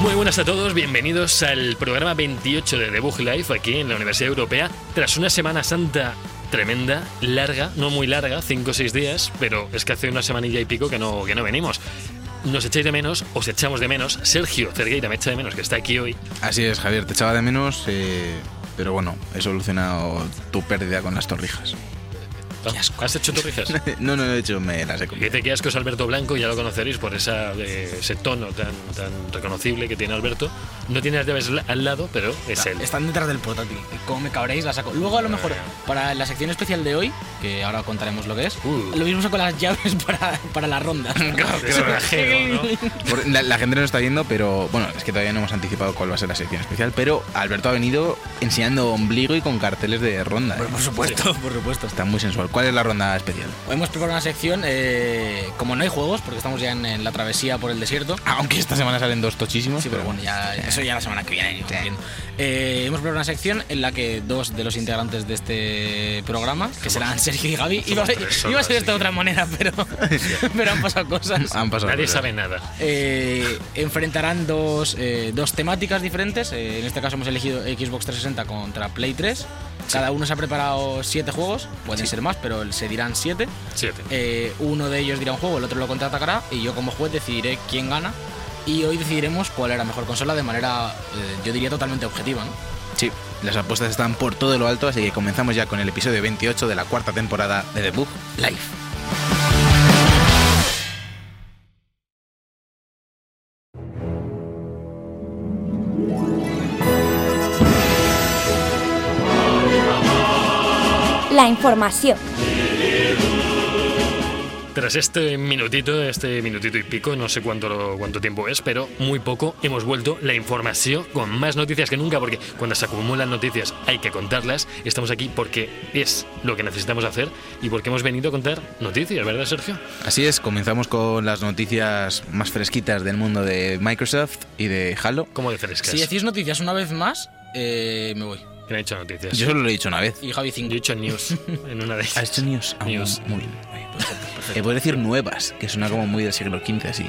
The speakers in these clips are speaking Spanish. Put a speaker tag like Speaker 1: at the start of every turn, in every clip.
Speaker 1: Muy buenas a todos, bienvenidos al programa 28 de The Bug Life aquí en la Universidad Europea. Tras una Semana Santa tremenda, larga, no muy larga, 5 o 6 días, pero es que hace una semanilla y pico que no, que no venimos. Nos echáis de menos, os echamos de menos. Sergio Cergueira me echa de menos, que está aquí hoy.
Speaker 2: Así es, Javier, te echaba de menos, eh, pero bueno, he solucionado tu pérdida con las torrijas.
Speaker 1: Ah, ¿Has hecho torrijas?
Speaker 2: No, no, de hecho me las he
Speaker 1: Que
Speaker 2: comido.
Speaker 1: Dice que asco es Alberto Blanco, ya lo conoceréis por esa, eh, ese tono tan, tan reconocible que tiene Alberto. No tiene las llaves la- al lado, pero
Speaker 2: Ah,
Speaker 1: es él.
Speaker 3: Están detrás del portátil. Como me cabréis, la saco. Luego, a lo mejor, para la sección especial de hoy, que ahora contaremos lo que es,
Speaker 1: Uh.
Speaker 3: lo mismo saco las llaves para, para las rondas.
Speaker 1: Es rajero, ¿no?
Speaker 2: Por- La, la gente no está viendo, pero bueno, es que todavía no hemos anticipado cuál va a ser la sección especial, pero Alberto ha venido enseñando ombligo y con carteles de ronda.
Speaker 3: Por,
Speaker 2: eh.
Speaker 3: por supuesto, por supuesto.
Speaker 2: Está muy sensual. ¿Cuál es la ronda especial?
Speaker 3: Hemos preparado una sección, eh, como no hay juegos, porque estamos ya en, en la travesía por el desierto.
Speaker 2: Aunque esta semana salen dos tochísimos.
Speaker 3: Sí, pero bueno, ya, eso ya la semana que viene. yo
Speaker 2: Sí.
Speaker 3: entiendo. Eh, hemos preparado una sección en la que dos de los integrantes de este programa, que serán Sergio y Gaby, iba a ser,
Speaker 1: tres solos,
Speaker 3: iba a ser
Speaker 1: así
Speaker 3: esta
Speaker 1: que-
Speaker 3: otra moneda, pero, pero han pasado cosas.
Speaker 2: Han pasado
Speaker 1: Nadie
Speaker 2: cosas.
Speaker 1: sabe nada.
Speaker 3: Eh, enfrentarán dos, eh, dos temáticas diferentes. Eh, en este caso hemos elegido Xbox 360 contra Play 3. Cada uno se ha preparado siete juegos, pueden ser más, pero se dirán siete.
Speaker 1: Siete.
Speaker 3: Eh, uno de ellos dirá un juego, el otro lo contraatacará y yo como juez decidiré quién gana. Y hoy decidiremos cuál era mejor consola de manera, eh, yo diría, totalmente objetiva. ¿no?
Speaker 2: Sí, las apuestas están por todo lo alto, así que comenzamos ya con el episodio 28 de la cuarta temporada de The Book Life.
Speaker 4: La información.
Speaker 1: Tras este minutito, este minutito y pico, no sé cuánto, cuánto tiempo es, pero muy poco, hemos vuelto la información con más noticias que nunca, porque cuando se acumulan noticias hay que contarlas. Estamos aquí porque es lo que necesitamos hacer y porque hemos venido a contar noticias, ¿verdad, Sergio?
Speaker 2: Así es, comenzamos con las noticias más fresquitas del mundo de Microsoft y de Halo.
Speaker 1: ¿Cómo de frescas?
Speaker 3: Si decís noticias una vez más, eh, me voy.
Speaker 1: ¿Quién ha dicho noticias?
Speaker 2: Yo solo lo he dicho una vez.
Speaker 3: Y Javi
Speaker 1: Yo
Speaker 3: 5.
Speaker 1: he dicho news en una de
Speaker 2: ¿Has
Speaker 1: ellas.
Speaker 2: hecho news? Ah,
Speaker 1: News.
Speaker 2: Muy bien. Eh, puedes decir nuevas, que suena como muy del siglo XV así.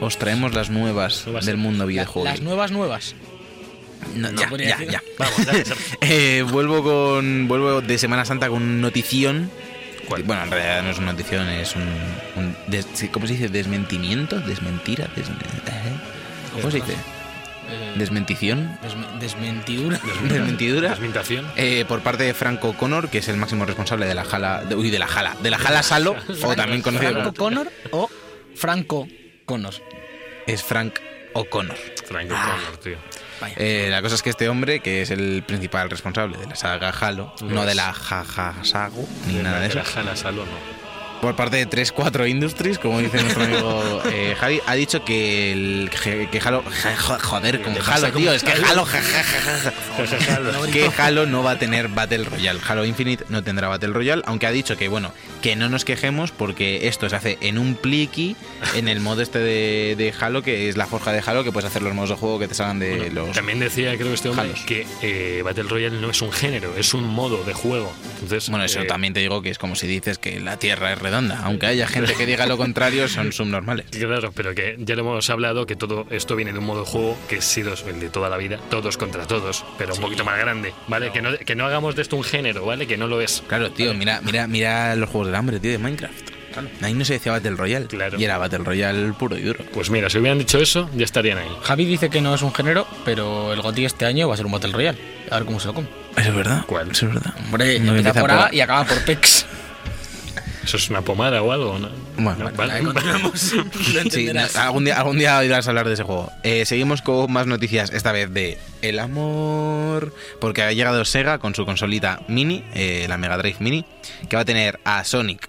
Speaker 2: Os traemos las nuevas
Speaker 1: Nuevas.
Speaker 2: del mundo videojuego. eh.
Speaker 3: Las nuevas nuevas.
Speaker 2: No,
Speaker 3: no
Speaker 2: ya,
Speaker 3: podría
Speaker 2: ya,
Speaker 3: decir.
Speaker 2: ya.
Speaker 1: Vamos, dale, Sergio.
Speaker 2: Eh, vuelvo con vuelvo de Semana Santa con un notición.
Speaker 1: ¿Cuál?
Speaker 2: Bueno, en realidad no es una notición, es un, un des- ¿cómo se dice? Desmentimiento, desmentira, Desme- ¿eh? ¿Cómo se dice?
Speaker 3: Eh,
Speaker 2: Desmentición,
Speaker 3: desme- desmentidura.
Speaker 2: desmentidura.
Speaker 1: Desmintación.
Speaker 2: Eh, por parte de Franco Connor, que es el máximo responsable de la jala, de- uy, de la jala, de la jala Salo, o también conocido
Speaker 3: Franco
Speaker 2: como
Speaker 3: Connor o Franco Connor.
Speaker 2: es Frank O'Connor.
Speaker 1: Franco
Speaker 2: Ah,
Speaker 1: Connor, tío.
Speaker 3: Vaya.
Speaker 2: Eh, la cosa es que este hombre, que es el principal responsable de la saga Halo,
Speaker 1: Lo
Speaker 2: no
Speaker 1: es.
Speaker 2: de la Jajasago, ni
Speaker 1: Pues De
Speaker 2: nada de eso,
Speaker 1: la Jala Salón, ¿no?
Speaker 2: por parte de 3-4 Industries, como dice nuestro amigo eh, Javi, ha dicho que, el, que, que Halo. ja- jo- Joder, con
Speaker 1: ¿Qué te
Speaker 2: Halo,
Speaker 1: pasa con
Speaker 2: tío, es que
Speaker 1: Halo? Pues
Speaker 2: Halo. ja- ja- ja- ja-
Speaker 1: Jajajalo.
Speaker 2: que Halo no va a tener Battle Royale. Halo Infinite no tendrá Battle Royale, aunque ha dicho que, bueno, que no nos quejemos porque esto se hace en un pliqui, en el modo este de, de Halo, que es la forja de Halo, que puedes hacer los modos de juego que te salgan de
Speaker 1: Bueno,
Speaker 2: los.
Speaker 1: También decía, creo que este hombre,
Speaker 2: Jalos.
Speaker 1: que eh, Battle Royale no es un género, es un modo de juego. Entonces,
Speaker 2: Bueno, eso
Speaker 1: eh,
Speaker 2: también te digo que es como si dices que la Tierra es redonda. Aunque haya gente que diga lo contrario, son subnormales.
Speaker 1: Claro, pero que ya lo hemos hablado, que todo esto viene de un modo de juego que ha sido el de toda la vida, todos contra todos, pero un poquito más grande, ¿vale? Que, no, que no hagamos de esto un género, ¿vale? Que no lo es.
Speaker 2: Claro, tío, mira, mira, mira los juegos del hambre, tío, de Minecraft. Ahí no se decía Battle Royale.
Speaker 1: Claro.
Speaker 2: Y era Battle Royale puro y duro.
Speaker 1: Pues mira, si hubieran dicho eso, ya estarían ahí.
Speaker 3: Javi dice que no es un género, pero el GOTI este año va a ser un Battle Royale. A ver cómo se lo come.
Speaker 2: Eso es verdad.
Speaker 1: ¿Cuál?
Speaker 2: Eso es verdad.
Speaker 3: Hombre,
Speaker 2: No
Speaker 3: empieza
Speaker 2: empieza por
Speaker 3: por A
Speaker 2: A.
Speaker 3: y acaba por E PEX.
Speaker 1: Eso es una pomada o algo, ¿no?
Speaker 2: Bueno,
Speaker 1: No,
Speaker 2: vale,
Speaker 1: vale.
Speaker 2: Sí, na- algún día, algún día oirás hablar de ese juego. Eh, seguimos con más noticias, esta vez de El Amor. Porque ha llegado Sega con su consolita mini, eh, la Mega Drive Mini, que va a tener a Sonic,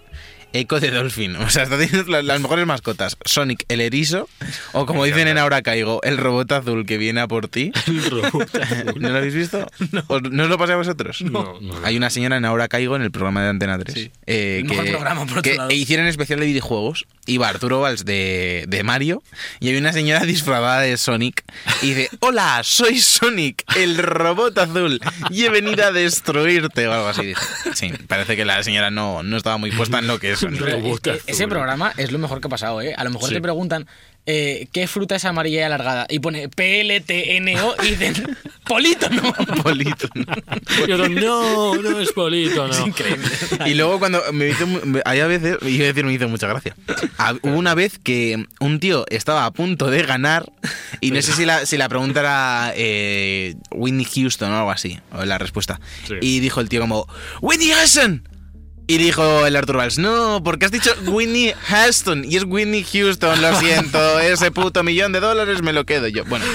Speaker 2: Echo de Dolphin. O sea, está teniendo la- las mejores mascotas. Sonic el erizo, o como dicen en Ahora Caigo, el robot azul que viene a por ti.
Speaker 1: El robot.
Speaker 2: ¿No lo habéis visto? ¿Os- ¿No os lo pasáis a vosotros?
Speaker 1: No, no, no.
Speaker 2: Hay una señora en Ahora Caigo en el programa de Antena 3.
Speaker 3: Sí.
Speaker 2: eh, que,
Speaker 3: El mejor programa, por otro
Speaker 2: que
Speaker 3: lado.
Speaker 2: hicieron especial de videojuegos. Iba Arturo Valls de, de Mario y hay una señora disfrazada de Sonic y dice: Hola, soy Sonic, el robot azul, y he venido a destruirte o algo así. dice. Sí, parece que la señora no, no estaba muy puesta en lo que es Sonic.
Speaker 1: Pero- Robot
Speaker 3: E-
Speaker 1: azul.
Speaker 3: Ese programa es lo mejor que ha pasado, ¿eh? A lo mejor
Speaker 1: Sí.
Speaker 3: te preguntan eh, qué fruta es amarilla y alargada y pone PLTNO y dicen polítono.
Speaker 2: Polito.
Speaker 3: Pues
Speaker 1: Y otro, no, no es polito, no.
Speaker 3: Increíble.
Speaker 2: Y luego cuando me hizo, mu- me- hay a veces, iba a decir me hizo mucha gracia. Ha- Hubo una vez que un tío estaba a punto de ganar y no sé si la, si la pregunta era eh, Whitney Houston o algo así, o la respuesta.
Speaker 1: Sí.
Speaker 2: Y dijo el tío como, Whitney Houston. Y dijo el Arthur Valls, no, porque has dicho Whitney Houston y es Whitney Houston, lo siento, ese puto millón de dólares me lo quedo yo. Bueno,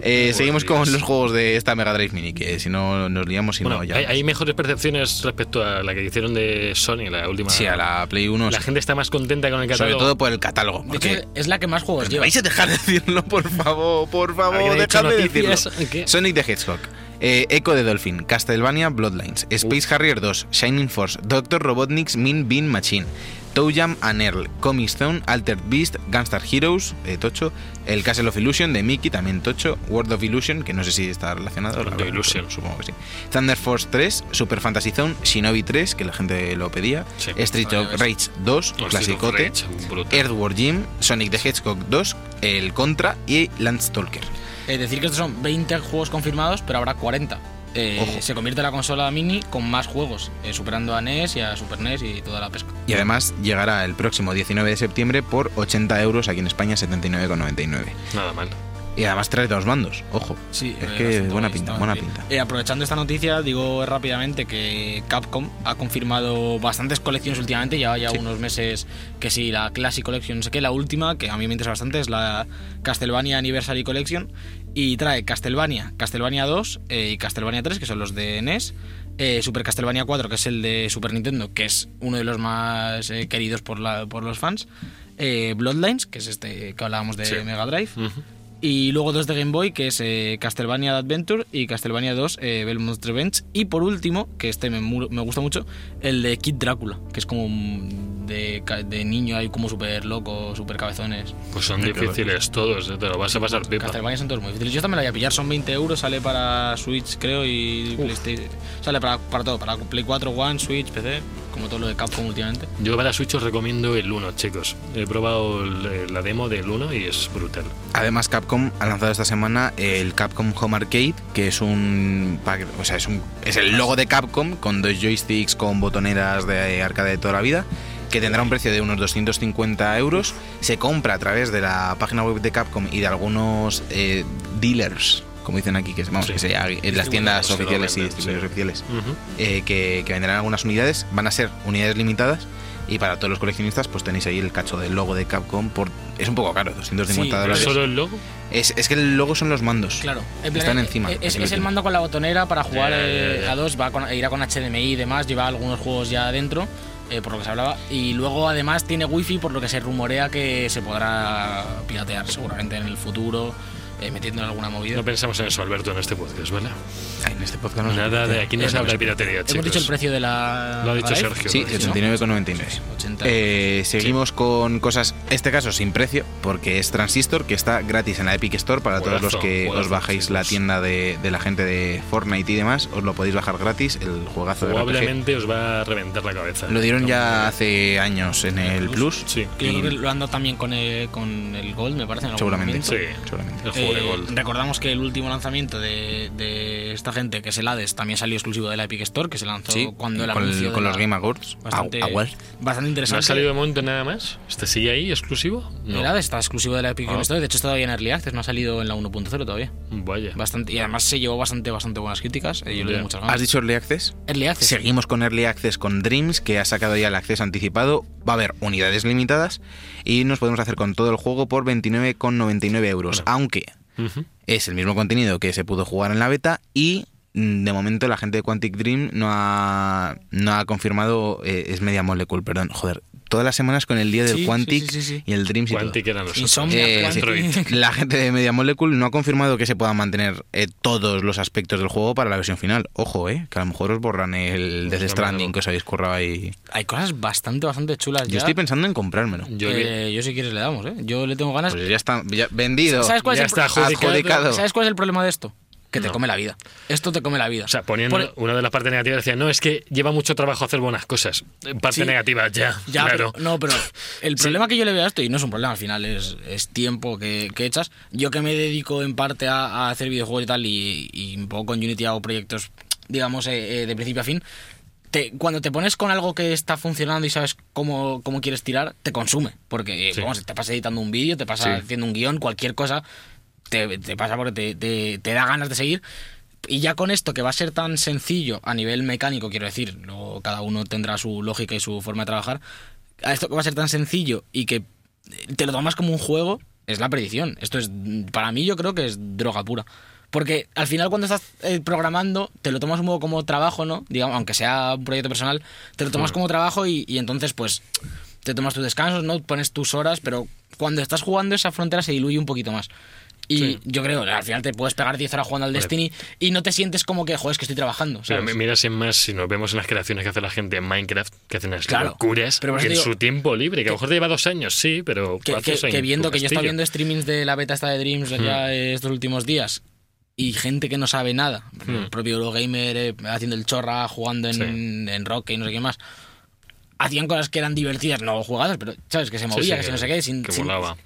Speaker 2: eh, seguimos con los juegos de esta Mega Drive Mini, que si no nos liamos, si
Speaker 1: Bueno,
Speaker 2: no ya...
Speaker 1: hay, hay mejores percepciones respecto a la que hicieron de Sony, la última.
Speaker 2: Sí, a la Play 1.
Speaker 1: La
Speaker 2: sí.
Speaker 1: gente está más contenta con el
Speaker 2: Sobre
Speaker 1: catálogo.
Speaker 2: todo por el catálogo.
Speaker 3: De hecho,
Speaker 2: Porque
Speaker 3: es la que más juegos
Speaker 2: ¿Me
Speaker 3: lleva.
Speaker 2: vais a dejar de decirlo, por favor, por favor,
Speaker 1: ¿Alguien ha hecho
Speaker 2: dejadme decirlo.
Speaker 1: noticias? ¿Qué?
Speaker 2: Sonic the Hedgehog. eh, Echo de Dolphin, Castlevania Bloodlines, Space Harrier 2, Shining Force, Doctor Robotnik's Min Bean Machine, Toe Jam and Earl, Comic Zone, Altered Beast, Gunstar Heroes, eh, Tocho, el Castle of Illusion de Mickey, también Tocho, World of Illusion, que no sé si está relacionado.
Speaker 1: World
Speaker 2: la
Speaker 1: of
Speaker 2: verdad,
Speaker 1: Illusion.
Speaker 2: pero supongo que sí. Thunder Force 3, Super Fantasy Zone, Shinobi 3, que la gente lo pedía,
Speaker 1: Sí.
Speaker 2: Street
Speaker 3: Ah,
Speaker 2: of
Speaker 3: es-
Speaker 2: Rage 2,
Speaker 1: Hostia,
Speaker 2: Clasicote,
Speaker 1: Rage, brutal.
Speaker 2: Earthworm Jim, Sonic the Hedgehog 2, El Contra y Landstalker.
Speaker 3: Es decir, que estos son 20 juegos confirmados, pero habrá 40. Eh,
Speaker 2: Ojo.
Speaker 3: se convierte la consola mini con más juegos, eh, superando a NES y a Super NES y toda la pesca.
Speaker 2: Y además llegará el próximo 19 de septiembre por 80 euros, aquí en España 79,99.
Speaker 1: Nada mal.
Speaker 2: Y además trae dos bandos, ojo.
Speaker 3: Sí,
Speaker 2: es
Speaker 3: eh,
Speaker 2: que
Speaker 3: bastante
Speaker 2: buena
Speaker 3: guay,
Speaker 2: pinta,
Speaker 3: está
Speaker 2: buena
Speaker 3: bien.
Speaker 2: pinta.
Speaker 3: Eh, aprovechando esta noticia, digo rápidamente que Capcom ha confirmado bastantes colecciones últimamente, ya ya unos meses que sí, la Classic Collection, no sé qué, la última, que a mí me interesa bastante, es la Castlevania Anniversary Collection, y trae Castlevania, Castlevania 2 eh, y Castlevania 3, que son los de NES. eh, Super Castlevania 4, que es el de Super Nintendo, que es uno de los más eh, queridos por, la- por los fans. eh, Bloodlines, que es este que hablábamos de
Speaker 1: Sí.
Speaker 3: Mega Drive.
Speaker 1: Ujú.
Speaker 3: Y luego dos de Game Boy, que es eh, Castlevania Adventure y Castlevania 2 eh, Belmont Revenge. Y por último, que este me, mu- me gusta mucho, el de Kid Drácula, que es como un- de, ca- de niño ahí como súper loco, súper cabezones.
Speaker 1: Pues son difíciles todos, eh, te lo vas a pasar pipa.
Speaker 3: Castlevania son todos muy difíciles. Yo también la voy a pillar, son 20 euros, sale para Switch creo y PlayStation. Sale para, para todo, para Play 4, One, Switch, PC, como todo lo de Capcom últimamente.
Speaker 1: Yo para Switch os recomiendo el 1, chicos. He probado el- la demo del 1 y es brutal.
Speaker 2: Además Capcom ha lanzado esta semana el Capcom Home Arcade, que es un pack- o sea, es un es el logo de Capcom con dos joysticks con botoneras de arcade de toda la vida, que tendrá un precio de unos 250 euros. Se compra a través de la página web de Capcom y de algunos eh, dealers, como dicen aquí, que, es- vamos,
Speaker 1: Sí.
Speaker 2: que sea, en las
Speaker 1: Distribuidores
Speaker 2: tiendas
Speaker 1: que lo
Speaker 2: oficiales y
Speaker 1: venden,
Speaker 2: distribuidores
Speaker 1: sí.
Speaker 2: oficiales,
Speaker 1: Ujú.
Speaker 2: eh, que, que venderán algunas unidades. Van a ser unidades limitadas. Y para todos los coleccionistas, pues tenéis ahí el cacho del logo de Capcom por... Es un poco caro, 250
Speaker 3: Sí, pero
Speaker 1: Pero
Speaker 2: dólares.
Speaker 1: solo el logo.
Speaker 2: Es, es que el logo son los mandos.
Speaker 3: Claro, en eh,
Speaker 2: Están encima,
Speaker 3: Es,
Speaker 2: así
Speaker 3: es
Speaker 2: lo
Speaker 3: el
Speaker 2: tienen.
Speaker 3: mando con la botonera para jugar
Speaker 1: Ya, ya, ya,
Speaker 3: eh,
Speaker 1: ya.
Speaker 3: a dos, va con, irá con HDMI y demás, lleva algunos juegos ya adentro, eh, por lo que se hablaba. Y luego además tiene wifi, por lo que se rumorea que se podrá piratear seguramente en el futuro, eh, metiendo en alguna movida.
Speaker 1: No pensamos en eso, Alberto, en este podcast, ¿vale?
Speaker 2: Ay, en este podcast no se
Speaker 1: Nada
Speaker 2: puede.
Speaker 1: de aquí no se habla de piratería,
Speaker 3: Hemos
Speaker 1: chicos.
Speaker 3: dicho el precio de la.
Speaker 1: Lo ha dicho
Speaker 3: Drive.
Speaker 1: Sergio.
Speaker 2: Sí,
Speaker 1: ¿no?
Speaker 2: 89,99.
Speaker 3: 80.
Speaker 2: Eh, seguimos con cosas, este caso sin precio, porque es Transistor, que está gratis en la Epic Store para todos
Speaker 1: Juegazo,
Speaker 2: los que os
Speaker 1: juegazo,
Speaker 2: bajéis la
Speaker 1: chicos.
Speaker 2: tienda de, de la gente de Fortnite y demás, os lo podéis bajar gratis, el juegazo de RPG.
Speaker 1: Probablemente os va a reventar la cabeza.
Speaker 2: Lo dieron ya hace años en el Plus,
Speaker 1: Sí,
Speaker 3: Que yo creo que
Speaker 2: y-
Speaker 3: lo ando también con el, con el Gold, me parece. en algún
Speaker 2: seguramente.
Speaker 3: momento.
Speaker 1: Sí,
Speaker 2: seguramente.
Speaker 1: el juego de
Speaker 3: Eh,
Speaker 1: Gold.
Speaker 3: Recordamos que el último lanzamiento de, de esta gente, que es el Hades, también salió exclusivo de la Epic Store, que se lanzó
Speaker 2: Sí,
Speaker 3: cuando el
Speaker 2: con, el-
Speaker 3: anuncio de
Speaker 2: con los
Speaker 3: la-
Speaker 2: Game Awards. Ah,
Speaker 3: Bastante,
Speaker 2: Aw- Awards.
Speaker 3: bastante interesante.
Speaker 1: ¿No ha salido de momento nada más? ¿Este sigue ahí exclusivo? No.
Speaker 3: El Hades está exclusivo de la Epic
Speaker 1: Ah.
Speaker 3: Store, de hecho está todavía en Early Access, no ha salido en la 1.0 todavía.
Speaker 1: Vaya.
Speaker 3: Bastante, y además se llevó bastante, bastante buenas críticas, eh, yo
Speaker 1: Ya.
Speaker 3: le doy muchas ganas.
Speaker 2: ¿Has dicho Early Access?
Speaker 3: Early Access.
Speaker 2: Seguimos con Early Access con Dreams, que ha sacado ya el acceso anticipado. Va a haber unidades limitadas y nos podemos hacer con todo el juego por 29,99 euros. Aunque
Speaker 1: Ujú.
Speaker 2: es el mismo contenido que se pudo jugar en la beta y mm, de momento la gente de Quantic Dream no ha, no ha confirmado, eh, es Media Molecule, perdón, joder, todas las semanas con el día del
Speaker 3: Sí, sí,
Speaker 2: Quantic
Speaker 3: sí, sí, sí.
Speaker 2: y el Dreams y todo.
Speaker 1: Quantic eran los
Speaker 3: Insomnia,
Speaker 1: otros.
Speaker 2: Eh,
Speaker 1: Android.
Speaker 2: La gente de Media Molecule no ha confirmado que se puedan mantener eh, todos los aspectos del juego para la versión final. Ojo, eh, que a lo mejor os borran el
Speaker 3: Pues
Speaker 1: cambian
Speaker 2: Death Stranding
Speaker 1: algo.
Speaker 2: que os habéis currado ahí.
Speaker 3: Hay cosas bastante, bastante chulas
Speaker 2: Yo
Speaker 3: Pues ya.
Speaker 2: estoy pensando en comprármelo.
Speaker 1: Yo vi-
Speaker 3: Eh, yo si quieres le damos, ¿eh? Yo le tengo ganas.
Speaker 2: Pues ya está, ya- vendido.
Speaker 3: ¿Sabes cuál,
Speaker 1: ya
Speaker 3: es el
Speaker 1: está
Speaker 3: pro-
Speaker 1: adjudicado.
Speaker 2: Adjudicado.
Speaker 3: ¿Sabes cuál es el problema de esto? Que te
Speaker 1: No.
Speaker 3: come la vida. Esto te come la vida.
Speaker 1: O sea, poniendo
Speaker 3: Por-
Speaker 1: una de las partes negativas, decía, no, es que lleva mucho trabajo hacer buenas cosas. Eh, Parte
Speaker 3: Sí.
Speaker 1: negativa, ya,
Speaker 3: Ya,
Speaker 1: claro.
Speaker 3: pero- no, pero el
Speaker 1: Sí.
Speaker 3: problema que yo le veo a esto, y no es un problema al final, es, es tiempo que, que echas. Yo que me dedico en parte a, a hacer videojuegos y tal, y, y un poco con Unity hago proyectos, digamos, eh, eh, de principio a fin. te- cuando te pones con algo que está funcionando y sabes cómo, cómo quieres tirar, te consume. Porque, eh,
Speaker 1: Sí.
Speaker 3: vamos, te pasa editando un vídeo, te pasa
Speaker 1: Sí.
Speaker 3: haciendo un guión, cualquier cosa, te, te pasa porque te, te- te da ganas de seguir. Y ya con esto, que va a ser tan sencillo a nivel mecánico, quiero decir, luego cada uno tendrá su lógica y su forma de trabajar, a esto que va a ser tan sencillo y que te lo tomas como un juego, es la predicción. Esto es, para mí yo creo que es droga pura. Porque al final cuando estás eh, programando, te lo tomas un poco como trabajo, ¿no? Digamos, aunque sea un proyecto personal, te lo tomas como trabajo y, y entonces pues te tomas tus descansos, ¿no? Pones tus horas, pero cuando estás jugando esa frontera se diluye un poquito más. Y
Speaker 1: Sí.
Speaker 3: yo creo, al final te puedes pegar 10 horas jugando al
Speaker 1: Vale.
Speaker 3: Destiny y no te sientes como que, joder, es que estoy trabajando.
Speaker 1: Pero
Speaker 3: ¿sabes?
Speaker 1: mi- mira, sin más, si nos vemos en las creaciones que hace la gente en Minecraft, que hacen unas
Speaker 3: Claro,
Speaker 1: locuras
Speaker 3: pero por
Speaker 1: que
Speaker 3: eso
Speaker 1: en
Speaker 3: digo-
Speaker 1: su tiempo libre, que a lo mejor te lleva dos años, sí, pero
Speaker 3: que,
Speaker 1: haces
Speaker 3: que-
Speaker 1: en
Speaker 3: que
Speaker 1: tu
Speaker 3: viendo que yo
Speaker 1: castillo.
Speaker 3: estaba
Speaker 1: Hmm.
Speaker 3: viendo streamings de la beta esta de Dreams ya eh, estos últimos días y gente que no sabe nada,
Speaker 1: Hmm.
Speaker 3: el propio Eurogamer eh, haciendo el chorra, jugando en,
Speaker 1: Sí.
Speaker 3: en Rock y no sé qué más. Hacían cosas que eran divertidas, no jugadas, pero sabes que se
Speaker 1: Sí, sí,
Speaker 3: movía, que se no sé qué, sin,
Speaker 1: que
Speaker 3: sin-
Speaker 1: volaba.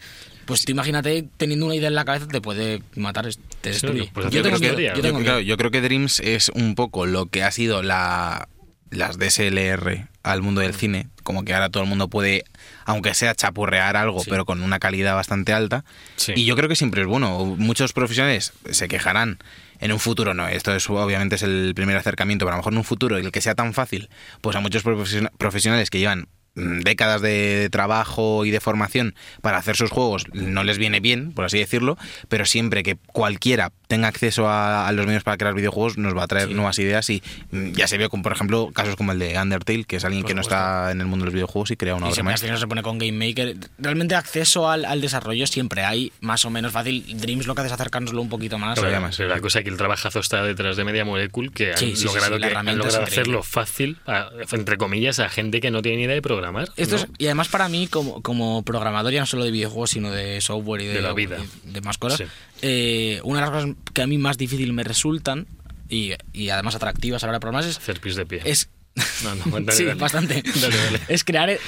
Speaker 3: pues tú imagínate teniendo una idea en la cabeza te puede matar, es- te
Speaker 1: Sí,
Speaker 3: destruye.
Speaker 1: pues
Speaker 3: yo
Speaker 1: hacía
Speaker 3: tengo
Speaker 1: que
Speaker 3: miedo,
Speaker 1: historia,
Speaker 3: yo
Speaker 1: ¿no?
Speaker 3: tengo
Speaker 2: Claro,
Speaker 3: miedo.
Speaker 2: yo creo que Dreams es un poco lo que ha sido la, las DSLR al mundo del cine. Como que ahora todo el mundo puede, aunque sea chapurrear algo, pero con una calidad bastante alta.
Speaker 1: Sí.
Speaker 2: Y yo creo que siempre es bueno. Muchos profesionales se quejarán en un futuro, no. Esto es obviamente es el primer acercamiento, pero a lo mejor en un futuro el que sea tan fácil, pues a muchos profesiona- profesionales que llevan mm, décadas de trabajo y de formación para hacer sus juegos no les viene bien, por así decirlo, pero siempre que cualquiera tenga acceso a, a los medios para crear videojuegos nos va a traer nuevas ideas y mm, ya se vio con, por ejemplo, casos como el de Undertale, que es alguien
Speaker 3: Por
Speaker 2: que no está en el mundo de los videojuegos y crea una
Speaker 3: Y
Speaker 2: obra
Speaker 3: siempre al
Speaker 2: maestra.
Speaker 3: final se pone con Game Maker. Realmente acceso al, al desarrollo siempre hay más o menos fácil. Dreams lo que hace es acercárnoslo un poquito más.
Speaker 1: Claro,
Speaker 2: se llama,
Speaker 1: pero la cosa es que el trabajazo está detrás de Media Molecule, que han
Speaker 3: Sí, sí, sí,
Speaker 1: logrado,
Speaker 3: sí, la
Speaker 1: que- han
Speaker 3: herramienta
Speaker 1: logrado
Speaker 3: es increíble.
Speaker 1: hacerlo fácil, a- entre comillas, a gente que no tiene ni idea de programar.
Speaker 3: Esto
Speaker 1: ¿no?
Speaker 3: es- y además para mí, como, como programador, ya no solo de videojuegos, sino de software y de,
Speaker 1: De la vida.
Speaker 3: y de más cosas,
Speaker 1: Sí.
Speaker 3: eh, una de las cosas que a mí más difícil me resultan y, y además atractivas a la hora de programar es,
Speaker 1: Hacer pis de pie.
Speaker 3: es-
Speaker 1: No, no, dale,
Speaker 3: sí,
Speaker 1: dale.
Speaker 3: bastante,
Speaker 1: Dale, dale.
Speaker 3: es crear eh,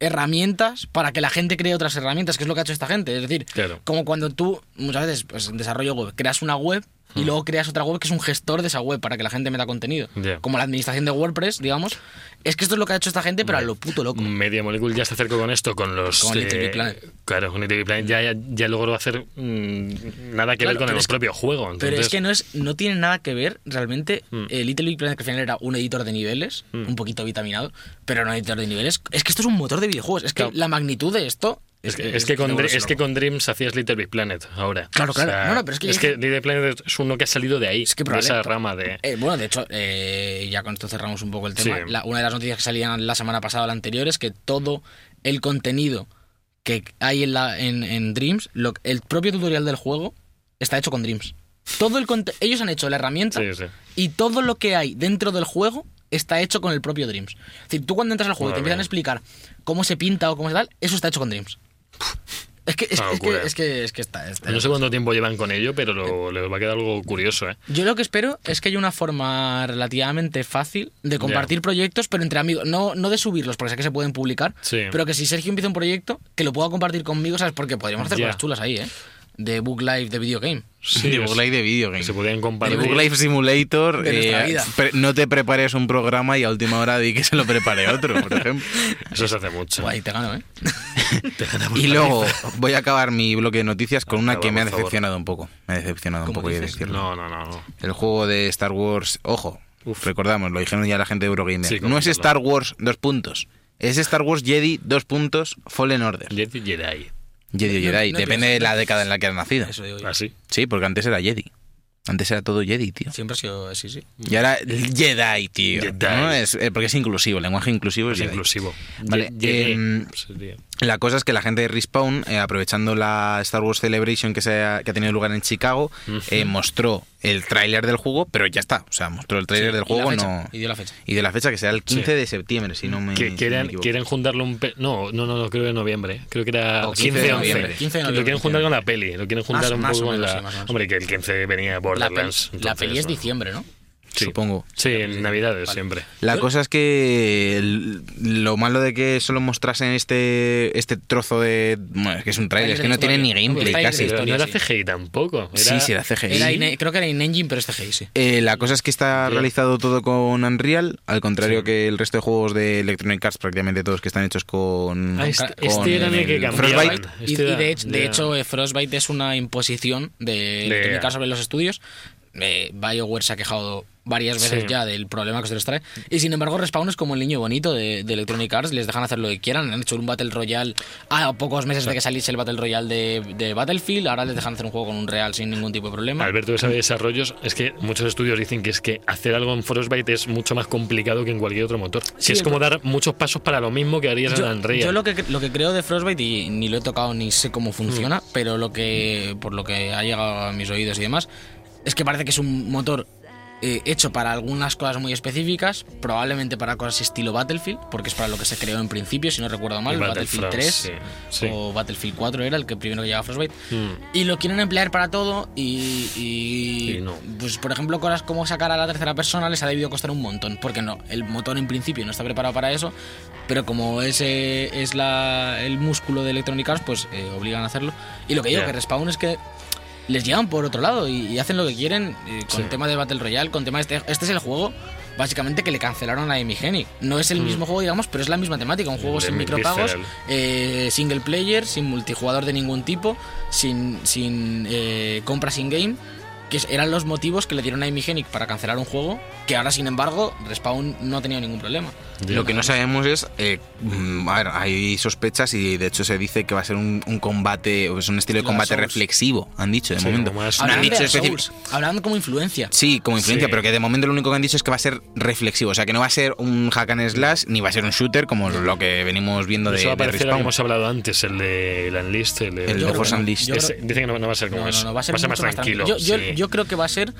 Speaker 3: herramientas para que la gente cree otras herramientas, que es lo que ha hecho esta gente. Es decir,
Speaker 1: Claro.
Speaker 3: como cuando tú muchas veces pues, en desarrollo web creas una web
Speaker 1: Hmm.
Speaker 3: y luego creas otra web que es un gestor de esa web para que la gente meta contenido.
Speaker 1: Ya.
Speaker 3: Como la administración de WordPress, digamos. Es que esto es lo que ha hecho esta gente, pero a lo puto loco.
Speaker 1: Media Molecule ya se acercó con esto, con los. eh,
Speaker 3: Con Little Big Planet.
Speaker 1: Claro, con Little Big Planet ya, ya, ya logró hacer mm, nada que
Speaker 3: Claro,
Speaker 1: ver con
Speaker 3: pero
Speaker 1: el
Speaker 3: es que-
Speaker 1: propio juego.
Speaker 3: Pero es
Speaker 1: entonces-
Speaker 3: que no es no tiene nada que ver realmente.
Speaker 1: Mm.
Speaker 3: eh, Little Big Planet, que al final era un editor de niveles,
Speaker 1: Hmm.
Speaker 3: un poquito vitaminado, pero no un editor de niveles. Es que esto es un motor de videojuegos. Es que
Speaker 1: Claro.
Speaker 3: la magnitud de esto.
Speaker 1: Es que, es que con,
Speaker 3: te
Speaker 1: Dre-
Speaker 3: vuelves
Speaker 1: es que
Speaker 3: loco.
Speaker 1: con Dreams hacías Little Big Planet ahora.
Speaker 3: eh, Claro, claro. No, no, pero es que-
Speaker 1: Little Big Planet es uno que ha salido de ahí,
Speaker 3: Es que
Speaker 1: de esa
Speaker 3: probablemente-
Speaker 1: rama de.
Speaker 3: Eh, bueno, de hecho, eh, ya con esto cerramos un poco el tema.
Speaker 1: Sí.
Speaker 3: La- una de las noticias que salían la semana pasada o la anterior es que todo el contenido que hay en, la, en, en Dreams, lo- el propio tutorial del juego está hecho con Dreams. Todo el conte- ellos han hecho la herramienta
Speaker 1: Sí, sí.
Speaker 3: y todo lo que hay dentro del juego está hecho con el propio Dreams. Es decir, tú cuando entras al juego y te
Speaker 1: Madre
Speaker 3: empiezan a
Speaker 1: mía.
Speaker 3: explicar cómo se pinta o cómo se tal, eso está hecho con Dreams. Es que, es,
Speaker 1: Una
Speaker 3: es que,
Speaker 1: locura. Pues
Speaker 3: es que, es que está, está-
Speaker 1: No sé cuánto tiempo llevan con ello, pero
Speaker 3: Eh.
Speaker 1: lo- les va a quedar algo curioso, ¿eh?
Speaker 3: Yo lo que espero es que haya una forma relativamente fácil de compartir proyectos, pero entre amigos. No, no de subirlos, porque sé que se pueden publicar,
Speaker 1: Sí.
Speaker 3: pero que si Sergio empieza un proyecto, que lo pueda compartir conmigo, ¿sabes? Porque podríamos hacer
Speaker 1: Ya.
Speaker 3: cosas chulas ahí, ¿eh? De book live, de videogame.
Speaker 1: Sí,
Speaker 2: de
Speaker 1: es-
Speaker 2: Google Live de videogame.
Speaker 1: se podían
Speaker 2: El
Speaker 1: compartir.
Speaker 2: Book Life Simulator,
Speaker 3: De nuestra
Speaker 2: eh,
Speaker 3: vida.
Speaker 2: pre- no te prepares un programa y a última hora di que se lo prepare otro, por ejemplo.
Speaker 1: Eso se hace mucho.
Speaker 3: Guay, te gano, ¿eh?
Speaker 2: Y luego voy a acabar mi bloque de noticias con una
Speaker 1: Acaba,
Speaker 2: que me ha
Speaker 1: por favor.
Speaker 2: decepcionado un poco. Me ha decepcionado un
Speaker 3: ¿Cómo
Speaker 2: poco, he de
Speaker 3: dices?
Speaker 2: decirlo.
Speaker 1: No, no, no. no.
Speaker 2: El juego de Star Wars, ojo,
Speaker 1: Uf.
Speaker 2: recordamos, lo dijeron ya la gente de Eurogamer.
Speaker 1: Sí,
Speaker 2: no es
Speaker 1: coméntalo.
Speaker 2: Star Wars, dos puntos. Es Star Wars Jedi, dos puntos, Fallen Order.
Speaker 1: Jedi Jedi.
Speaker 2: Jedi o
Speaker 3: No,
Speaker 2: Jedi,
Speaker 3: no,
Speaker 2: depende
Speaker 3: pero-
Speaker 2: de la década en la que has nacido.
Speaker 3: Eso digo yo.
Speaker 1: Así.
Speaker 2: Sí, porque antes era Jedi. Antes era todo Jedi, tío.
Speaker 3: Siempre ha sido así, sí.
Speaker 2: Y ahora Jedi, tío.
Speaker 1: Jedi.
Speaker 2: ¿no? Es- eh, porque es inclusivo, el lenguaje inclusivo es,
Speaker 1: Es
Speaker 2: Jedi.
Speaker 1: inclusivo.
Speaker 2: Vale,
Speaker 1: Ye- ye-
Speaker 2: em,
Speaker 1: sería.
Speaker 2: La cosa es que la gente de Respawn, eh, aprovechando la Star Wars Celebration que, se ha, que ha tenido lugar en Chicago, eh, mostró el tráiler del juego, pero ya está. O sea, mostró el tráiler
Speaker 3: Sí,
Speaker 2: del
Speaker 3: y la
Speaker 2: juego,
Speaker 3: fecha,
Speaker 2: no.
Speaker 3: Y dio la fecha.
Speaker 2: Y de la fecha que será el 15 de septiembre, si no me. si
Speaker 1: Que
Speaker 2: no me
Speaker 1: quieren,
Speaker 2: equivoco.
Speaker 1: quieren juntarlo un pe- no, no, no, no, creo que en noviembre. Creo que era
Speaker 2: O
Speaker 1: 15
Speaker 2: de
Speaker 1: de 11.
Speaker 2: noviembre.
Speaker 3: 15
Speaker 1: Que
Speaker 3: Oh, de
Speaker 1: Lo
Speaker 3: noviembre,
Speaker 1: quieren juntar con la peli. Lo quieren juntar
Speaker 3: Más-
Speaker 1: un
Speaker 3: más
Speaker 1: poco
Speaker 3: o
Speaker 1: con
Speaker 3: menos,
Speaker 1: la.
Speaker 3: sí, más o menos.
Speaker 1: Hombre, que el 15 venía
Speaker 3: La, peli-
Speaker 1: Borderlands.
Speaker 3: la
Speaker 1: entonces,
Speaker 3: peli es
Speaker 1: ¿no?
Speaker 3: diciembre, ¿no?
Speaker 1: Sí.
Speaker 2: Supongo.
Speaker 1: Sí, en Navidades siempre.
Speaker 2: La cosa es que el- lo malo de que solo mostrasen este este trozo de. Bueno, es que es un tráiler, es que no tiene ni gameplay
Speaker 3: Trailer de
Speaker 2: casi.
Speaker 1: Pero no
Speaker 3: historia,
Speaker 1: era
Speaker 3: sí.
Speaker 1: CGI tampoco.
Speaker 2: Sí, sí, era CGI.
Speaker 3: Era in- creo que era in-engine, pero es CGI, sí.
Speaker 2: Eh, la cosa es que está
Speaker 1: Sí.
Speaker 2: realizado todo con Unreal, al contrario que el resto de juegos de Electronic Arts, prácticamente todos que están hechos con.
Speaker 1: Ah, este,
Speaker 2: con eh,
Speaker 1: este era el que cambiaban.
Speaker 2: Frostbite.
Speaker 1: Este
Speaker 3: Y, y
Speaker 1: era-
Speaker 3: de, hecho, de
Speaker 1: ya.
Speaker 3: hecho, eh, Frostbite es una imposición de
Speaker 1: De-
Speaker 3: técnica sobre los estudios. Eh, BioWare se ha quejado varias veces
Speaker 1: Sí.
Speaker 3: ya del problema que se les trae. Y sin embargo, Respawn es como el niño bonito de, de Electronic Arts, les dejan hacer lo que quieran. Han hecho un Battle Royale a pocos meses de que saliese el Battle Royale de, de Battlefield. Ahora les dejan hacer un juego con un Real sin ningún tipo de problema.
Speaker 1: Alberto que sabe de desarrollos, es que muchos estudios dicen que es que hacer algo en Frostbite es mucho más complicado que en cualquier otro motor. Que
Speaker 3: Sí,
Speaker 1: es
Speaker 3: el-
Speaker 1: como dar muchos pasos para lo mismo que harías
Speaker 3: Yo,
Speaker 1: en Unreal.
Speaker 3: yo lo, que, lo que creo de Frostbite, y ni lo he tocado ni sé cómo funciona,
Speaker 1: Mm.
Speaker 3: pero lo que por lo que ha llegado a mis oídos y demás, es que parece que es un motor eh, hecho para algunas cosas muy específicas, probablemente para cosas estilo Battlefield, porque es para lo que se creó en principio, si no recuerdo mal,
Speaker 1: Y
Speaker 3: Battlefield
Speaker 1: Battlefront,
Speaker 3: 3
Speaker 1: sí, sí.
Speaker 3: o Battlefield 4 era el que primero que llegaba a Frostbite.
Speaker 1: Mm.
Speaker 3: Y lo quieren emplear para todo y, y-
Speaker 1: Y no.
Speaker 3: pues por ejemplo cosas como sacar a la tercera persona les ha debido costar un montón, porque no, el motor en principio no está preparado para eso, pero como ese es la, el músculo de Electronic Arts, pues eh, obligan a hacerlo. Y lo que digo
Speaker 1: Ya.
Speaker 3: que Respawn es que les llevan por otro lado y, y hacen lo que quieren eh, con
Speaker 1: Sí.
Speaker 3: tema de Battle Royale, con tema de este, este es el juego básicamente que le cancelaron a Imigenic. No es el mismo juego, digamos, pero es la misma temática, un juego
Speaker 1: De
Speaker 3: sin
Speaker 1: mi-
Speaker 3: micropagos,
Speaker 1: visceral.
Speaker 3: eh, single player, sin multijugador de ningún tipo, sin, sin eh, compras in-game, que es- eran los motivos que le dieron a Imigenic para cancelar un juego, que ahora, sin embargo, Respawn no ha tenido ningún problema.
Speaker 2: Lo que no sabemos es, eh, mm, a ver, hay sospechas y de hecho se dice que va a ser un, un combate, o es un estilo de
Speaker 3: Estilo
Speaker 2: combate
Speaker 3: Souls.
Speaker 2: reflexivo, han dicho de
Speaker 1: Sí,
Speaker 2: momento.
Speaker 1: como más-
Speaker 2: No han
Speaker 3: Hablando
Speaker 2: dicho
Speaker 3: de
Speaker 2: especi-
Speaker 3: Souls, hablando como influencia.
Speaker 2: Sí, como influencia,
Speaker 1: Sí.
Speaker 2: pero que de momento lo único que han dicho es que va a ser reflexivo, o sea que no va a ser un hack and slash ni va a ser un shooter como lo que venimos viendo de,
Speaker 1: Eso va a
Speaker 2: de
Speaker 1: parecer al que
Speaker 2: Respawn.
Speaker 1: hemos hablado antes, el de la Enlist, el de
Speaker 2: El
Speaker 3: Yo
Speaker 2: de
Speaker 3: creo
Speaker 2: Force
Speaker 3: que no.
Speaker 2: Unleashed.
Speaker 3: Yo creo-
Speaker 1: Ese- dicen que no, no va a ser como
Speaker 3: No,
Speaker 1: es.
Speaker 3: no, no, va a ser, mucho
Speaker 1: más tranquilo.
Speaker 3: Yo, yo-
Speaker 1: sí.
Speaker 3: yo creo que va a ser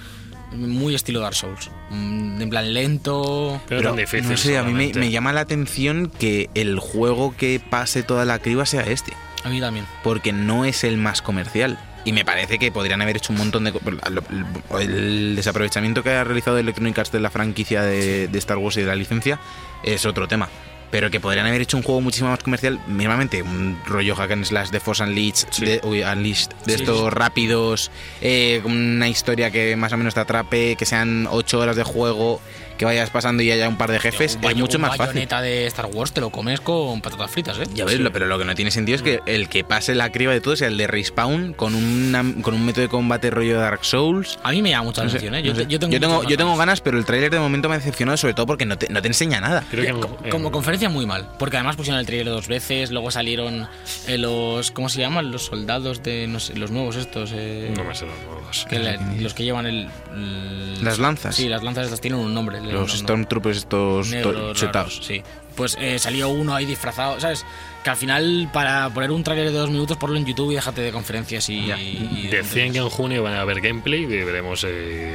Speaker 3: muy estilo Dark Souls. Mm, En plan lento.
Speaker 1: Pero
Speaker 2: Pero,
Speaker 1: tan difícil.
Speaker 2: no sé, a mí me,
Speaker 1: seguramente.
Speaker 2: me llama la atención que el juego que pase toda la criba sea este,
Speaker 3: A mí también.
Speaker 2: porque no es el más comercial. Y me parece que podrían haber hecho un montón de... co- lo- El desaprovechamiento que ha realizado Electronic Arts de la franquicia de, de Star Wars y de la licencia es otro tema. Pero que podrían haber hecho un juego muchísimo más comercial, mínimamente, un rollo hack and slash de Force Unleashed,
Speaker 1: Sí.
Speaker 2: de, uy, Unleashed, de
Speaker 3: Sí,
Speaker 2: estos rápidos, eh, una historia que más o menos te atrape, que sean ocho horas de juego, que vayas pasando y haya un par de jefes,
Speaker 3: Un
Speaker 2: es
Speaker 3: bayo-
Speaker 2: mucho
Speaker 3: un
Speaker 2: más fácil.
Speaker 3: bayoneta de Star Wars te lo comes con patatas fritas, ¿eh?
Speaker 2: Ya ves, lo- pero lo que no tiene sentido es que el que pase la criba de todo sea el de Respawn con, una- con un método de combate rollo Dark Souls.
Speaker 3: A mí me llama mucha
Speaker 2: No sé,
Speaker 3: atención, ¿eh?
Speaker 2: no
Speaker 3: Yo,
Speaker 2: sé.
Speaker 3: yo tengo,
Speaker 2: yo tengo,
Speaker 3: muchas
Speaker 2: yo tengo
Speaker 3: ganas.
Speaker 2: ganas, pero el tráiler de momento me ha decepcionado, sobre todo porque no te, no te enseña nada.
Speaker 1: Creo que en-
Speaker 3: Co-
Speaker 1: en-
Speaker 3: Como conferencia muy mal, porque además pusieron el trailer dos veces, luego salieron eh, los... ¿Cómo se llaman? Los soldados de... no sé, los nuevos estos... eh,
Speaker 1: No me sé los modos.
Speaker 3: que le- los que llevan el, el-
Speaker 2: Las lanzas.
Speaker 3: Sí, las lanzas estas tienen un nombre. le-
Speaker 2: Los
Speaker 3: no- no-
Speaker 2: Stormtroopers estos to-
Speaker 3: negros raros,
Speaker 2: chetados.
Speaker 3: sí. Pues eh, salió uno ahí disfrazado, ¿sabes? Que al final, para poner un tráiler de dos minutos, ponlo en YouTube y déjate de conferencias y...
Speaker 2: Ya.
Speaker 3: y- y-
Speaker 1: Decían que en junio van a haber gameplay y veremos eh,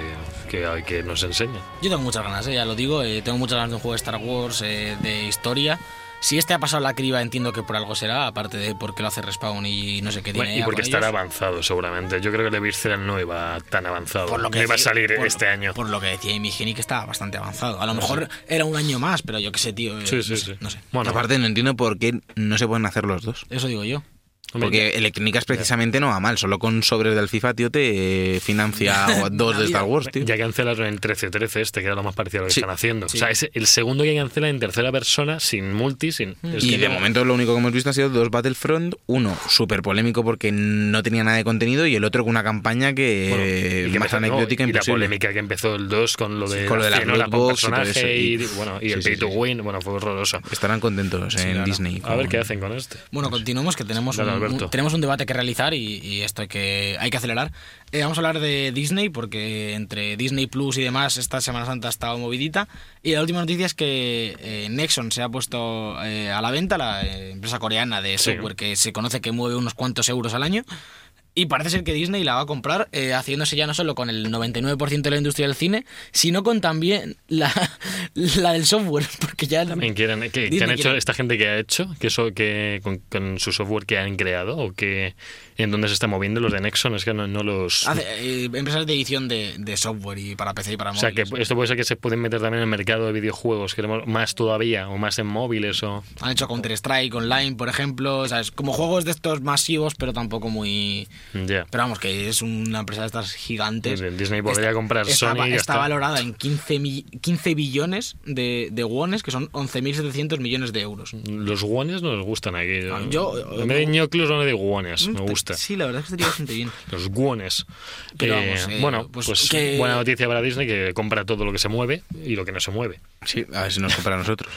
Speaker 1: qué qué nos enseña.
Speaker 3: Yo tengo muchas ganas, eh, ya lo digo. eh, tengo muchas ganas de un juego de Star Wars, eh, de historia. Si este ha pasado la criba, entiendo que por algo será, aparte de porque lo hace Respawn y no sé qué
Speaker 1: Bueno,
Speaker 3: tiene.
Speaker 1: y porque
Speaker 3: con
Speaker 1: estará
Speaker 3: ellos.
Speaker 1: avanzado, seguramente. Yo creo que el Visceral no iba tan avanzado.
Speaker 3: Por lo que
Speaker 1: no iba a
Speaker 3: decía-
Speaker 1: salir
Speaker 3: por-
Speaker 1: este año.
Speaker 3: Por lo que decía Imigeni, que estaba bastante avanzado. A lo mejor era un año más, pero yo qué sé, tío. eh,
Speaker 1: sí, sí,
Speaker 3: no
Speaker 1: sí.
Speaker 3: Sé, no sé.
Speaker 1: Bueno,
Speaker 2: Aparte, no entiendo por qué no se pueden hacer los dos.
Speaker 3: Eso digo yo.
Speaker 1: hombre,
Speaker 2: Porque Electrónicas precisamente no va mal, solo con sobres del FIFA, tío, te eh, financia dos de Star Wars, tío.
Speaker 1: ya cancelaron el 13-13 este, que era lo más parecido a lo que
Speaker 2: Sí.
Speaker 1: están haciendo.
Speaker 3: Sí.
Speaker 1: O sea, es el segundo que cancela en tercera persona, sin multi, sin...
Speaker 3: Hmm.
Speaker 1: es
Speaker 2: Y
Speaker 1: que
Speaker 2: de
Speaker 1: no-
Speaker 2: momento lo único que hemos visto ha sido dos Battlefront, uno súper polémico porque no tenía nada de contenido y el otro con una campaña
Speaker 1: bueno,
Speaker 2: que
Speaker 1: y
Speaker 2: eh,
Speaker 1: que
Speaker 2: más
Speaker 1: empezó- no,
Speaker 2: anecdótica
Speaker 1: y la
Speaker 2: imposible.
Speaker 1: polémica que empezó el 2 con lo de
Speaker 2: Sí, con lo de la
Speaker 1: cienola
Speaker 2: loot
Speaker 1: por
Speaker 2: box y todo eso,
Speaker 1: personaje y,
Speaker 2: y-
Speaker 1: bueno, y
Speaker 2: Sí,
Speaker 1: el
Speaker 2: sí,
Speaker 1: pay to
Speaker 2: sí, sí.
Speaker 1: win, bueno, fue horroroso.
Speaker 2: Estarán contentos en
Speaker 3: claro.
Speaker 2: Disney.
Speaker 1: A ver
Speaker 2: con-
Speaker 1: qué hacen con este.
Speaker 3: Bueno, continuamos, que tenemos
Speaker 1: Dale,
Speaker 3: un
Speaker 1: Alberto.
Speaker 3: un- tenemos un debate que realizar y, y esto hay que, hay que acelerar. Eh, vamos a hablar de Disney, porque entre Disney Plus y demás, esta Semana Santa ha estado movidita. Y la última noticia es que eh, Nexon se ha puesto eh, a la venta, la eh, empresa coreana de
Speaker 1: Sí.
Speaker 3: software que se conoce que mueve unos cuantos euros al año. Y parece ser que Disney la va a comprar eh, haciéndose ya no solo con el 99% de la industria del cine, sino con también la, la del software, porque ya
Speaker 1: También quieren, que- que,
Speaker 3: Disney
Speaker 1: han hecho
Speaker 3: quiere-
Speaker 1: esta gente que ha hecho, que eso que con, con su software que han creado o que en dónde se está moviendo los de Nexon, es que no, no los
Speaker 3: Hace, eh, empresas de edición de, de software y para PC y para
Speaker 1: o sea que
Speaker 3: móviles.
Speaker 1: esto puede ser que se pueden meter también en el mercado de videojuegos, queremos más todavía, o más en móviles, o
Speaker 3: Han hecho Counter Strike Online, por ejemplo, ¿sabes? como juegos de estos masivos, pero tampoco muy.
Speaker 1: ya.
Speaker 3: Pero vamos, que es una empresa de estas gigantes.
Speaker 1: Pues Disney podría comprar Sony
Speaker 3: está,
Speaker 1: y ya
Speaker 3: Está
Speaker 1: está.
Speaker 3: valorada en 15, mi- 15 billones de, de wones, que son 11.700 millones de euros.
Speaker 1: Los guones no nos gustan aquí.
Speaker 3: Ah, yo-
Speaker 1: en vez de ñoclos, no de guones, me
Speaker 3: Mm,
Speaker 1: gusta.
Speaker 3: Sí, la verdad es que estaría bastante bien.
Speaker 1: Los guones.
Speaker 3: Pero
Speaker 1: Eh,
Speaker 3: vamos, eh,
Speaker 1: bueno, pues,
Speaker 3: pues que-
Speaker 1: buena noticia para Disney que compra todo lo que se mueve y lo que no se mueve.
Speaker 2: Sí, a ver si nos compra a nosotros.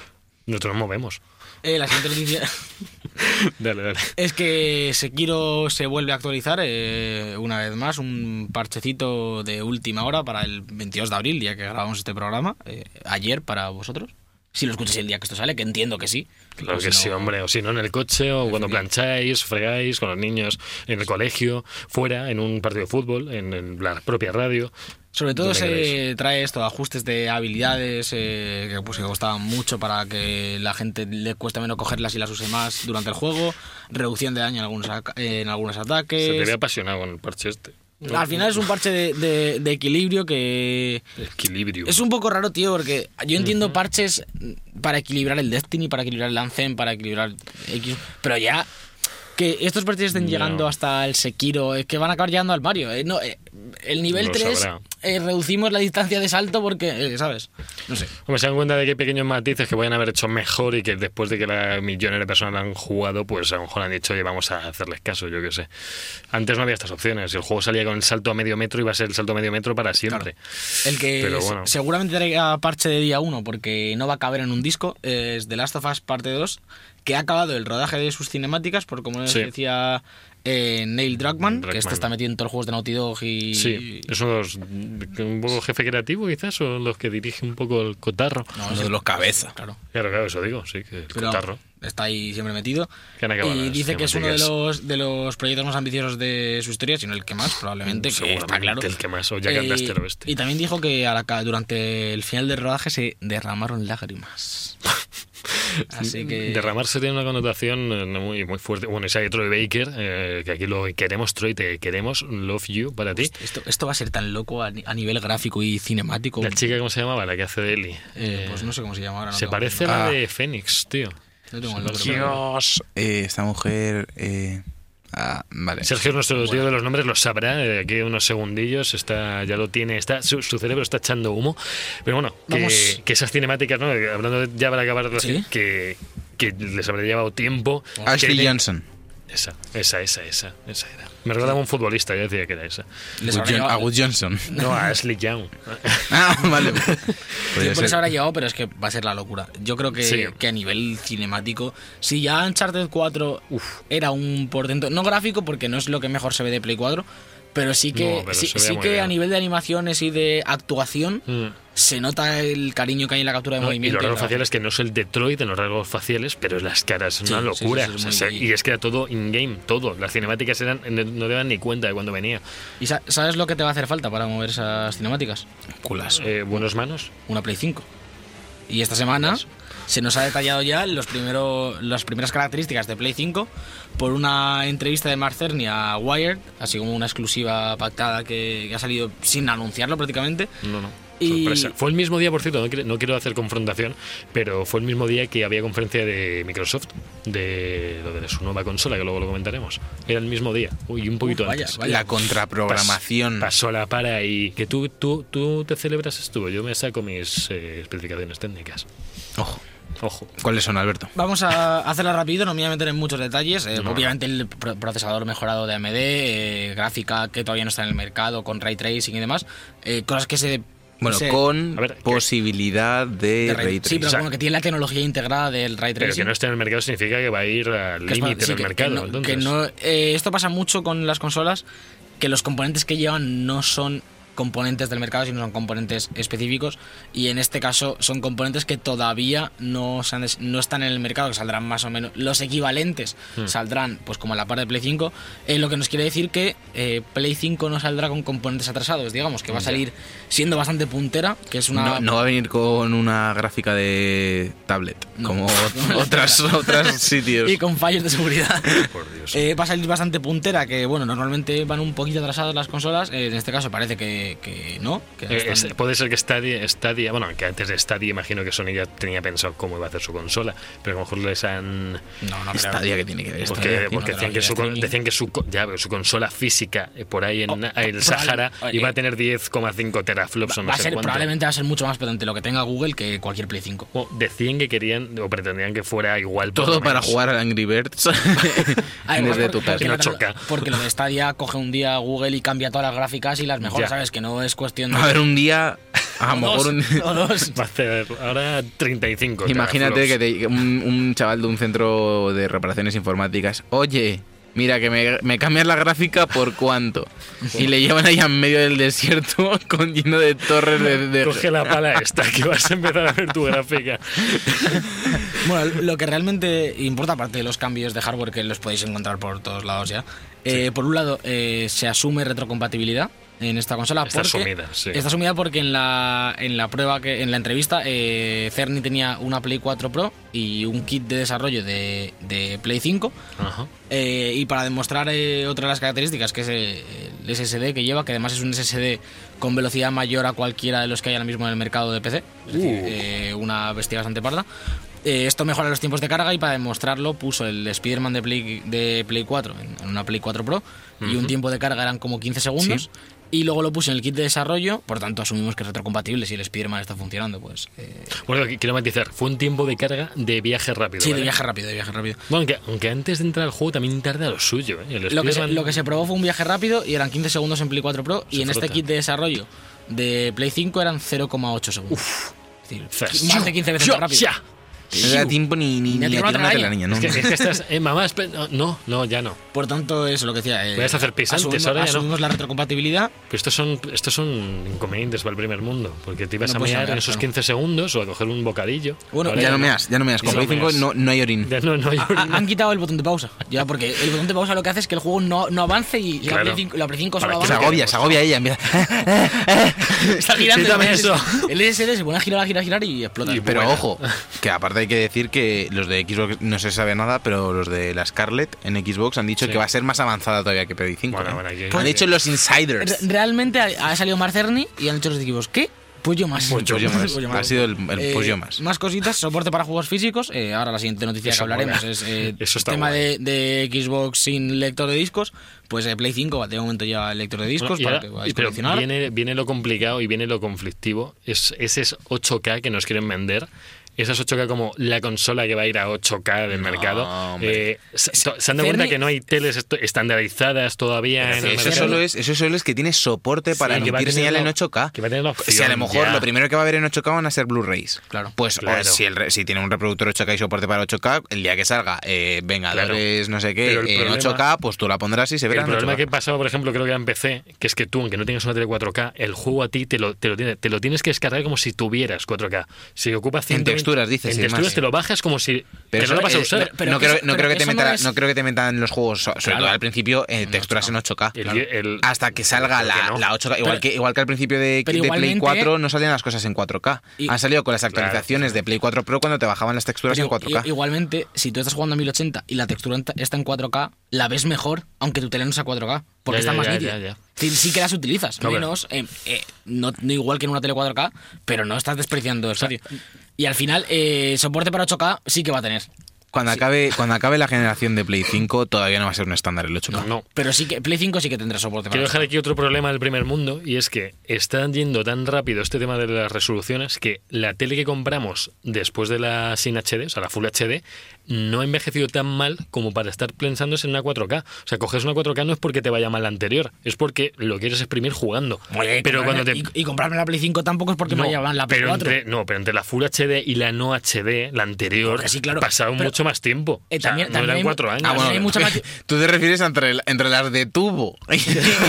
Speaker 1: Nosotros nos movemos.
Speaker 3: Eh, la siguiente noticia.
Speaker 1: Dale, dale.
Speaker 3: Es que Sekiro se vuelve a actualizar eh, una vez más, un parchecito de última hora para el 22 de abril, día que grabamos este programa, eh, ayer para vosotros. Si lo escucháis el día que esto sale, que entiendo que sí.
Speaker 1: Claro
Speaker 3: Pues
Speaker 1: que
Speaker 3: no-
Speaker 1: sí, hombre. O si no, en el coche, o cuando plancháis, fregáis con los niños, en el colegio, fuera, en un partido de fútbol, en, en la propia radio.
Speaker 3: Sobre todo
Speaker 1: ¿Dónde
Speaker 3: se
Speaker 1: queréis?
Speaker 3: trae esto, ajustes de habilidades eh, que, pues, que costaban mucho para que la gente le cueste menos cogerlas y las use más durante el juego, reducción de daño en algunos, aca- en algunos ataques.
Speaker 1: Se te ve apasionado con el parche este.
Speaker 3: Al final es un parche de- de- de equilibrio que
Speaker 1: Equilibrio.
Speaker 3: Es un poco raro, tío, porque yo entiendo parches para equilibrar el Destiny, para equilibrar el Anthem, para equilibrar X. Pero ya. Que estos parches estén
Speaker 1: Ya.
Speaker 3: llegando hasta el Sekiro, es que van a acabar llegando al Mario. eh, no, eh, el nivel
Speaker 1: Lo
Speaker 3: 3
Speaker 1: sabrá.
Speaker 3: eh, reducimos la distancia de salto porque, eh, ¿sabes? No sé.
Speaker 1: Hombre, se dan cuenta de que hay pequeños matices que pueden haber hecho mejor y que después de que la- millones de personas la han jugado, pues a lo mejor han dicho, oye, vamos a hacerles caso, yo qué sé. Antes no había estas opciones. El juego salía con el salto a medio metro, iba a ser el salto a medio metro para siempre.
Speaker 3: El que
Speaker 1: Pero
Speaker 3: se-
Speaker 1: bueno.
Speaker 3: seguramente traiga parche de día 1 porque no va a caber en un disco es The Last of Us Parte 2, que ha acabado el rodaje de sus cinemáticas por como les
Speaker 1: Sí.
Speaker 3: decía eh, Neil Druckmann, que este
Speaker 1: Druckmann.
Speaker 3: está metido en todos los juegos de Naughty Dog y...
Speaker 1: Sí, es uno de los. Un poco jefe creativo, quizás, o los que dirige un poco el cotarro.
Speaker 3: No,
Speaker 2: Uno
Speaker 3: sí,
Speaker 2: de los cabezas.
Speaker 3: claro.
Speaker 1: Claro, claro, eso digo, sí, que el
Speaker 3: Pero
Speaker 1: cotarro.
Speaker 3: está ahí siempre metido.
Speaker 1: Que han acabado
Speaker 3: Y
Speaker 1: las
Speaker 3: dice que es uno de
Speaker 1: cinemáticas.
Speaker 3: los, de los proyectos más ambiciosos de su historia, sino el que más, probablemente. que
Speaker 1: Seguramente
Speaker 3: está claro. Eh,
Speaker 1: el que más, o Jack and Daxter o este.
Speaker 3: Y también dijo que a la ca- durante el final del rodaje se derramaron lágrimas. Así que.
Speaker 1: Derramarse tiene una connotación eh, no muy, muy fuerte. Bueno, ese Troy Baker, eh, que aquí lo queremos, Troy, te queremos, love you para ti.
Speaker 3: Esto, esto va a ser tan loco a, ni- a nivel gráfico y cinemático.
Speaker 1: La chica, ¿cómo se llamaba? La que hace de Ellie.
Speaker 3: Eh, pues no sé cómo se llama ahora. no
Speaker 1: se
Speaker 3: tengo-
Speaker 1: parece a la
Speaker 2: Ah.
Speaker 1: de Fénix, tío.
Speaker 3: No tengo el nombre. pero-
Speaker 2: Dios. Eh, esta mujer. eh, ah, vale.
Speaker 1: Sergio es nuestro tío de los nombres, lo sabrá eh, de aquí a unos segundillos. Está, ya lo tiene, está, su, su cerebro está echando humo. Pero bueno,
Speaker 3: Vamos.
Speaker 1: que, que esas cinemáticas, ¿no? hablando de- ya para acabar, de-
Speaker 3: ¿Sí? Ah,
Speaker 1: que, que les habría llevado tiempo.
Speaker 2: Ashley
Speaker 1: Que-
Speaker 2: Johnson.
Speaker 1: Esa, esa, esa, esa, esa era. Me recordaba a un futbolista, ya decía que era esa.
Speaker 3: Les
Speaker 2: Wood
Speaker 3: habrá
Speaker 2: Jon-
Speaker 3: llevado-
Speaker 2: a Wood Johnson.
Speaker 1: No, a Ashley Young.
Speaker 2: ah, vale. Podría
Speaker 3: Yo por
Speaker 2: ser.
Speaker 3: eso habrá llegado, pero es que va a ser la locura. Yo creo que,
Speaker 1: Sí.
Speaker 3: que a nivel cinemático, si ya Uncharted 4 era un portento, no gráfico porque no es lo que mejor se ve de Play 4, pero sí que,
Speaker 1: No, pero
Speaker 3: sí,
Speaker 1: se veía
Speaker 3: sí
Speaker 1: muy
Speaker 3: que
Speaker 1: bien.
Speaker 3: a nivel de animaciones y de actuación
Speaker 1: Mm.
Speaker 3: se nota el cariño que hay en la captura de
Speaker 1: No, y
Speaker 3: movimiento.
Speaker 1: los
Speaker 3: y
Speaker 1: rasgos
Speaker 3: la-
Speaker 1: faciales, que no es el Detroit en los rasgos faciales, pero es las caras, es
Speaker 3: Sí,
Speaker 1: una
Speaker 3: sí, sí,
Speaker 1: locura.
Speaker 3: eso es
Speaker 1: O sea,
Speaker 3: muy
Speaker 1: se-
Speaker 3: bien.
Speaker 1: y es que era todo in-game, todo. Las cinemáticas eran no no daban ni cuenta de cuando venía.
Speaker 3: ¿Y sa- sabes lo que te va a hacer falta para mover esas cinemáticas? Culas.
Speaker 1: Eh, buenos manos.
Speaker 3: Una Play 5. Y esta semana se nos ha detallado ya los primero, las primeras características de Play 5 por una entrevista de Mark Cerny a Wired, así como una exclusiva pactada que, que ha salido sin anunciarlo prácticamente.
Speaker 1: No, no.
Speaker 3: Y-
Speaker 1: Sorpresa. Fue el mismo día, por cierto, no, quiero- no quiero hacer confrontación, pero fue el mismo día que había conferencia de Microsoft de lo de su nueva consola, que luego lo comentaremos. Era el mismo día, uy, un poquito
Speaker 3: Uf, vaya,
Speaker 1: antes.
Speaker 3: vaya.
Speaker 2: La contraprogramación.
Speaker 1: Pasó la para y que tú, tú, tú te celebras esto, yo me saco mis eh, especificaciones técnicas.
Speaker 2: Ojo.
Speaker 1: Ojo.
Speaker 2: ¿Cuáles son, Alberto?
Speaker 3: Vamos a hacerla rápido, no me voy a meter en muchos detalles. Eh,
Speaker 1: No.
Speaker 3: Obviamente el pro- procesador mejorado de AMD, eh, gráfica que todavía no está en el mercado, con ray tracing y demás. eh, cosas que se
Speaker 2: Bueno,
Speaker 3: Ese-
Speaker 2: con
Speaker 1: A ver, ¿qué?
Speaker 2: posibilidad de,
Speaker 3: de ray-
Speaker 2: ray
Speaker 3: sí,
Speaker 2: tracing.
Speaker 3: pero
Speaker 1: sea,
Speaker 3: como que tiene la tecnología integrada del ray tracing.
Speaker 1: Pero que no esté en el mercado significa que va a ir al
Speaker 3: Que es
Speaker 1: límite
Speaker 3: más- sí,
Speaker 1: del
Speaker 3: que-
Speaker 1: mercado.
Speaker 3: que no-
Speaker 1: entonces.
Speaker 3: que no- eh, esto pasa mucho con las consolas, que los componentes que llevan no son componentes del mercado, sino son componentes específicos. Y en este caso son componentes que todavía no, se han des- no están en el mercado, que saldrán más o menos. Los equivalentes
Speaker 1: Hmm.
Speaker 3: saldrán, pues como a la par de Play 5. eh, lo que nos quiere decir que eh, Play 5 no saldrá con componentes atrasados, digamos, que va a salir siendo bastante puntera, que es una.
Speaker 2: No, no va a venir con una gráfica de tablet,
Speaker 3: No.
Speaker 2: como otras, otras sitios.
Speaker 3: Y con fallos de seguridad.
Speaker 1: Por Dios.
Speaker 3: Eh, va a salir bastante puntera, que bueno, normalmente van un poquito atrasadas las consolas. eh, en este caso parece que, que no. Que
Speaker 1: Eh,
Speaker 3: están-
Speaker 1: es- puede ser que Stadia, Stadia- bueno, que antes de Stadia imagino que Sony ya tenía pensado cómo iba a hacer su consola, pero a lo mejor les han...
Speaker 3: no, no, creo.
Speaker 2: Stadia que tiene que ver.
Speaker 3: Pues
Speaker 2: esto.
Speaker 3: Stadia,
Speaker 1: Porque, porque
Speaker 3: tío, no te
Speaker 1: decían,
Speaker 3: lo
Speaker 1: que su, con-
Speaker 3: creas, tío.
Speaker 1: decían que su, co- ya, pero su consola física eh, por ahí en
Speaker 3: Oh,
Speaker 1: eh,
Speaker 3: probable-
Speaker 1: el Sahara
Speaker 3: oye.
Speaker 1: iba a tener 10,5 teraflops o no
Speaker 3: va a
Speaker 1: sé
Speaker 3: ser,
Speaker 1: cuánto.
Speaker 3: probablemente va a ser mucho más potente lo que tenga Google que cualquier Play 5.
Speaker 1: O decían que querían o pretendían que fuera igual. por
Speaker 2: Todo
Speaker 1: lo
Speaker 2: para
Speaker 1: menos.
Speaker 2: jugar al Angry Birds
Speaker 3: Ah, igual
Speaker 2: desde
Speaker 3: porque-
Speaker 2: tu casa.
Speaker 3: porque
Speaker 1: no
Speaker 3: la tecno-
Speaker 1: choca.
Speaker 3: Porque lo de Stadia coge un día Google y cambia todas las gráficas y las mejora,
Speaker 1: Ya.
Speaker 3: ¿sabes? Que no es cuestión de.
Speaker 2: A ver, un día, a lo
Speaker 3: dos,
Speaker 2: mejor un,
Speaker 3: o dos.
Speaker 1: Va a hacer ahora 35.
Speaker 2: Imagínate que
Speaker 1: teraflops.
Speaker 2: te- un, un chaval de un centro de reparaciones informáticas, oye, mira que me, me cambias la gráfica por cuánto. Y le llevan ahí en medio del desierto con lleno de torres de... de-
Speaker 1: Coge la pala esta que vas a empezar a ver tu gráfica.
Speaker 3: Bueno, lo que realmente importa, aparte de los cambios de hardware que los podéis encontrar por todos lados ya, eh, por un lado, eh, se asume retrocompatibilidad en esta consola.
Speaker 1: Está
Speaker 3: porque-
Speaker 1: asumida, sí.
Speaker 3: Está asumida porque en la, en la prueba, que, en la entrevista, eh, Cerny tenía una Play 4 Pro y un kit de desarrollo de, de Play 5.
Speaker 1: Ajá.
Speaker 3: Eh, y para demostrar eh, otra de las características, que es eh, el SSD que lleva, que además es un SSD con velocidad mayor a cualquiera de los que hay ahora mismo en el mercado de PC, es decir, eh, una bestia bastante parda. Eh, esto mejora los tiempos de carga y para demostrarlo puso el Spider-Man de Play, de Play 4 en, en una Play 4 Pro y un tiempo de carga eran como 15 segundos. Y luego lo puse en el kit de desarrollo, por tanto asumimos que es retrocompatible si el Spider-Man está funcionando. Pues, eh,
Speaker 1: Bueno, qu- quiero matizar, fue un tiempo de carga de viaje rápido.
Speaker 3: sí, de
Speaker 1: ¿vale?
Speaker 3: viaje rápido, de viaje rápido.
Speaker 1: Bueno, aunque, aunque antes de entrar al juego también tarda lo suyo. ¿eh? El
Speaker 3: Lo que, se,
Speaker 1: Spiderman-
Speaker 3: lo que se probó fue un viaje rápido y eran 15 segundos en Play 4 Pro y
Speaker 1: Se
Speaker 3: en este
Speaker 1: frota.
Speaker 3: kit de desarrollo de Play 5 eran 0,8 segundos. Es decir,
Speaker 1: Zas.
Speaker 3: más de 15 veces
Speaker 1: Yo,
Speaker 3: más rápido.
Speaker 1: ya.
Speaker 2: No le da tiempo ni, ni,
Speaker 3: Ni a
Speaker 2: ni a
Speaker 3: tirar una
Speaker 2: tirar una
Speaker 3: telaraña.
Speaker 2: telaraña, ¿no?
Speaker 1: Es que, es que estás. eh, mamá, espe- no, no, no, ya no.
Speaker 3: Por tanto, eso es lo que decía. eh,
Speaker 1: Puedes hacer pisantes,
Speaker 3: asumimos,
Speaker 1: ahora ya no.
Speaker 3: asumimos la retrocompatibilidad.
Speaker 1: Pero estos son, estos son inconvenientes para el primer mundo. Porque te ibas a
Speaker 3: No puedes
Speaker 1: mear en
Speaker 3: hablar,
Speaker 1: esos
Speaker 3: claro.
Speaker 1: 15 segundos o a coger un bocadillo.
Speaker 3: Bueno,
Speaker 1: Ahora
Speaker 2: Ya no meas, ya no meas. Con
Speaker 1: Ya no
Speaker 2: Play 5
Speaker 1: meas.
Speaker 2: no, no hay orín.
Speaker 1: Ya no, no hay
Speaker 3: Ha-
Speaker 1: orina.
Speaker 3: Ah, han quitado el botón de pausa. Ya, porque el botón de pausa lo que hace es que el juego no, no avance y la
Speaker 1: Claro.
Speaker 3: Play 5 la Play 5 solo
Speaker 1: Para que
Speaker 2: Se
Speaker 3: avanza.
Speaker 2: agobia, se agobia ella. Empieza...
Speaker 3: Está girando.
Speaker 1: Quítame
Speaker 3: el
Speaker 1: eso.
Speaker 3: SSD El SSD se pone a girar, a girar, a girar y explota.
Speaker 1: Y
Speaker 2: Pero
Speaker 1: Buena.
Speaker 2: ojo, que aparte hay que decir que los de Xbox no se sabe nada, pero los de la Scarlett en Xbox han dicho
Speaker 1: Sí.
Speaker 2: que va a ser más avanzada todavía que Play 5.
Speaker 1: Bueno,
Speaker 2: ¿eh?
Speaker 1: bueno, aquí-
Speaker 2: han dicho los insiders.
Speaker 3: Re- Realmente ha, ha salido Marcerni y han dicho los equipos, ¿qué? Pues yo más.
Speaker 2: Mucho más.
Speaker 3: Pues yo
Speaker 2: Ha sido el, el
Speaker 3: Eh,
Speaker 2: pollo más.
Speaker 3: Más cositas, soporte para juegos físicos. Eh, ahora la siguiente noticia
Speaker 1: Eso
Speaker 3: que hablaremos
Speaker 1: mola.
Speaker 3: es eh,
Speaker 1: Eso está
Speaker 3: tema
Speaker 1: guay.
Speaker 3: de, de Xbox sin lector de discos. Pues eh, Play 5 de momento lleva el lector de discos
Speaker 1: Bueno, y
Speaker 3: para
Speaker 1: ahora-
Speaker 3: que podáis
Speaker 1: pero
Speaker 3: coleccionar.
Speaker 1: viene, viene lo complicado y viene lo conflictivo. Es, ese es 8K que nos quieren vender. Esas 8K como la consola que va a ir a 8K del mercado.
Speaker 2: hombre.
Speaker 1: Eh, se, to- se han dado cuenta
Speaker 3: Cerny-
Speaker 1: que no hay teles est- estandarizadas todavía en el
Speaker 2: Eh, Eso
Speaker 3: Cerny-
Speaker 1: mercado.
Speaker 2: solo, es, eso solo es que tiene soporte para
Speaker 1: Sí, que va a
Speaker 2: emitir
Speaker 1: tener
Speaker 2: señal en
Speaker 1: la-
Speaker 2: 8K.
Speaker 1: que va a tener la
Speaker 2: si a lo
Speaker 1: opción,
Speaker 2: mejor
Speaker 1: ya.
Speaker 2: lo primero que va a haber en 8K van a ser Blu-rays.
Speaker 3: Claro.
Speaker 2: Pues o
Speaker 1: Claro.
Speaker 2: si, el re- si tiene un reproductor 8K y soporte para 8K, el día que salga eh, Vengadores, no sé qué,
Speaker 1: Pero
Speaker 2: en
Speaker 1: el problema-
Speaker 2: 8K, pues tú la pondrás y se verá.
Speaker 1: El
Speaker 2: en
Speaker 1: problema
Speaker 2: 8K.
Speaker 1: que pasaba, por ejemplo, creo que era en PC, que es que tú, aunque no tengas una tele 4K, el juego a ti te lo, te lo, tiene- te lo tienes que descargar como si tuvieras 4K. Si ocupas
Speaker 2: En
Speaker 1: 120
Speaker 2: texturas, dices,
Speaker 1: En
Speaker 2: y
Speaker 1: texturas
Speaker 2: demás.
Speaker 1: te lo bajas como si.
Speaker 2: Pero
Speaker 1: que no
Speaker 2: eso,
Speaker 1: lo vas a
Speaker 2: eh,
Speaker 1: usar.
Speaker 2: no-
Speaker 3: pero
Speaker 2: no
Speaker 3: que
Speaker 2: creo-
Speaker 3: eso-
Speaker 2: no
Speaker 3: pero
Speaker 2: creo que
Speaker 3: que
Speaker 2: te
Speaker 3: eso no
Speaker 2: metan-
Speaker 3: es-
Speaker 2: no creo que te metan en los juegos, so- sobre
Speaker 3: Claro.
Speaker 2: todo al principio, eh, texturas en 8K.
Speaker 1: El-
Speaker 2: Claro.
Speaker 1: el-
Speaker 2: Hasta que salga
Speaker 1: Creo
Speaker 2: la,
Speaker 1: que no.
Speaker 2: la 8K. Igual,
Speaker 3: Pero-
Speaker 2: que, igual que al principio de,
Speaker 3: pero
Speaker 2: de Play
Speaker 3: igualmente-
Speaker 2: 4 no salían las cosas en 4K.
Speaker 3: Y-
Speaker 2: Han salido con las actualizaciones
Speaker 1: Claro.
Speaker 2: de Play 4 Pro cuando te bajaban las texturas
Speaker 3: Pero
Speaker 2: en 4K.
Speaker 3: i- Igualmente, si tú estás jugando a 1080 y la textura ent- está en 4K, la ves mejor, aunque tu tele no sea 4K, porque
Speaker 1: Ya,
Speaker 3: está
Speaker 1: ya,
Speaker 3: más
Speaker 1: ya,
Speaker 3: nítida.
Speaker 1: ya, ya.
Speaker 3: Sí, sí que las utilizas,
Speaker 1: No, pero-
Speaker 3: menos, eh, eh, no, no igual que en una tele 4K, pero no estás despreciando el espacio. Y al final, eh, soporte para 8K sí que va a tener.
Speaker 2: Cuando, acabe, cuando acabe la generación de Play 5, todavía no va a ser un estándar el 8K.
Speaker 1: No, no.
Speaker 3: Pero sí que Play 5 sí que tendrá soporte para
Speaker 1: Quiero
Speaker 3: eso.
Speaker 1: dejar aquí otro problema del primer mundo y es que están yendo tan rápido este tema de las resoluciones que la tele que compramos después de la sin HD, o sea, la Full HD, no ha envejecido tan mal como para estar pensándose en una 4K. O sea, coges una 4K no es porque te vaya mal la anterior, es porque lo quieres exprimir jugando.
Speaker 3: Oye, y
Speaker 1: pero
Speaker 3: comprarme-
Speaker 1: cuando te
Speaker 3: y, y comprarme la Play 5 tampoco es porque me vaya mal la Play
Speaker 1: pero
Speaker 3: 4.
Speaker 1: entre, no, pero entre la Full HD y la no HD, la anterior,
Speaker 3: Porque sí, claro,
Speaker 1: pasaron
Speaker 3: pero-
Speaker 1: mucho más tiempo.
Speaker 3: Eh,
Speaker 1: O sea,
Speaker 3: también-
Speaker 1: no
Speaker 3: también
Speaker 1: eran
Speaker 3: hay-
Speaker 1: cuatro ¿eh? años.
Speaker 3: Ah, bueno,
Speaker 2: Bueno,
Speaker 3: hay mucha más-
Speaker 2: Tú te refieres entre, la- entre las de tubo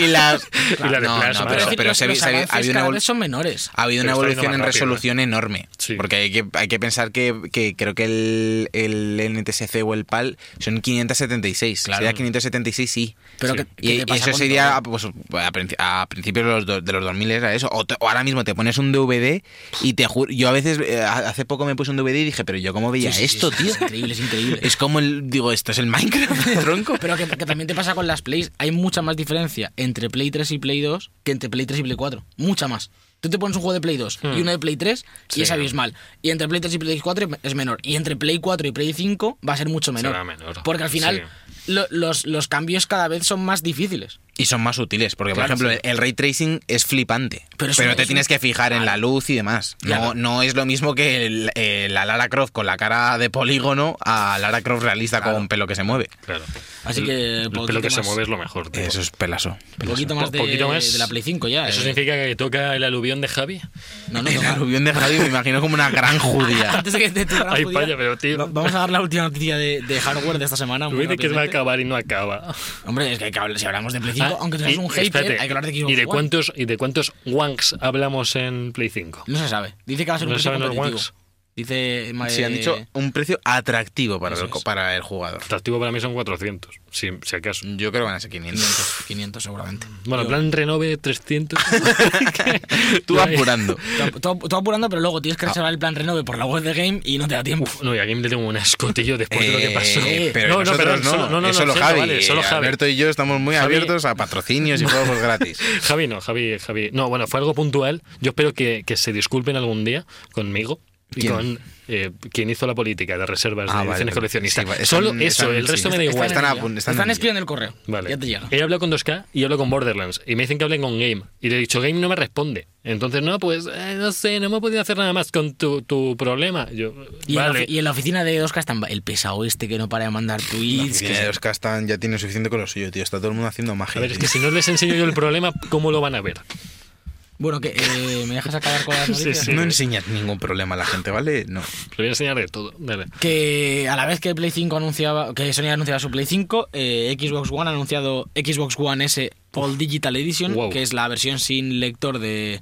Speaker 2: y las.
Speaker 1: Y la de
Speaker 2: no,
Speaker 1: plasma.
Speaker 2: no,
Speaker 1: Pero
Speaker 2: pero,
Speaker 1: es
Speaker 3: decir,
Speaker 2: pero
Speaker 3: los-
Speaker 2: se ha vi-
Speaker 3: los
Speaker 2: se ha vi- ha
Speaker 3: avances
Speaker 2: habido una Ah,
Speaker 3: cada
Speaker 2: evol-
Speaker 3: vez son menores.
Speaker 2: ha habido una
Speaker 1: Pero está yendo
Speaker 2: evolución
Speaker 1: más
Speaker 2: en
Speaker 1: rápido,
Speaker 2: resolución
Speaker 3: ¿eh?
Speaker 2: enorme.
Speaker 1: Sí.
Speaker 2: Porque hay que, hay que pensar que, que creo que el, el NTSC o el PAL son 576.
Speaker 3: Claro.
Speaker 2: Sería 576, sí.
Speaker 3: Pero
Speaker 1: Sí.
Speaker 3: que- que
Speaker 2: Y,
Speaker 3: te
Speaker 2: y
Speaker 3: pasa
Speaker 2: eso
Speaker 3: con
Speaker 2: sería
Speaker 3: todo.
Speaker 2: ah, pues, a, princi- a principios de los, do- de los 2000 era eso. O, te- o ahora mismo te pones un DVD y te juro. Yo a veces, eh, ha- hace poco me puse un DVD y dije, pero yo cómo
Speaker 3: Sí,
Speaker 2: veía
Speaker 3: sí, sí,
Speaker 2: esto,
Speaker 3: sí,
Speaker 2: tío.
Speaker 3: Es increíble, es increíble.
Speaker 2: Es como el. Digo, esto es el Minecraft, tronco.
Speaker 3: Pero que, que también te pasa con las Plays. Hay mucha más diferencia entre Play 3 y Play 2 que entre Play 3 y Play 4. Mucha más. Tú te pones un juego de Play 2 y uno de Play 3 y
Speaker 1: Sí.
Speaker 3: es abismal. Y entre Play 3 y Play 4 es menor. Y entre Play 4 y Play 5 va a ser mucho menor.
Speaker 1: Será menor,
Speaker 3: Porque al final lo- los, los cambios cada vez son más difíciles.
Speaker 2: Y son más útiles, porque
Speaker 3: Claro,
Speaker 2: por ejemplo
Speaker 3: sí.
Speaker 2: el ray tracing es flipante,
Speaker 3: Pero
Speaker 2: pero,
Speaker 3: es una-
Speaker 2: te
Speaker 3: es
Speaker 2: tienes
Speaker 3: un-
Speaker 2: que fijar en la luz y demás. No,
Speaker 3: Claro.
Speaker 2: no es lo mismo que el- eh, la Lara Croft con la cara de polígono a Lara Croft realista con pelo que se mueve.
Speaker 1: Claro.
Speaker 3: Así que,
Speaker 1: El
Speaker 3: poquito
Speaker 1: pelo que se
Speaker 3: más-
Speaker 1: mueve es lo mejor. tío.
Speaker 2: Eso es pelazo.
Speaker 3: Un poquito
Speaker 1: Po-
Speaker 3: más, de,
Speaker 1: poquito más.
Speaker 3: de la Play 5 ya.
Speaker 1: ¿Eso
Speaker 3: eh.
Speaker 1: significa que toca el aluvión de Javi?
Speaker 3: No, no,
Speaker 2: El
Speaker 3: no.
Speaker 2: aluvión de Javi me imagino como una gran judía.
Speaker 3: Antes de que te te
Speaker 1: Ay,
Speaker 3: judía,
Speaker 1: vaya, pero, tío.
Speaker 3: va- Vamos a dar la última noticia de, de hardware de esta semana.
Speaker 1: Tú
Speaker 3: muy ¿eh?
Speaker 1: dices que va a
Speaker 3: rápidamente.
Speaker 1: acabar y no acaba.
Speaker 3: Hombre, es que, hay que hablar- si hablamos de Play 5,
Speaker 1: Ah,
Speaker 3: aunque tú seas
Speaker 1: y-
Speaker 3: un hater,
Speaker 1: espérate,
Speaker 3: hay que hablar de Xbox
Speaker 1: ¿Y de
Speaker 3: One.
Speaker 1: cuántos, y de cuántos wanks hablamos en Play 5?
Speaker 3: No se sabe. Dice que va a ser un
Speaker 1: No
Speaker 3: precio
Speaker 1: saben los
Speaker 3: competitivo.
Speaker 1: wanks.
Speaker 3: Dice... ma-
Speaker 2: Sí, han
Speaker 3: eh,
Speaker 2: dicho un precio atractivo para,
Speaker 3: Eso
Speaker 2: el, co-
Speaker 3: es.
Speaker 2: para el jugador.
Speaker 1: Atractivo para mí son 400, si, si acaso.
Speaker 2: Yo creo que van a ser 500.
Speaker 3: 500, 500 seguramente.
Speaker 1: Bueno, en
Speaker 3: Yo-
Speaker 1: plan renove 300.
Speaker 2: Tú
Speaker 1: Ahí.
Speaker 2: apurando.
Speaker 3: Todo- Todo todo apurando, pero luego tienes que reservar el plan renove por la web de Game y no te da tiempo.
Speaker 1: No, y a Game le tengo un ascotillo después de Pues lo que pasó.
Speaker 2: Eh, pero
Speaker 1: no, no,
Speaker 2: nosotros
Speaker 1: perdón,
Speaker 2: no,
Speaker 1: solo, no, no,
Speaker 2: es
Speaker 1: no,
Speaker 2: solo
Speaker 1: sí,
Speaker 2: Javi.
Speaker 1: vale, solo Javi.
Speaker 2: Alberto y yo estamos muy
Speaker 1: Javi-
Speaker 2: abiertos a patrocinios y juegos gratis.
Speaker 1: Javi no, Javi, Javi. No, bueno, fue algo puntual. Yo espero que, que se disculpen algún día conmigo y
Speaker 2: ¿Quién?
Speaker 1: con eh, quien hizo la política de reservas
Speaker 2: Ah,
Speaker 1: de
Speaker 2: vale,
Speaker 1: ediciones
Speaker 2: vale.
Speaker 1: coleccionistas.
Speaker 2: Sí, vale,
Speaker 1: Solo
Speaker 2: están-
Speaker 1: eso,
Speaker 2: están-
Speaker 1: el resto
Speaker 2: sí,
Speaker 1: me da
Speaker 2: están-
Speaker 1: igual.
Speaker 2: están
Speaker 3: en
Speaker 2: a
Speaker 3: ello.
Speaker 2: pun- están en
Speaker 3: Están
Speaker 2: ello.
Speaker 3: escribiendo el correo.
Speaker 1: Vale.
Speaker 3: Ya te llega.
Speaker 1: He hablado con 2K y hablo con Borderlands. Y me dicen que hablen con Game. Y le he dicho, Game no me responde. Entonces, no, pues, eh, no sé, no hemos podido hacer nada más con tu, tu problema. Yo,
Speaker 3: Y, en la,
Speaker 1: vale.
Speaker 3: ofi- y en la oficina de 2K están el pesado este que no para de mandar tweets.
Speaker 2: Sí,
Speaker 3: que-
Speaker 2: los Castan ya tienen suficiente con lo suyo, tío. Está todo el mundo haciendo magia.
Speaker 1: a ver, es
Speaker 2: tío.
Speaker 1: que si no les enseño yo el problema, ¿cómo lo van a ver?
Speaker 3: Bueno, que eh, me dejas acabar con las
Speaker 1: Sí,
Speaker 3: noticias.
Speaker 1: sí.
Speaker 2: No enseñas ningún problema a la gente, ¿vale? No.
Speaker 1: Les voy a enseñar de todo. Dale.
Speaker 3: Que a la vez que Play 5 anunciaba, que Sony anunciaba su Play 5, eh, Xbox One ha anunciado Xbox One S All Digital Edition,
Speaker 1: Wow.
Speaker 3: que es la versión sin lector de,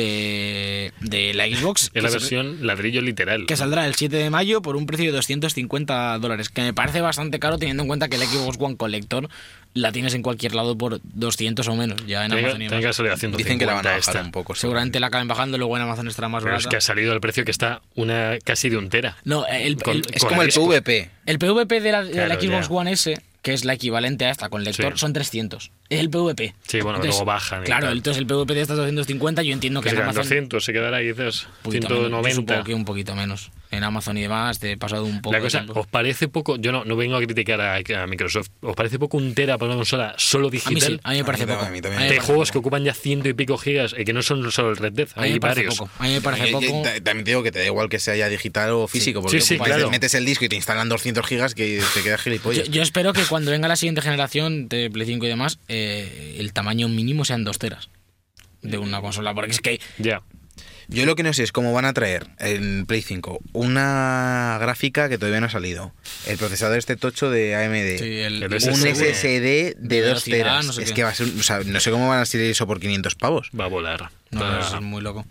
Speaker 3: de, de la Xbox.
Speaker 1: Es la
Speaker 3: que se-
Speaker 1: versión ladrillo literal.
Speaker 3: que saldrá el 7 de mayo por un precio de 250 dólares, que me parece bastante caro teniendo en cuenta que el Xbox One Collector la tienes en cualquier lado por 200 o menos, ya en
Speaker 1: Tenga-
Speaker 3: Amazon. y
Speaker 1: tenga
Speaker 3: demás.
Speaker 1: que salir a 150
Speaker 2: Dicen que la van a bajar
Speaker 1: esta.
Speaker 2: un poco.
Speaker 3: Seguramente la acaben bajando, luego en Amazon estará más
Speaker 1: Pero
Speaker 3: barata.
Speaker 1: es que ha salido al precio que está una casi de un tera.
Speaker 3: No, el,
Speaker 1: Con-
Speaker 3: el-
Speaker 1: con
Speaker 3: es
Speaker 2: Es como el
Speaker 1: disco.
Speaker 2: PvP.
Speaker 3: El PvP de la, de la
Speaker 1: Claro,
Speaker 3: Xbox
Speaker 1: ya.
Speaker 3: One S, que es la equivalente a esta con lector,
Speaker 1: Sí.
Speaker 3: son 300. Es el PvP.
Speaker 1: Sí, bueno, luego bajan y
Speaker 3: Claro,
Speaker 1: tal.
Speaker 3: entonces el PvP de estas 250 yo entiendo que
Speaker 1: Que
Speaker 3: en
Speaker 1: se quedan
Speaker 3: Amazon...
Speaker 1: 200, se quedará quizás
Speaker 3: un poquito menos, yo supongo
Speaker 1: 190.
Speaker 3: que un poquito menos. En Amazon y demás te he pasado un poco
Speaker 1: La
Speaker 3: de
Speaker 1: cosa, oh,
Speaker 3: tiempo.
Speaker 1: ¿os parece poco? Yo no, no vengo a criticar a, a Microsoft. ¿Os parece poco un tera para una consola solo
Speaker 3: A mí sí,
Speaker 1: digital?
Speaker 3: a mí me parece
Speaker 2: A mí
Speaker 3: poco.
Speaker 2: también, a mí también.
Speaker 3: A mí me
Speaker 1: de
Speaker 3: parece
Speaker 1: juegos que
Speaker 3: poco.
Speaker 1: ocupan ya ciento y pico gigas y que no son solo el Red Dead,
Speaker 3: A mí
Speaker 1: hay
Speaker 3: me parece
Speaker 1: varios.
Speaker 3: poco. A mí me parece
Speaker 2: Eh,
Speaker 3: poco.
Speaker 2: eh, También te digo que te da igual que sea ya digital o físico, porque
Speaker 1: Sí, sí,
Speaker 2: parece-
Speaker 1: claro.
Speaker 2: metes el disco y te instalan 200 gigas que te quedas
Speaker 3: Yo,
Speaker 2: gilipollas.
Speaker 3: yo espero que cuando venga la siguiente generación de Play 5 y demás, eh, el tamaño mínimo sean dos teras de una consola. Porque es que
Speaker 1: Ya.
Speaker 2: Yo lo que no sé es cómo van a traer en Play 5 una gráfica que todavía no ha salido. El procesador este tocho de AMD.
Speaker 3: sí, el,
Speaker 1: El
Speaker 2: Un
Speaker 1: SSD.
Speaker 2: SSD de 2
Speaker 3: velocidad,
Speaker 2: teras.
Speaker 3: no sé
Speaker 2: es
Speaker 3: qué.
Speaker 2: que va a ser, un- o sea, no sé cómo van a salir eso por 500 pavos.
Speaker 1: Va a volar.
Speaker 3: No,
Speaker 1: Va-
Speaker 3: no, eso es muy loco.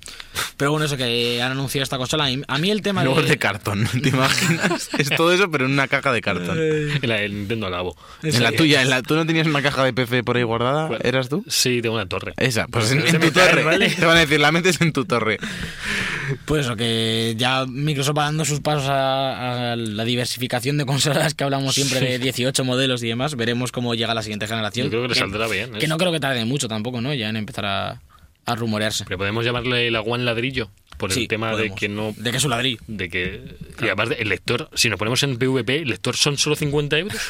Speaker 3: Pero bueno, eso que han anunciado esta consola. y A mí el tema
Speaker 2: Luego
Speaker 3: de...
Speaker 2: de cartón, ¿te imaginas? es todo eso, pero en una caja de cartón.
Speaker 3: Eh,
Speaker 1: en la del Nintendo Labo.
Speaker 2: En la tuya, en la, ¿tú no tenías una caja de PC por ahí guardada?
Speaker 1: ¿Cuál?
Speaker 2: ¿Eras tú?
Speaker 1: Sí, tengo una torre.
Speaker 3: Eh.
Speaker 2: Esa, pues en,
Speaker 1: Pues
Speaker 2: en tu
Speaker 1: me cae,
Speaker 2: torre.
Speaker 1: ¿vale?
Speaker 2: Te van a decir, la metes en tu torre.
Speaker 3: Pues eso, que ya Microsoft va dando sus pasos a, a la diversificación de consolas que hablamos siempre de 18 modelos y demás. Veremos cómo llega la siguiente generación.
Speaker 1: Yo creo que le saldrá bien. ¿eh?
Speaker 3: que no creo que tarde mucho tampoco, ¿no? Ya en empezar a, a rumorearse.
Speaker 1: Pero podemos llamarle la One ladrillo. por
Speaker 3: Sí,
Speaker 1: el tema
Speaker 3: podemos.
Speaker 1: de que no
Speaker 3: De que es un ladrillo.
Speaker 1: de que y aparte el lector si nos ponemos en PvP el lector son solo 50 euros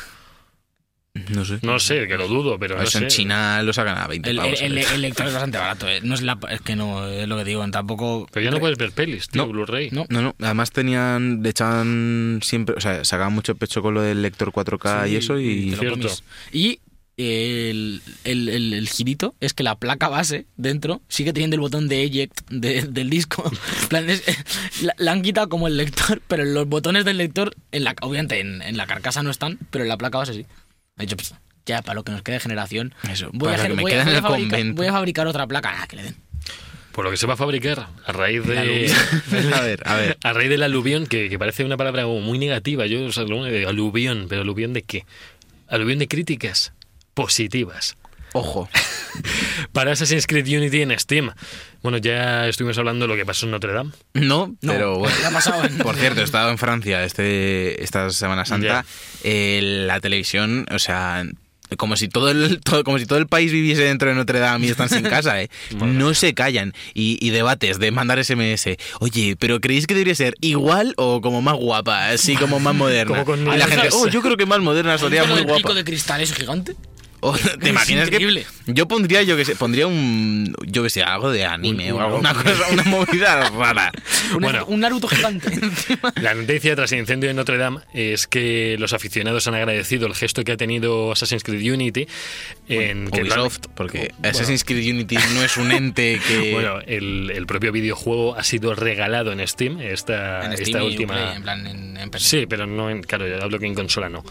Speaker 2: No sé.
Speaker 1: no sé que lo dudo pero
Speaker 2: Eso
Speaker 1: no sé.
Speaker 2: en China lo sacan a 20
Speaker 3: El,
Speaker 2: pavos.
Speaker 3: el- el-
Speaker 1: ¿eh?
Speaker 2: ¿sabes?
Speaker 3: el lector es bastante barato, eh. No es, la, es que no es lo que digo, tampoco.
Speaker 1: pero ya no puedes ver pelis tío
Speaker 2: No.
Speaker 1: Blu-ray
Speaker 3: No.
Speaker 2: No, no, además tenían, le echaban siempre, o sea, sacaban mucho pecho con lo del lector 4K y
Speaker 3: Sí,
Speaker 2: eso y...
Speaker 3: te lo
Speaker 1: Cierto.
Speaker 3: comes. Y el, el- el- el girito es que la placa base dentro sigue teniendo el botón de eject de- del disco. En plan, es- la, la han quitado como el lector, pero los botones del lector, en la, obviamente en, en la carcasa no están, pero en la placa base sí. Ha dicho, "Pff, ya para lo que nos quede de generación,
Speaker 2: Eso,
Speaker 3: voy, a,
Speaker 2: para lo que
Speaker 3: gen-
Speaker 2: me
Speaker 3: voy a-
Speaker 2: queda en
Speaker 3: voy a
Speaker 2: el
Speaker 3: fabricar,
Speaker 2: convento".
Speaker 3: voy a fabricar otra placa. Ah, que le den.
Speaker 1: por lo que se va a fabricar a raíz
Speaker 3: La
Speaker 1: de
Speaker 2: a ver, a ver.
Speaker 1: a raíz del aluvión que, que parece una palabra como muy negativa yo o sea, lo- eh, aluvión pero aluvión de qué aluvión de críticas positivas
Speaker 2: Ojo.
Speaker 1: para Assassin's Creed Unity en Steam bueno ya estuvimos hablando de lo que pasó en Notre Dame
Speaker 2: No,
Speaker 3: No,
Speaker 2: pero bueno.
Speaker 3: ya ha pasado en-
Speaker 2: Por cierto, he estado en Francia este, esta Semana Santa.
Speaker 1: Ya.
Speaker 2: eh, la televisión, o sea, como si todo el todo- como si todo el país viviese dentro de Notre Dame y están sin casa, ¿eh? No se callan y, y debates de mandar SMS. Oye, pero creéis que debería ser igual o como más guapa, así como más moderna.
Speaker 1: Como con
Speaker 2: y la
Speaker 1: niños.
Speaker 2: gente, oh, yo creo que más moderna
Speaker 3: ¿Has visto
Speaker 2: sería
Speaker 3: lo
Speaker 2: muy
Speaker 3: del pico
Speaker 2: guapa.
Speaker 3: de cristal es gigante?
Speaker 2: Oh, ¿Te imaginas
Speaker 3: increíble.
Speaker 2: que yo pondría yo que sé, pondría un yo que sé, algo de anime
Speaker 1: Un-
Speaker 2: o
Speaker 1: un-
Speaker 2: alguna cosa, una movida rara.
Speaker 3: Una-
Speaker 1: Bueno.
Speaker 3: Un Naruto gigante. encima.
Speaker 1: La noticia tras el incendio de Notre Dame es que los aficionados han agradecido el gesto que ha tenido Assassin's Creed Unity en que lo han-
Speaker 2: Ubisoft, porque Assassin's Creed Unity no es un ente
Speaker 3: Eh,
Speaker 2: que
Speaker 1: bueno, el, el propio videojuego ha sido regalado en Steam, esta,
Speaker 3: en Steam
Speaker 1: esta
Speaker 3: y
Speaker 1: última...
Speaker 3: Uplay, en plan, en- en PC.
Speaker 1: Sí, pero no en, claro, yo hablo que en consola no.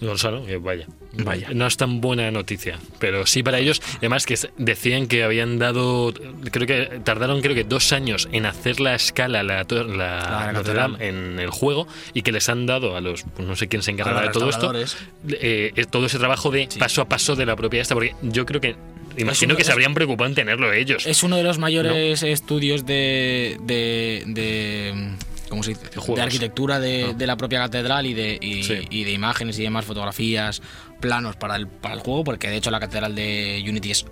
Speaker 1: Consola, que vaya. Vaya. No es tan buena noticia, pero sí para ellos. Además que es- decían que habían dado, creo que tardaron creo que dos años en hacer la escala, la, to- la
Speaker 3: La
Speaker 1: Notre Dame en el juego y que les han dado a los, pues no sé quién se encargará
Speaker 3: A
Speaker 1: de
Speaker 3: los
Speaker 1: todo esto, eh, eh, todo ese trabajo de paso a paso de la propiedad esta, porque yo creo que, imagino
Speaker 3: un-
Speaker 1: que
Speaker 3: es-
Speaker 1: se habrían preocupado en tenerlo ellos.
Speaker 3: Es uno de los mayores estudios de, de, de- ¿cómo se dice?
Speaker 1: juegos.
Speaker 3: de arquitectura de, de la propia catedral y de, y,
Speaker 1: Sí.
Speaker 3: y de imágenes y demás, fotografías, planos para el, para el juego, porque de hecho la catedral de Unity es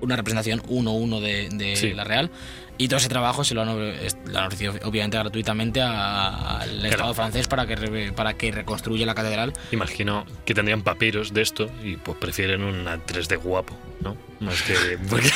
Speaker 3: una representación 1-1 de, de
Speaker 1: Sí.
Speaker 3: la Real. Y todo ese trabajo se lo han, es- lo han ofrecido obviamente gratuitamente a- al Estado francés para que, re- para que reconstruya la catedral.
Speaker 1: Imagino que tendrían papiros de esto y pues prefieren una 3D guapo, ¿no? Más que... porque-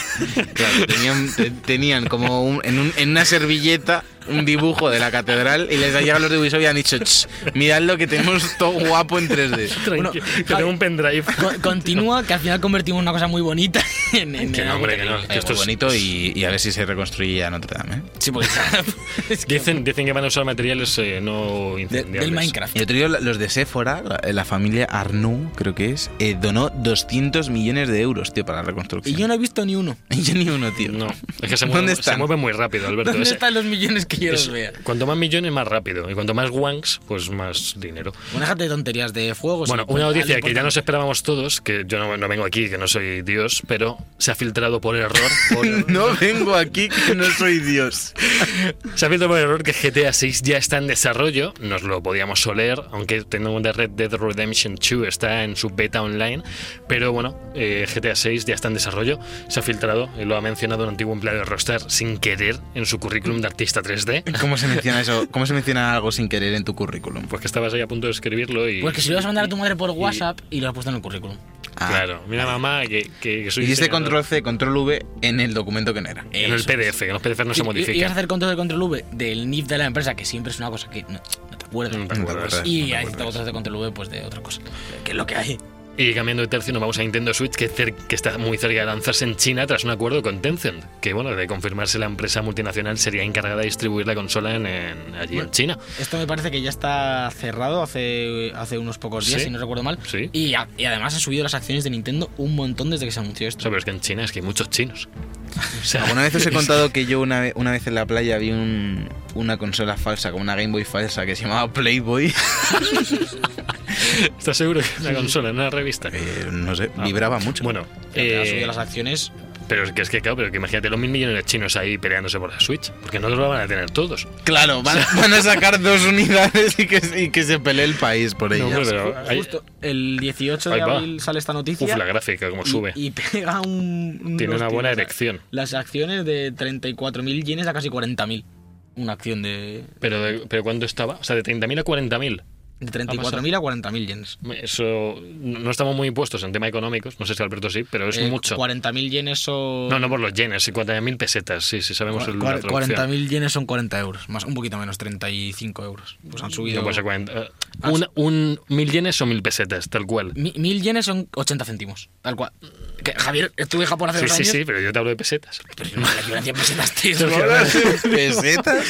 Speaker 2: Claro, tenían, te- tenían como un- en, un- en una servilleta un dibujo de la catedral y les han llegado los de Ubisoft y han dicho, "Ch, mirad lo que tenemos todo guapo en Eh, 3D.
Speaker 1: Tranquilo, que tengo un pendrive.
Speaker 3: Co- Continúa, que al final convertimos una cosa muy bonita en, en-
Speaker 1: Que
Speaker 3: en
Speaker 1: no,
Speaker 3: algo
Speaker 1: hombre, que
Speaker 3: terrible.
Speaker 1: no.
Speaker 2: Que esto es bonito y, y a ver si se reconstruye ya Notre Dame. ¿eh?
Speaker 3: Sí, porque es que-
Speaker 1: Dicen, dicen que van a usar materiales eh, no
Speaker 3: de-
Speaker 1: incendiables.
Speaker 3: del Minecraft.
Speaker 2: Y otro día los de Sephora, la, la familia Arnoux, creo que es, eh, donó 200 millones de euros, tío, para la
Speaker 3: Y
Speaker 2: reconstrucción.
Speaker 3: yo no he visto ni uno.
Speaker 2: Y yo ni uno, tío.
Speaker 1: No, es que se
Speaker 2: ¿Dónde
Speaker 1: mueve,
Speaker 2: están?
Speaker 1: se mueve muy rápido, Alberto.
Speaker 3: ¿Dónde
Speaker 1: Es-
Speaker 3: están los millones que yo los
Speaker 1: es-
Speaker 3: vea?
Speaker 1: cuanto más millones, más rápido. Y cuanto más wanks, pues más dinero.
Speaker 3: Una gente de tonterías de fuego.
Speaker 1: Bueno, una noticia que ya nos esperábamos todos, que yo no, no vengo aquí, que no soy Dios, pero se ha filtrado por error. por-
Speaker 2: No vengo aquí que no soy Dios.
Speaker 1: Se ha visto por error que GTA 6 ya está en desarrollo, nos lo podíamos soler, aunque teniendo en cuenta Red Dead Redemption 2 está en su beta online, pero bueno, eh, GTA 6 ya está en desarrollo, se ha filtrado, y lo ha mencionado un antiguo empleado de Rockstar sin querer en su currículum de artista 3D,
Speaker 2: ¿Cómo se menciona eso? ¿Cómo se menciona algo sin querer en tu currículum?
Speaker 1: pues que estabas ahí a punto de escribirlo y...
Speaker 3: Pues que si lo vas a mandar a tu madre por WhatsApp y lo has puesto en el currículum.
Speaker 2: Ah,
Speaker 1: Claro, mira mamá, que, que, que soy... diseñador.
Speaker 2: Hiciste
Speaker 1: Eh,
Speaker 2: control C, control V en el documento que no era.
Speaker 1: En el
Speaker 3: este Eso es.
Speaker 1: PDF, que los PDF no
Speaker 3: Y-
Speaker 1: se
Speaker 3: y- Y vas a
Speaker 1: modifican.
Speaker 3: hacer control de control V del NIF de la empresa, que siempre es una cosa que no, no te acuerdas.
Speaker 1: Mm, No te
Speaker 2: No te
Speaker 1: acuerdas.
Speaker 2: acuerdas.
Speaker 3: Y hay otros de control V, pues de otra cosa. Que es lo que hay.
Speaker 1: Y cambiando de tercio, nos vamos a Nintendo Switch, que, cer- que está muy cerca de lanzarse en China tras un acuerdo con Tencent. Que, bueno, de confirmarse, la empresa multinacional sería encargada de distribuir la consola en, en- allí en China.
Speaker 3: Esto me parece que ya está cerrado hace, hace unos pocos días,
Speaker 1: Sí.
Speaker 3: si no recuerdo mal.
Speaker 1: Sí.
Speaker 3: Y, a- y además han subido las acciones de Nintendo un montón desde que se anunció
Speaker 1: O
Speaker 3: esto.
Speaker 1: sea, pero es que en China es que hay muchos chinos. O sea,
Speaker 2: Alguna vez os he contado que yo una, ve- una vez en la playa vi un- una consola falsa, como una Game Boy falsa, que se llamaba Playboy.
Speaker 1: ¿Estás seguro que es una consola, en una revista?
Speaker 2: Eh, no sé, vibraba mucho.
Speaker 1: Ah, Bueno,
Speaker 3: Te han
Speaker 1: eh,
Speaker 3: subido las acciones
Speaker 1: pero es que, es que, claro, pero que imagínate los mil millones de chinos ahí peleándose por la Switch, porque no lo van a tener todos.
Speaker 2: claro, van, van a sacar dos unidades y que, y que se pelee el país por
Speaker 1: No,
Speaker 2: ellas.
Speaker 1: hombre, pero hay-
Speaker 3: Justo el 18 de
Speaker 1: Ahí va.
Speaker 3: abril sale esta noticia.
Speaker 1: uf, la gráfica, como
Speaker 3: y-
Speaker 1: sube.
Speaker 3: Y, pega un.
Speaker 1: Tiene una
Speaker 3: unos
Speaker 1: buena
Speaker 3: tiros.
Speaker 1: erección.
Speaker 3: Las acciones de 34.000 yenes a casi 40.000. una acción de,
Speaker 1: Pero, de- pero ¿cuánto estaba? O sea, de 30.000 a 40.000.
Speaker 3: de 34.000 a 40.000 yenes.
Speaker 1: Eso no no estamos muy impuestos en tema económicos, no sé si Alberto sí, pero es
Speaker 3: Eh,
Speaker 1: mucho.
Speaker 3: 40.000 yenes son...
Speaker 1: No, no por los yenes, 50.000 pesetas, sí, sí sabemos el- la
Speaker 3: Cua-
Speaker 1: traducción.
Speaker 3: 40.000 yenes son 40 euros, más un poquito menos, 35 euros. Pues han subido...
Speaker 1: Mm. No puede ser 40. eh,
Speaker 3: Ah,
Speaker 1: un, un mil yenes o mil pesetas, tal cual.
Speaker 3: Mi- Mil yenes son 80 céntimos, tal cual. Que, Javier, estuve en Japón hace
Speaker 1: Sí,
Speaker 3: dos
Speaker 1: sí,
Speaker 3: años.
Speaker 1: sí, pero yo te hablo de pesetas.
Speaker 3: Pero yo no la equivalencia en pesetas, tío.
Speaker 2: ¿Pesetas?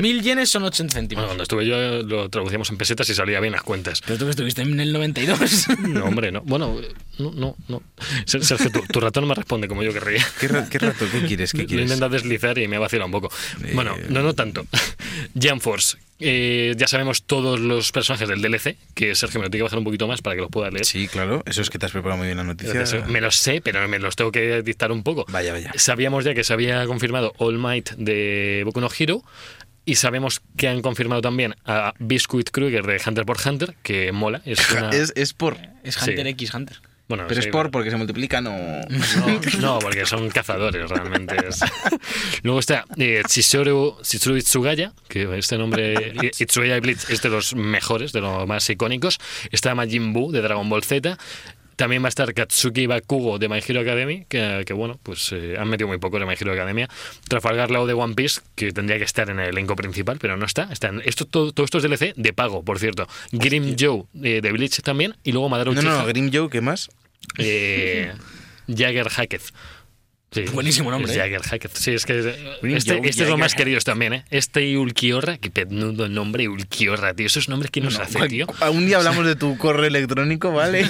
Speaker 3: Mil yenes son 80
Speaker 1: Bueno,
Speaker 3: céntimos.
Speaker 1: cuando estuve yo eh, lo traducíamos en pesetas y salía bien las cuentas.
Speaker 3: Pero tú que estuviste en el 92.
Speaker 1: No, hombre, no. Bueno, eh, no, no, no. Ser- Sergio, tu, tu ratón me responde como yo querría.
Speaker 2: ¿Qué, ra- qué rato? ¿Qué quieres? ¿Qué
Speaker 1: Lo he
Speaker 2: quieres?
Speaker 1: intentado deslizar y me ha vacilado un poco.
Speaker 2: Eh,
Speaker 1: Bueno, no, no tanto. Jamforce. Eh, ya sabemos todos los personajes del DLC, que Sergio me lo tiene que bajar un poquito más para que los pueda leer.
Speaker 2: Sí, claro. Eso es que te has preparado muy bien la noticia.
Speaker 1: Entonces, Me los sé, pero me los tengo que dictar un poco.
Speaker 2: Vaya, vaya.
Speaker 1: Sabíamos ya que se había confirmado All Might de Boku no Hero y sabemos que han confirmado también a Biscuit Kruger de Hunter por Hunter, que mola. Es una-
Speaker 2: Es, es por.
Speaker 3: es Hunter
Speaker 1: Sí.
Speaker 3: X Hunter.
Speaker 1: bueno,
Speaker 2: Pero es
Speaker 1: sí,
Speaker 2: por porque se multiplican o.
Speaker 1: No, no, porque son cazadores realmente. es. Luego está eh, Chizuru, Chizuru Itsugaya, que este nombre, I- Itsugaya y Blitz, es de los mejores, de los más icónicos. Está Majin Buu de Dragon Ball Z. También va a estar Katsuki Bakugo de My Hero Academy, que, que bueno, pues eh, han metido muy poco de My Hero Academia. Trafalgar Law de One Piece, que tendría que estar en el elenco principal, pero no está. Están, esto, todo, todo esto es DLC de pago, por cierto. Grim Joe eh, de Bleach también, y luego Madara
Speaker 2: No,
Speaker 1: Uchiha.
Speaker 2: no, Grim Joe, ¿qué más?
Speaker 1: Eh, Jagger Hackett. Sí,
Speaker 3: Buenísimo nombre,
Speaker 1: es
Speaker 3: ¿eh?
Speaker 1: Jagger Hackett. Sí, es que eh,
Speaker 3: Green
Speaker 1: este, este
Speaker 3: Joe,
Speaker 1: es lo
Speaker 3: Jagger.
Speaker 1: más queridos también, ¿eh? Este y Ulquiorra, qué penudo nombre, Ulquiorra, tío. Esos nombres, ¿quién los hace, tío?
Speaker 2: Un día hablamos de tu correo electrónico, ¿vale?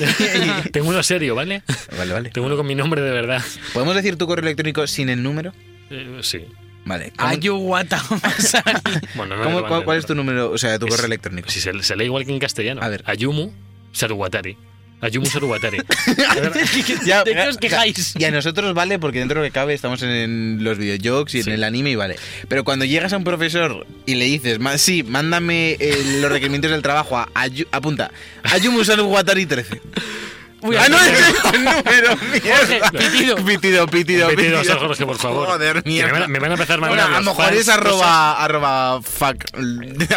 Speaker 1: Tengo uno serio, ¿vale?
Speaker 2: vale, vale.
Speaker 1: Tengo uno con mi nombre de verdad.
Speaker 2: ¿Podemos decir tu correo electrónico sin el número?
Speaker 1: Eh, sí.
Speaker 2: Vale.
Speaker 3: Ah,
Speaker 2: ¿Cómo-
Speaker 3: Ayuwata Masari.
Speaker 1: Bueno, no me
Speaker 2: cómo-
Speaker 1: levanto,
Speaker 2: cuál, cuál es tu
Speaker 1: pero-
Speaker 2: número? O sea, tu
Speaker 1: Es-
Speaker 2: correo electrónico.
Speaker 1: Si se, se lee igual que en castellano.
Speaker 2: A ver.
Speaker 1: Ayumu Saruwatari. Ayumu Saruwatari.
Speaker 2: Ya,
Speaker 3: ¿De qué
Speaker 2: ya,
Speaker 3: os quejáis?
Speaker 2: Y a nosotros vale, porque dentro de lo que cabe estamos en los videojuegos y
Speaker 1: Sí.
Speaker 2: en el anime y vale. Pero cuando llegas a un profesor y le dices, "Ma- sí, mándame eh, los requerimientos del trabajo a, Ayu- apunta, Ayumu Sanu Watari 13.
Speaker 3: Uy,
Speaker 2: ah, no,
Speaker 3: Jorge.
Speaker 2: ese es el número, mierda.
Speaker 3: pitido.
Speaker 2: Pitido, pitido,
Speaker 1: Un pitido,
Speaker 2: pitido.
Speaker 1: San Jorge, por favor.
Speaker 2: Joder,
Speaker 1: Que me van a-
Speaker 2: mierda.
Speaker 1: me van a empezar
Speaker 2: Bueno,
Speaker 1: mandando
Speaker 2: a lo
Speaker 1: los
Speaker 2: mejor
Speaker 1: fans
Speaker 2: es arroba, arroba, fuck,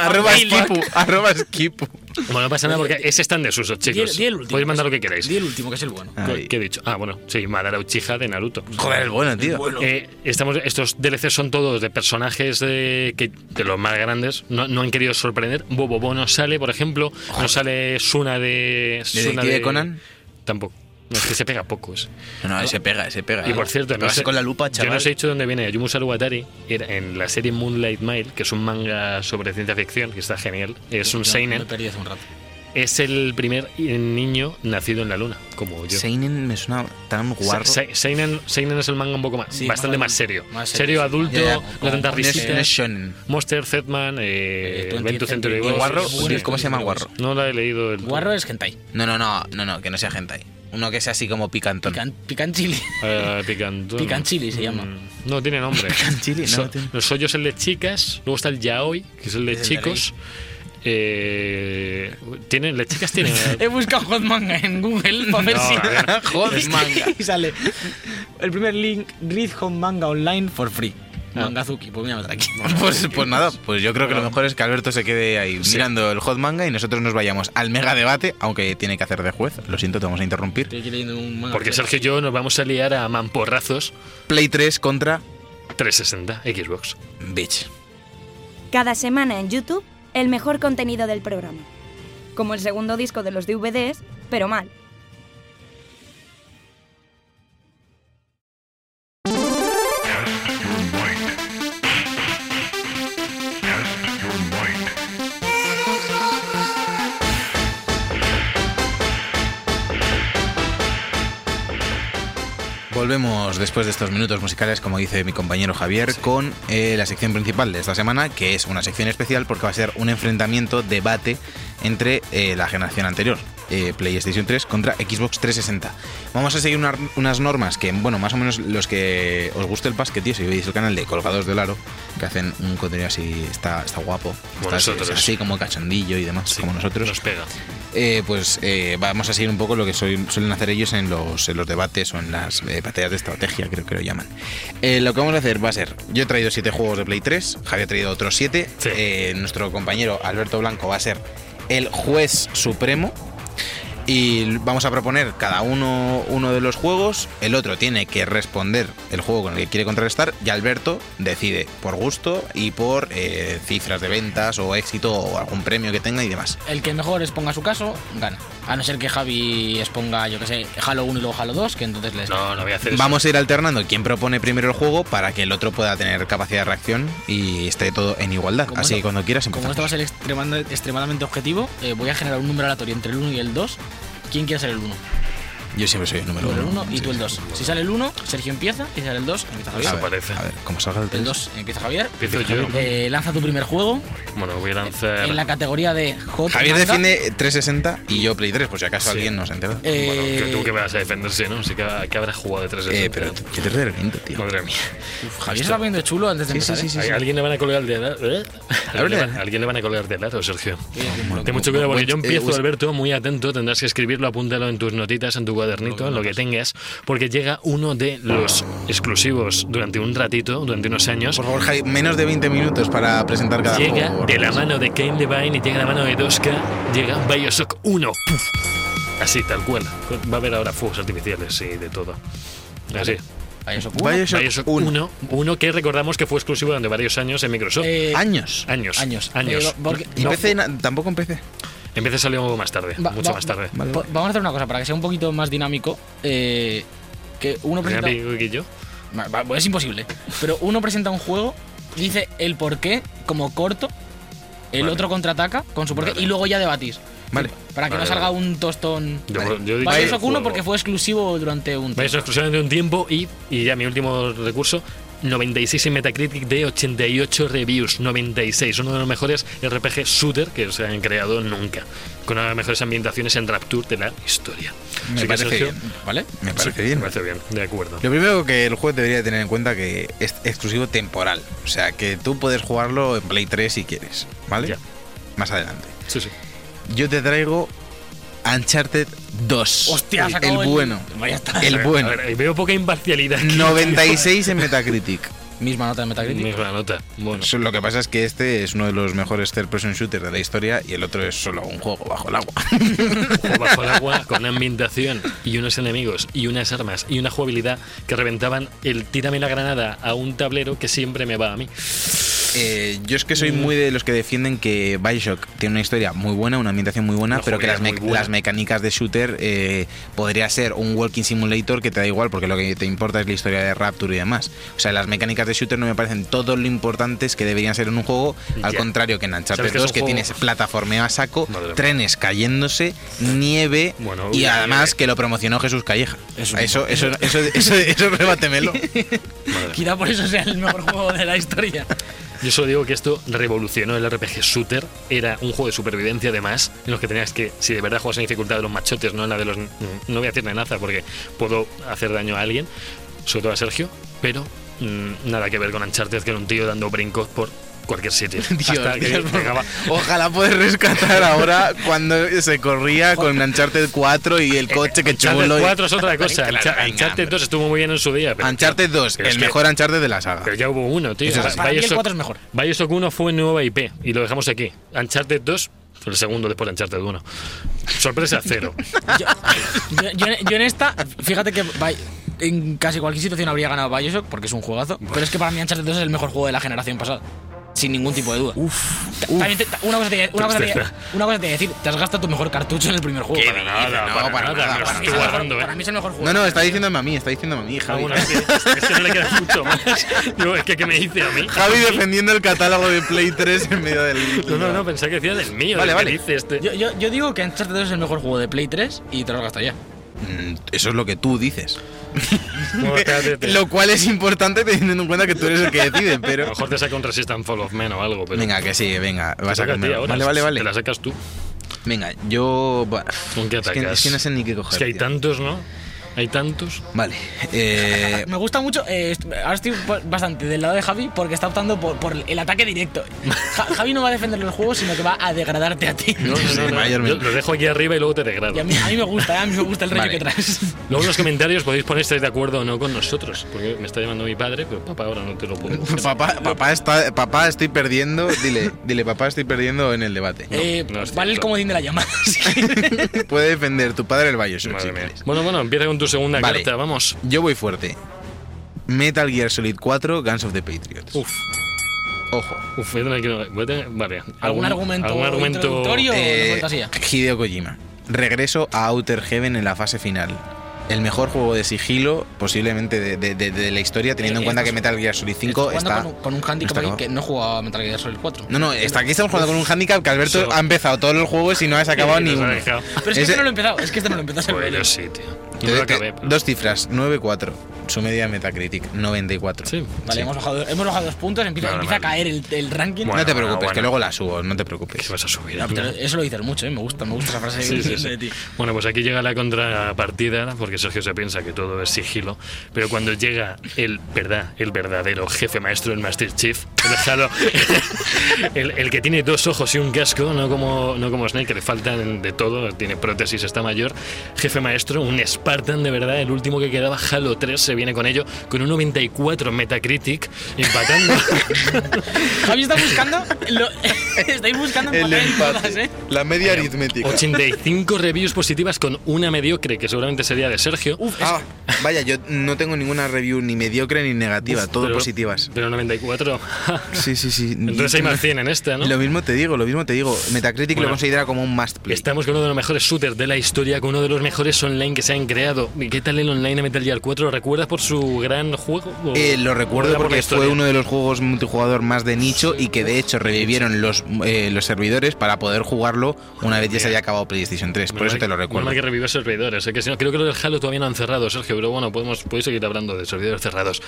Speaker 2: arroba
Speaker 3: Mail,
Speaker 2: skipu, arroba skipu.
Speaker 1: Bueno, no pasa nada porque ese está en desuso,
Speaker 3: Di el-
Speaker 1: chicos.
Speaker 3: di el último, pues.
Speaker 1: Podéis mandar
Speaker 3: que
Speaker 1: lo
Speaker 3: es-
Speaker 1: que queráis.
Speaker 3: Di el último, que es el bueno.
Speaker 1: ¿Qué- ¿Qué he dicho? Ah, bueno, sí, Madara Uchiha de Naruto.
Speaker 2: Joder, el bueno, tío.
Speaker 1: Eh, estamos, estos DLCs son todos de personajes de, que, de los más grandes. No, no han querido sorprender. Bobobo no sale, por ejemplo. No sale Suna de. Suna
Speaker 2: Detective Conan?
Speaker 1: Tampoco. No, es que se pega poco ese.
Speaker 2: No, ese pega, ese pega.
Speaker 1: Y por cierto, no
Speaker 2: Pegarse
Speaker 1: sé,
Speaker 2: con la lupa, chaval.
Speaker 1: yo no os he dicho dónde viene Ayumu Saruwatari, era en la serie Moonlight Mile, que es un manga sobre ciencia ficción, que está genial. Es un
Speaker 3: Yo Me
Speaker 1: seinen.
Speaker 3: he perdido hace un rato.
Speaker 1: Es el primer niño nacido en la luna, como yo.
Speaker 2: Seinen me suena tan guarro.
Speaker 1: Se- se- Seinen, Seinen es el manga un poco más,
Speaker 3: Sí,
Speaker 1: bastante
Speaker 3: más
Speaker 1: más serio.
Speaker 3: más serio,
Speaker 1: serio,
Speaker 3: sí.
Speaker 1: adulto,
Speaker 2: Ya, ya,
Speaker 1: no
Speaker 2: como-
Speaker 1: tantas
Speaker 2: como es- no es
Speaker 1: risitas.
Speaker 2: shonen.
Speaker 1: Monster, Zetman, eh,
Speaker 3: Eh, 20th
Speaker 1: 20th Century
Speaker 3: Century
Speaker 1: Boys.
Speaker 3: Boys.
Speaker 2: Guarro,
Speaker 3: sí, sí,
Speaker 2: ¿cómo
Speaker 3: sí,
Speaker 2: se llama
Speaker 3: sí,
Speaker 2: guarro?
Speaker 1: No la he leído. El...
Speaker 3: Guarro es hentai.
Speaker 2: No, no, no, no, no, que no sea hentai. Uno que sea así como picantón.
Speaker 3: Pican, pican chili.
Speaker 1: Eh, picantón.
Speaker 3: Picanchili se llama.
Speaker 1: Mm, No tiene nombre.
Speaker 2: Picanchili, no,
Speaker 1: So-
Speaker 2: no tiene-
Speaker 1: Los hoyos es el de chicas, luego está el yaoi, que es el de
Speaker 3: Es el de
Speaker 1: chicos. Eh, tienen, las chicas tienen.
Speaker 3: He buscado hot manga en Google para ver
Speaker 1: No,
Speaker 3: si.
Speaker 1: a ver.
Speaker 2: Joder, manga.
Speaker 3: y sale el primer link: Read Home Manga Online for free.
Speaker 1: Ah.
Speaker 3: Mangazuki, pues mira, me trae aquí.
Speaker 2: Pues, pues nada, pues yo creo que lo mejor es que Alberto se quede ahí mirando el hot manga y nosotros nos vayamos al mega debate, aunque tiene que hacer de juez. Lo siento, te vamos a interrumpir.
Speaker 3: Estoy aquí leyendo un manga.
Speaker 1: Porque Sergio y yo nos vamos a liar a mamporrazos
Speaker 2: Play 3 contra
Speaker 1: 360 Xbox.
Speaker 2: Bitch.
Speaker 4: Cada semana en YouTube, el mejor contenido del programa. Como el segundo disco de los DVDs, pero mal.
Speaker 2: Volvemos después de estos minutos musicales, como dice mi compañero Javier, con eh, la sección principal de esta semana, que es una sección especial porque va a ser un enfrentamiento, debate entre eh, la generación anterior, eh, PlayStation 3 contra Xbox 360. Vamos a seguir una- unas normas que, bueno, más o menos los que os guste el basket, tío, si veis el canal de Colgados del Aro, que hacen un contenido así, está, está guapo,
Speaker 1: Como
Speaker 2: está así-
Speaker 1: nosotros.
Speaker 2: así como cachondillo y demás,
Speaker 1: Sí,
Speaker 2: como nosotros
Speaker 1: Nos pega.
Speaker 2: eh, pues eh, vamos a seguir un poco lo que soy- suelen hacer ellos en los, en los debates o en las eh, batallas de estrategia, creo que lo llaman. Eh, lo que vamos a hacer va a ser, yo he traído siete juegos de Play 3, Javier ha traído otros siete,
Speaker 1: Sí.
Speaker 2: eh, nuestro compañero Alberto Blanco va a ser el juez supremo y vamos a proponer cada uno uno de los juegos, el otro tiene que responder el juego con el que quiere contrarrestar y Alberto decide por gusto y por eh, cifras de ventas o éxito o algún premio que tenga y demás.
Speaker 3: El que mejor exponga su caso, gana. A no ser que Javi exponga, yo que sé, Halo 1 y luego Halo 2, que entonces les...
Speaker 1: No, no voy a hacer eso.
Speaker 2: Vamos a ir alternando quién propone primero el juego para que el otro pueda tener capacidad de reacción y esté todo en igualdad.
Speaker 3: Como
Speaker 2: Así
Speaker 3: esto-
Speaker 2: que cuando quieras
Speaker 3: Como
Speaker 2: empezamos.
Speaker 3: esto va a ser extremando- extremadamente objetivo, eh, voy a generar un número aleatorio entre el 1 y el 2. ¿Quién quiere ser el 1?
Speaker 2: Yo siempre soy el número
Speaker 3: el
Speaker 2: uno.
Speaker 3: 1 y
Speaker 2: Sí,
Speaker 3: tú el
Speaker 2: sí.
Speaker 3: 2. Si sale el 1, Sergio empieza. Si sale el 2, empieza
Speaker 2: A
Speaker 3: Javier.
Speaker 2: ver,
Speaker 1: parece.
Speaker 2: A ver, como salga el
Speaker 3: El
Speaker 2: 3.
Speaker 3: 2 empieza Javier.
Speaker 1: Empiezo yo.
Speaker 3: Eh, lanza tu primer juego
Speaker 1: Bueno, voy a lanzar.
Speaker 3: en la categoría de J.
Speaker 2: Eh, Javier
Speaker 3: manga.
Speaker 2: defiende 360 y yo Play 3, por si acaso
Speaker 1: Sí.
Speaker 2: alguien nos entera. Eh,
Speaker 3: Eh,
Speaker 1: Bueno, que tú que vas a defenderse, ¿no? Así que, que habrá jugado de 360.
Speaker 2: Eh, pero que te reviento, tío.
Speaker 1: Madre mía.
Speaker 3: Javier se está poniendo chulo antes de
Speaker 2: Sí,
Speaker 3: empezar. ¿eh?
Speaker 2: sí, sí,
Speaker 1: ¿A
Speaker 2: sí.
Speaker 1: ¿Alguien le van a colgar el dedo? ¿Eh?
Speaker 2: La
Speaker 1: ¿Alguien, le
Speaker 2: verdad.
Speaker 1: va- alguien le van a colgar de lado, Sergio?
Speaker 3: sí.
Speaker 1: Ten mucho cuidado porque
Speaker 2: Buen-
Speaker 1: yo
Speaker 2: eh,
Speaker 1: empiezo,
Speaker 2: us-
Speaker 1: Alberto, muy atento. Tendrás que escribirlo, apúntalo en tus notitas, en tu cuadernito, en lo que tengas, porque llega uno de los exclusivos durante un ratito, durante unos años.
Speaker 2: Por favor, Javi, menos de 20 minutos para presentar cada
Speaker 1: Llega
Speaker 2: juego. por
Speaker 1: de la
Speaker 2: favor.
Speaker 1: mano de Kane Devine y llega de la mano de 2K, llega Bioshock 1. Puf. Así, tal cual. Va a haber ahora fuegos artificiales y de todo. Así.
Speaker 3: Bioshock uno.
Speaker 2: Bioshock
Speaker 1: Bioshock 1.
Speaker 2: 1.
Speaker 1: Uno, que recordamos que fue exclusivo durante varios años en Microsoft.
Speaker 3: Eh,
Speaker 2: Años.
Speaker 1: años.
Speaker 3: años.
Speaker 1: Años.
Speaker 3: Eh, porque-
Speaker 2: Y
Speaker 1: No,
Speaker 2: PC, na- tampoco en PC.
Speaker 1: Empecé salió un poco más tarde,
Speaker 3: Va-
Speaker 1: mucho
Speaker 3: va-
Speaker 1: más tarde.
Speaker 2: Vale,
Speaker 3: po-
Speaker 2: vale.
Speaker 3: Vamos a hacer una cosa para que sea un poquito más dinámico. eh, que uno presenta.
Speaker 1: Amigo que yo.
Speaker 3: Va- va- Es imposible. Pero uno presenta un juego, dice el porqué como corto, el
Speaker 1: Vale.
Speaker 3: otro contraataca con su porqué
Speaker 1: Vale.
Speaker 3: y luego ya debatís.
Speaker 2: Vale.
Speaker 3: Para que
Speaker 1: Vale,
Speaker 3: no salga
Speaker 1: vale.
Speaker 3: un tostón.
Speaker 1: Yo,
Speaker 2: Vale.
Speaker 1: yo he dicho
Speaker 3: Bioshock
Speaker 1: juego.
Speaker 3: 1 porque fue exclusivo durante un tiempo.
Speaker 1: Bioshock exclusivamente un tiempo y, y ya mi último recurso. 96 en Metacritic de 88 reviews, 96, uno de los mejores RPG shooter que se han creado nunca, con una de las mejores ambientaciones en Rapture de la historia.
Speaker 2: Me
Speaker 1: Así que,
Speaker 2: parece
Speaker 1: Sergio,
Speaker 2: bien.
Speaker 3: ¿Vale?
Speaker 2: Me
Speaker 1: sí,
Speaker 2: parece bien.
Speaker 1: Me parece bien, de acuerdo.
Speaker 2: Lo primero que el juez debería tener en cuenta que es exclusivo temporal. O sea, que tú puedes jugarlo en Play 3 si quieres, ¿vale?
Speaker 1: Ya.
Speaker 2: Más adelante.
Speaker 1: Sí, sí.
Speaker 2: Yo te traigo Uncharted 2.
Speaker 3: Hostia,
Speaker 2: el,
Speaker 3: se acabó
Speaker 2: el bueno.
Speaker 3: Vaya está.
Speaker 2: El
Speaker 1: A ver,
Speaker 2: bueno.
Speaker 1: a ver, veo poca imparcialidad. aquí.
Speaker 2: 96 en Metacritic.
Speaker 3: Misma nota de Metacritic.
Speaker 1: Misma nota. Bueno,
Speaker 2: Eso, Lo que pasa es que este es uno de los mejores third person shooters de la historia y el otro es solo un juego bajo el agua.
Speaker 1: o bajo el agua con una ambientación y unos enemigos y unas armas y una jugabilidad que reventaban el tírame la granada a un tablero que siempre me va a mí.
Speaker 2: Eh, yo es que soy muy de los que defienden que Bioshock tiene una historia muy buena, una ambientación muy buena,
Speaker 1: Una
Speaker 2: pero que las,
Speaker 1: jugabilidad
Speaker 2: mec-
Speaker 1: muy buena.
Speaker 2: las mecánicas de shooter eh, podría ser un walking simulator que te da igual, porque lo que te importa es la historia de Rapture y demás. O sea, las mecánicas de shooter no me parecen todo lo importantes que deberían ser en un juego, al
Speaker 1: Ya.
Speaker 2: contrario que en
Speaker 1: Sabes
Speaker 2: Uncharted
Speaker 1: que es
Speaker 2: 2,
Speaker 1: un
Speaker 2: que
Speaker 1: juego-
Speaker 2: tienes plataformeo a saco,
Speaker 1: Madre mía.
Speaker 2: trenes cayéndose, nieve
Speaker 1: Bueno,
Speaker 2: y
Speaker 1: uy,
Speaker 2: además
Speaker 1: nieve.
Speaker 2: que lo promocionó Jesús Calleja.
Speaker 3: Eso
Speaker 2: Eso, eso, eso, eso, eso, rebátemelo.
Speaker 1: Madre
Speaker 3: Quizá por eso sea el mejor juego de la historia.
Speaker 1: Yo solo digo que esto revolucionó el RPG shooter. Era un juego de supervivencia, además, en los que tenías que, si de verdad juegas en dificultad de los machotes, no en la de los. No voy a decir nenaza porque puedo hacer daño a alguien, sobre todo a Sergio, pero mm, nada que ver con Uncharted, que era un tío dando brincos por cualquier sitio. hasta que
Speaker 2: Dios, por
Speaker 1: llegaba-
Speaker 2: Ojalá poder rescatar ahora cuando se corría con Uncharted 4 y el coche que
Speaker 1: Eh, Uncharted
Speaker 2: chulo. y-
Speaker 1: 4 es otra cosa.
Speaker 2: Claro,
Speaker 1: Uncha-
Speaker 2: venga,
Speaker 1: Uncharted
Speaker 2: hombre.
Speaker 1: 2 estuvo muy bien en su día. Pero
Speaker 2: Uncharted 2,
Speaker 1: Pero es
Speaker 2: el
Speaker 1: que-
Speaker 2: mejor Uncharted de la saga.
Speaker 1: Pero ya hubo uno, tío.
Speaker 2: Eso es así.
Speaker 3: Para mí el
Speaker 1: Bioshock-
Speaker 3: 4 es mejor.
Speaker 1: Bioshock 1 fue nueva IP y lo dejamos aquí. Uncharted 2, fue el segundo después de Uncharted 1. Sorpresa, cero.
Speaker 3: Yo, yo- yo en- yo en esta, fíjate que Bi- en casi cualquier situación habría ganado Bioshock porque es un juegazo. Pero es que para mí Uncharted 2 es el mejor juego de la generación pasada. Sin ningún tipo de duda. Ta- también te- ta- una cosa te una cosa te-
Speaker 1: Tristeza.
Speaker 3: una cosa te voy a decir, te has gastado tu mejor cartucho en el primer juego.
Speaker 2: ¿Qué
Speaker 3: Para mí-
Speaker 1: nada,
Speaker 2: No,
Speaker 1: para,
Speaker 2: para
Speaker 1: nada.
Speaker 2: nada,
Speaker 1: me lo
Speaker 2: para
Speaker 1: estoy
Speaker 2: nada.
Speaker 1: guardando, eh.
Speaker 3: para mí es el mejor juego.
Speaker 2: No, no, está diciéndome a mí, está diciéndome a mí, Javi.
Speaker 1: Alguna vez- es que no le queda mucho más. Digo, es que ¿qué me dice a mí?
Speaker 2: Javi defendiendo el catálogo de Play 3 en medio del.
Speaker 1: No, no, no, pensaba que decía del mío.
Speaker 2: Vale,
Speaker 1: del que
Speaker 2: vale.
Speaker 1: dice este.
Speaker 3: Yo, yo- yo digo que Uncharted 2 es el mejor juego de Play 3 y te lo has gastado ya.
Speaker 2: Mm, Eso es lo que tú dices.
Speaker 1: Bueno, espérate, te-
Speaker 2: Lo cual es importante teniendo en cuenta que tú eres el que decide,
Speaker 1: A lo
Speaker 2: pero.
Speaker 1: mejor te saca un Resist and Fall of Men o algo. Pero
Speaker 2: Venga, que sí, venga, vas a
Speaker 1: Te toca ti
Speaker 2: comer.
Speaker 1: ahora,
Speaker 2: Vale, vale,
Speaker 1: Te
Speaker 2: vale.
Speaker 1: la sacas tú.
Speaker 2: Venga, yo. buah,
Speaker 1: ¿Con qué
Speaker 2: es, que,
Speaker 1: atacas?
Speaker 2: es que no sé ni qué coger.
Speaker 1: Es que hay
Speaker 2: tío.
Speaker 1: tantos, ¿no? Hay tantos.
Speaker 2: Vale. eh,
Speaker 3: Me gusta mucho. eh, est- ahora estoy po- bastante del lado de Javi porque está optando por, por el ataque directo. Ja- Javi no va a defender los juegos, sino que va a degradarte a ti.
Speaker 1: No, no,
Speaker 2: Sí,
Speaker 1: no, no.
Speaker 2: mayormente.
Speaker 1: Yo lo dejo aquí arriba y luego te degrado.
Speaker 3: Y a mí, a mí me gusta, eh, a mí me gusta el rollo
Speaker 2: Vale.
Speaker 3: que traes.
Speaker 1: Luego en los comentarios podéis poner si estáis de acuerdo o no con nosotros. Porque me está llamando mi padre, pero papá ahora no te lo puedo. decir.
Speaker 2: papá, papá, está, papá, estoy perdiendo. Dile, dile, papá, estoy perdiendo en el debate.
Speaker 3: Eh,
Speaker 1: no es
Speaker 3: vale el
Speaker 1: cierto.
Speaker 3: comodín de la llama. si quieres.
Speaker 2: Puede defender tu padre el Bioshock.
Speaker 1: Madre
Speaker 2: si
Speaker 1: mía.
Speaker 2: quieres.
Speaker 1: Bueno, bueno, empieza con tu segunda
Speaker 2: Vale.
Speaker 1: carta, vamos.
Speaker 2: Yo voy fuerte. Metal Gear Solid 4, Guns of the Patriots.
Speaker 1: Uf,
Speaker 2: Ojo.
Speaker 1: uf, voy a tener que. voy a tener- vale.
Speaker 3: ¿Algún argumento
Speaker 1: ¿Algún argumento?
Speaker 3: introductorio? Tío, de
Speaker 2: Eh,
Speaker 3: fantasía.
Speaker 2: Hideo Kojima. Regreso a Outer Heaven en la fase final. El mejor juego de sigilo posiblemente de, de- de- de la historia, teniendo en
Speaker 3: Eh,
Speaker 2: cuenta que
Speaker 3: esto
Speaker 2: Metal Gear Solid 5
Speaker 3: Estoy jugando
Speaker 2: está...
Speaker 3: con, un- con un handicap
Speaker 2: está
Speaker 3: ahí
Speaker 2: acabado.
Speaker 3: que no jugaba a Metal Gear Solid 4.
Speaker 2: No, no, está aquí estamos jugando con un handicap que Alberto
Speaker 1: Eso.
Speaker 2: ha empezado todos los juegos y no has acabado
Speaker 1: Sí,
Speaker 2: ni
Speaker 1: nos ha
Speaker 2: uno.
Speaker 1: dejado.
Speaker 3: Pero es que
Speaker 2: Ese-
Speaker 3: este no lo he empezado, es que este no lo he empezado.
Speaker 1: Bueno,
Speaker 3: es
Speaker 1: Pues sí, tío. Y no
Speaker 2: Te-
Speaker 1: lo
Speaker 2: te-
Speaker 1: acabé. pero-
Speaker 2: Eh, Dos cifras, 9-4. Su media Metacritic, 94.
Speaker 1: Sí.
Speaker 3: Vale, hemos bajado, hemos bajado dos puntos, empieza,
Speaker 1: Vale,
Speaker 3: empieza
Speaker 1: vale.
Speaker 3: a caer el, el ranking.
Speaker 1: Bueno,
Speaker 2: no te
Speaker 1: bueno,
Speaker 2: preocupes,
Speaker 1: bueno.
Speaker 2: que luego la subo, no te
Speaker 1: ¿Qué
Speaker 2: preocupes.
Speaker 1: vas a subir?
Speaker 3: No, pero
Speaker 1: Nada.
Speaker 3: eso lo dices mucho, ¿eh? me gusta, me gusta esa frase
Speaker 1: Sí, sí, sí.
Speaker 3: de ti.
Speaker 1: Bueno, pues aquí llega la contrapartida, porque Sergio se piensa que todo es sigilo, pero cuando llega el verdad, el verdadero jefe maestro, el Master Chief, el Halo, el, el que tiene dos ojos y un casco, no como, no como Snake, que le faltan de todo, tiene prótesis, está mayor, jefe maestro, un Spartan de verdad, el último que quedaba, Halo 3, se viene con ello, con un 94 Metacritic, empatando.
Speaker 3: Javi está buscando. Lo, estáis buscando en papel todas, ¿eh?
Speaker 2: La media aritmética.
Speaker 1: 85 reviews positivas con una mediocre, que seguramente sería de Sergio.
Speaker 2: Ah, vaya, yo no tengo ninguna review ni mediocre ni negativa, todo
Speaker 1: Pero-
Speaker 2: positivas.
Speaker 1: Pero 94.
Speaker 2: Sí, sí, sí.
Speaker 1: Entonces hay más 100 en esta, ¿no?
Speaker 2: Lo mismo te digo, lo mismo te digo. Metacritic
Speaker 1: Bueno.
Speaker 2: lo considera como un must play.
Speaker 1: Estamos con uno de los mejores shooters de la historia, con uno de los mejores online que se han creado. ¿Y qué tal el online de Metal Gear 4? ¿Lo recuerdas por su gran juego? ¿O-
Speaker 2: Eh, lo
Speaker 1: o
Speaker 2: recuerdo
Speaker 1: era por la
Speaker 2: porque
Speaker 1: historia?
Speaker 2: fue uno de los juegos multijugador más de nicho y que de hecho revivieron los, eh, los servidores para poder jugarlo una vez ya se haya acabado PlayStation 3. Por
Speaker 1: Menos
Speaker 2: eso
Speaker 1: mal
Speaker 2: te
Speaker 1: que-
Speaker 2: lo
Speaker 1: menos
Speaker 2: recuerdo.
Speaker 1: mal que revivió servidores. eh, que si no, creo que lo del Halo todavía no han cerrado, Sergio, pero bueno, podemos, podéis seguir hablando de servidores cerrados.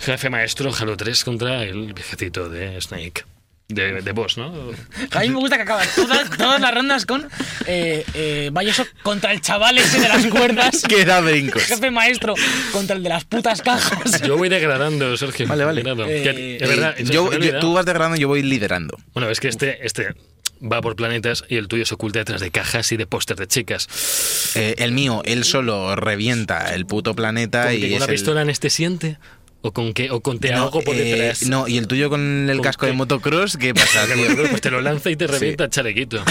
Speaker 1: Jefe maestro, Halo 3 contra el viejecito de Snake. De, de boss, ¿no?
Speaker 3: A mí me gusta que acabas todas, todas las rondas con eh, eh, Bioshock contra el chaval ese de las cuerdas.
Speaker 2: Que da brincos.
Speaker 3: Jefe maestro contra el de las putas cajas.
Speaker 1: Yo voy degradando, Sergio.
Speaker 2: Vale, vale.
Speaker 1: Degradando.
Speaker 3: Eh,
Speaker 1: Que- es
Speaker 2: Eh,
Speaker 1: verdad, se me
Speaker 2: yo,
Speaker 1: ha
Speaker 2: yo-
Speaker 1: olvidado.
Speaker 2: tú vas degradando, yo voy liderando.
Speaker 1: Bueno, es que este, este va por planetas y el tuyo se oculta detrás de cajas y de pósters de chicas.
Speaker 2: Eh, el mío, él solo revienta el puto planeta
Speaker 1: ¿Con, que
Speaker 2: y
Speaker 1: con
Speaker 2: es
Speaker 1: una
Speaker 2: el-
Speaker 1: pistola anestesiante? ¿O con, que, o con te ahogo por
Speaker 2: eh,
Speaker 1: detrás?
Speaker 2: no, y el tuyo con el
Speaker 1: ¿Con
Speaker 2: casco de
Speaker 1: qué?
Speaker 2: motocross, ¿qué pasa, tío?
Speaker 1: Pues te lo lanza y te revienta el chalequito.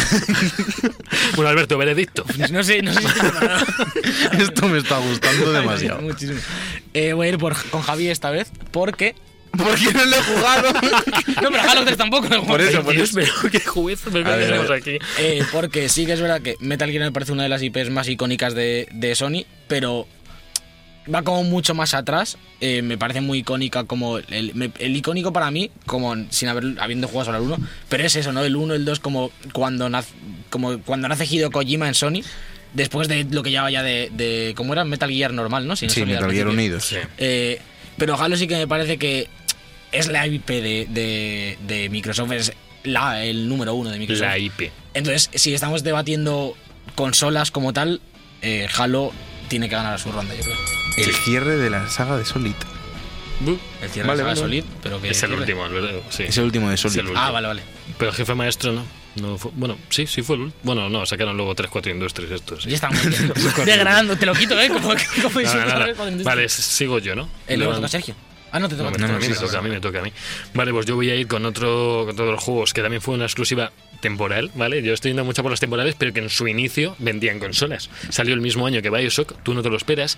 Speaker 1: bueno, Alberto, veredicto.
Speaker 3: Pues No sé, no sé si estoy preparado.
Speaker 2: Esto me está gustando demasiado.
Speaker 3: Muchísimo. Eh, voy a ir por, con Javi esta vez porque. Ah,
Speaker 2: ¿Por qué no lo he jugado?
Speaker 3: No, pero Halo 3 tampoco.
Speaker 2: Por eso,
Speaker 1: Ay,
Speaker 2: por
Speaker 1: Dios,
Speaker 2: eso.
Speaker 1: pero qué juez pero
Speaker 2: A
Speaker 1: qué
Speaker 2: ver, a
Speaker 1: tenemos
Speaker 2: ver.
Speaker 1: aquí.
Speaker 3: Eh, porque sí que es verdad que Metal Gear me parece una de las IPs más icónicas de, de Sony, pero va como mucho más atrás. Eh, me parece muy icónica como... El, me- el icónico para mí, como sin haber, habiendo jugado solo al 1, pero es eso, ¿no? El 1, el 2, como cuando, naz- como cuando nace Hideo Kojima en Sony, después de lo que ya vaya de... de ¿Cómo era? Metal Gear normal, ¿no? Sin
Speaker 2: Sí,
Speaker 3: Solid al
Speaker 2: Metal Gear
Speaker 3: principio.
Speaker 2: Unidos.
Speaker 3: Eh, pero Halo sí que me parece que es la IP de, de- de Microsoft, es la, el número uno de Microsoft.
Speaker 1: La IP.
Speaker 3: Entonces, si estamos debatiendo consolas como tal, eh, Halo tiene que ganar a su ronda, yo creo.
Speaker 2: El cierre de la saga de Solid.
Speaker 1: Bu-
Speaker 3: El cierre
Speaker 2: Vale,
Speaker 3: de
Speaker 2: vale.
Speaker 3: Saga Solid, pero que
Speaker 1: Es el
Speaker 3: cierre.
Speaker 1: último, Alberto. Sí.
Speaker 2: Es el último de Solid.
Speaker 1: Es el último.
Speaker 3: Ah, vale, vale.
Speaker 1: Pero jefe maestro no. no fue- bueno, sí, sí fue el último. Bueno, no, sacaron luego 3-4 industrias estos. sí.
Speaker 3: Ya estamos. Degradando, te lo quito, ¿eh? Como, como
Speaker 1: Nada,
Speaker 3: insulto,
Speaker 1: nada.
Speaker 3: ¿eh? Cuando industria-
Speaker 1: Vale, sigo yo, ¿no?
Speaker 3: Eh, luego
Speaker 1: No,
Speaker 3: toca Sergio. Ah, no, te toca.
Speaker 1: No, me toca a
Speaker 3: a ti.
Speaker 1: mí,
Speaker 2: sí,
Speaker 1: me
Speaker 2: sí,
Speaker 1: toca a
Speaker 2: sí.
Speaker 1: mí, me toca a mí. Vale, pues yo voy a ir con otro con todos los juegos que también fue una exclusiva temporal, ¿vale? Yo estoy yendo mucho por las temporales, pero que en su inicio vendían consolas. Salió el mismo año que Bioshock, tú no te lo esperas.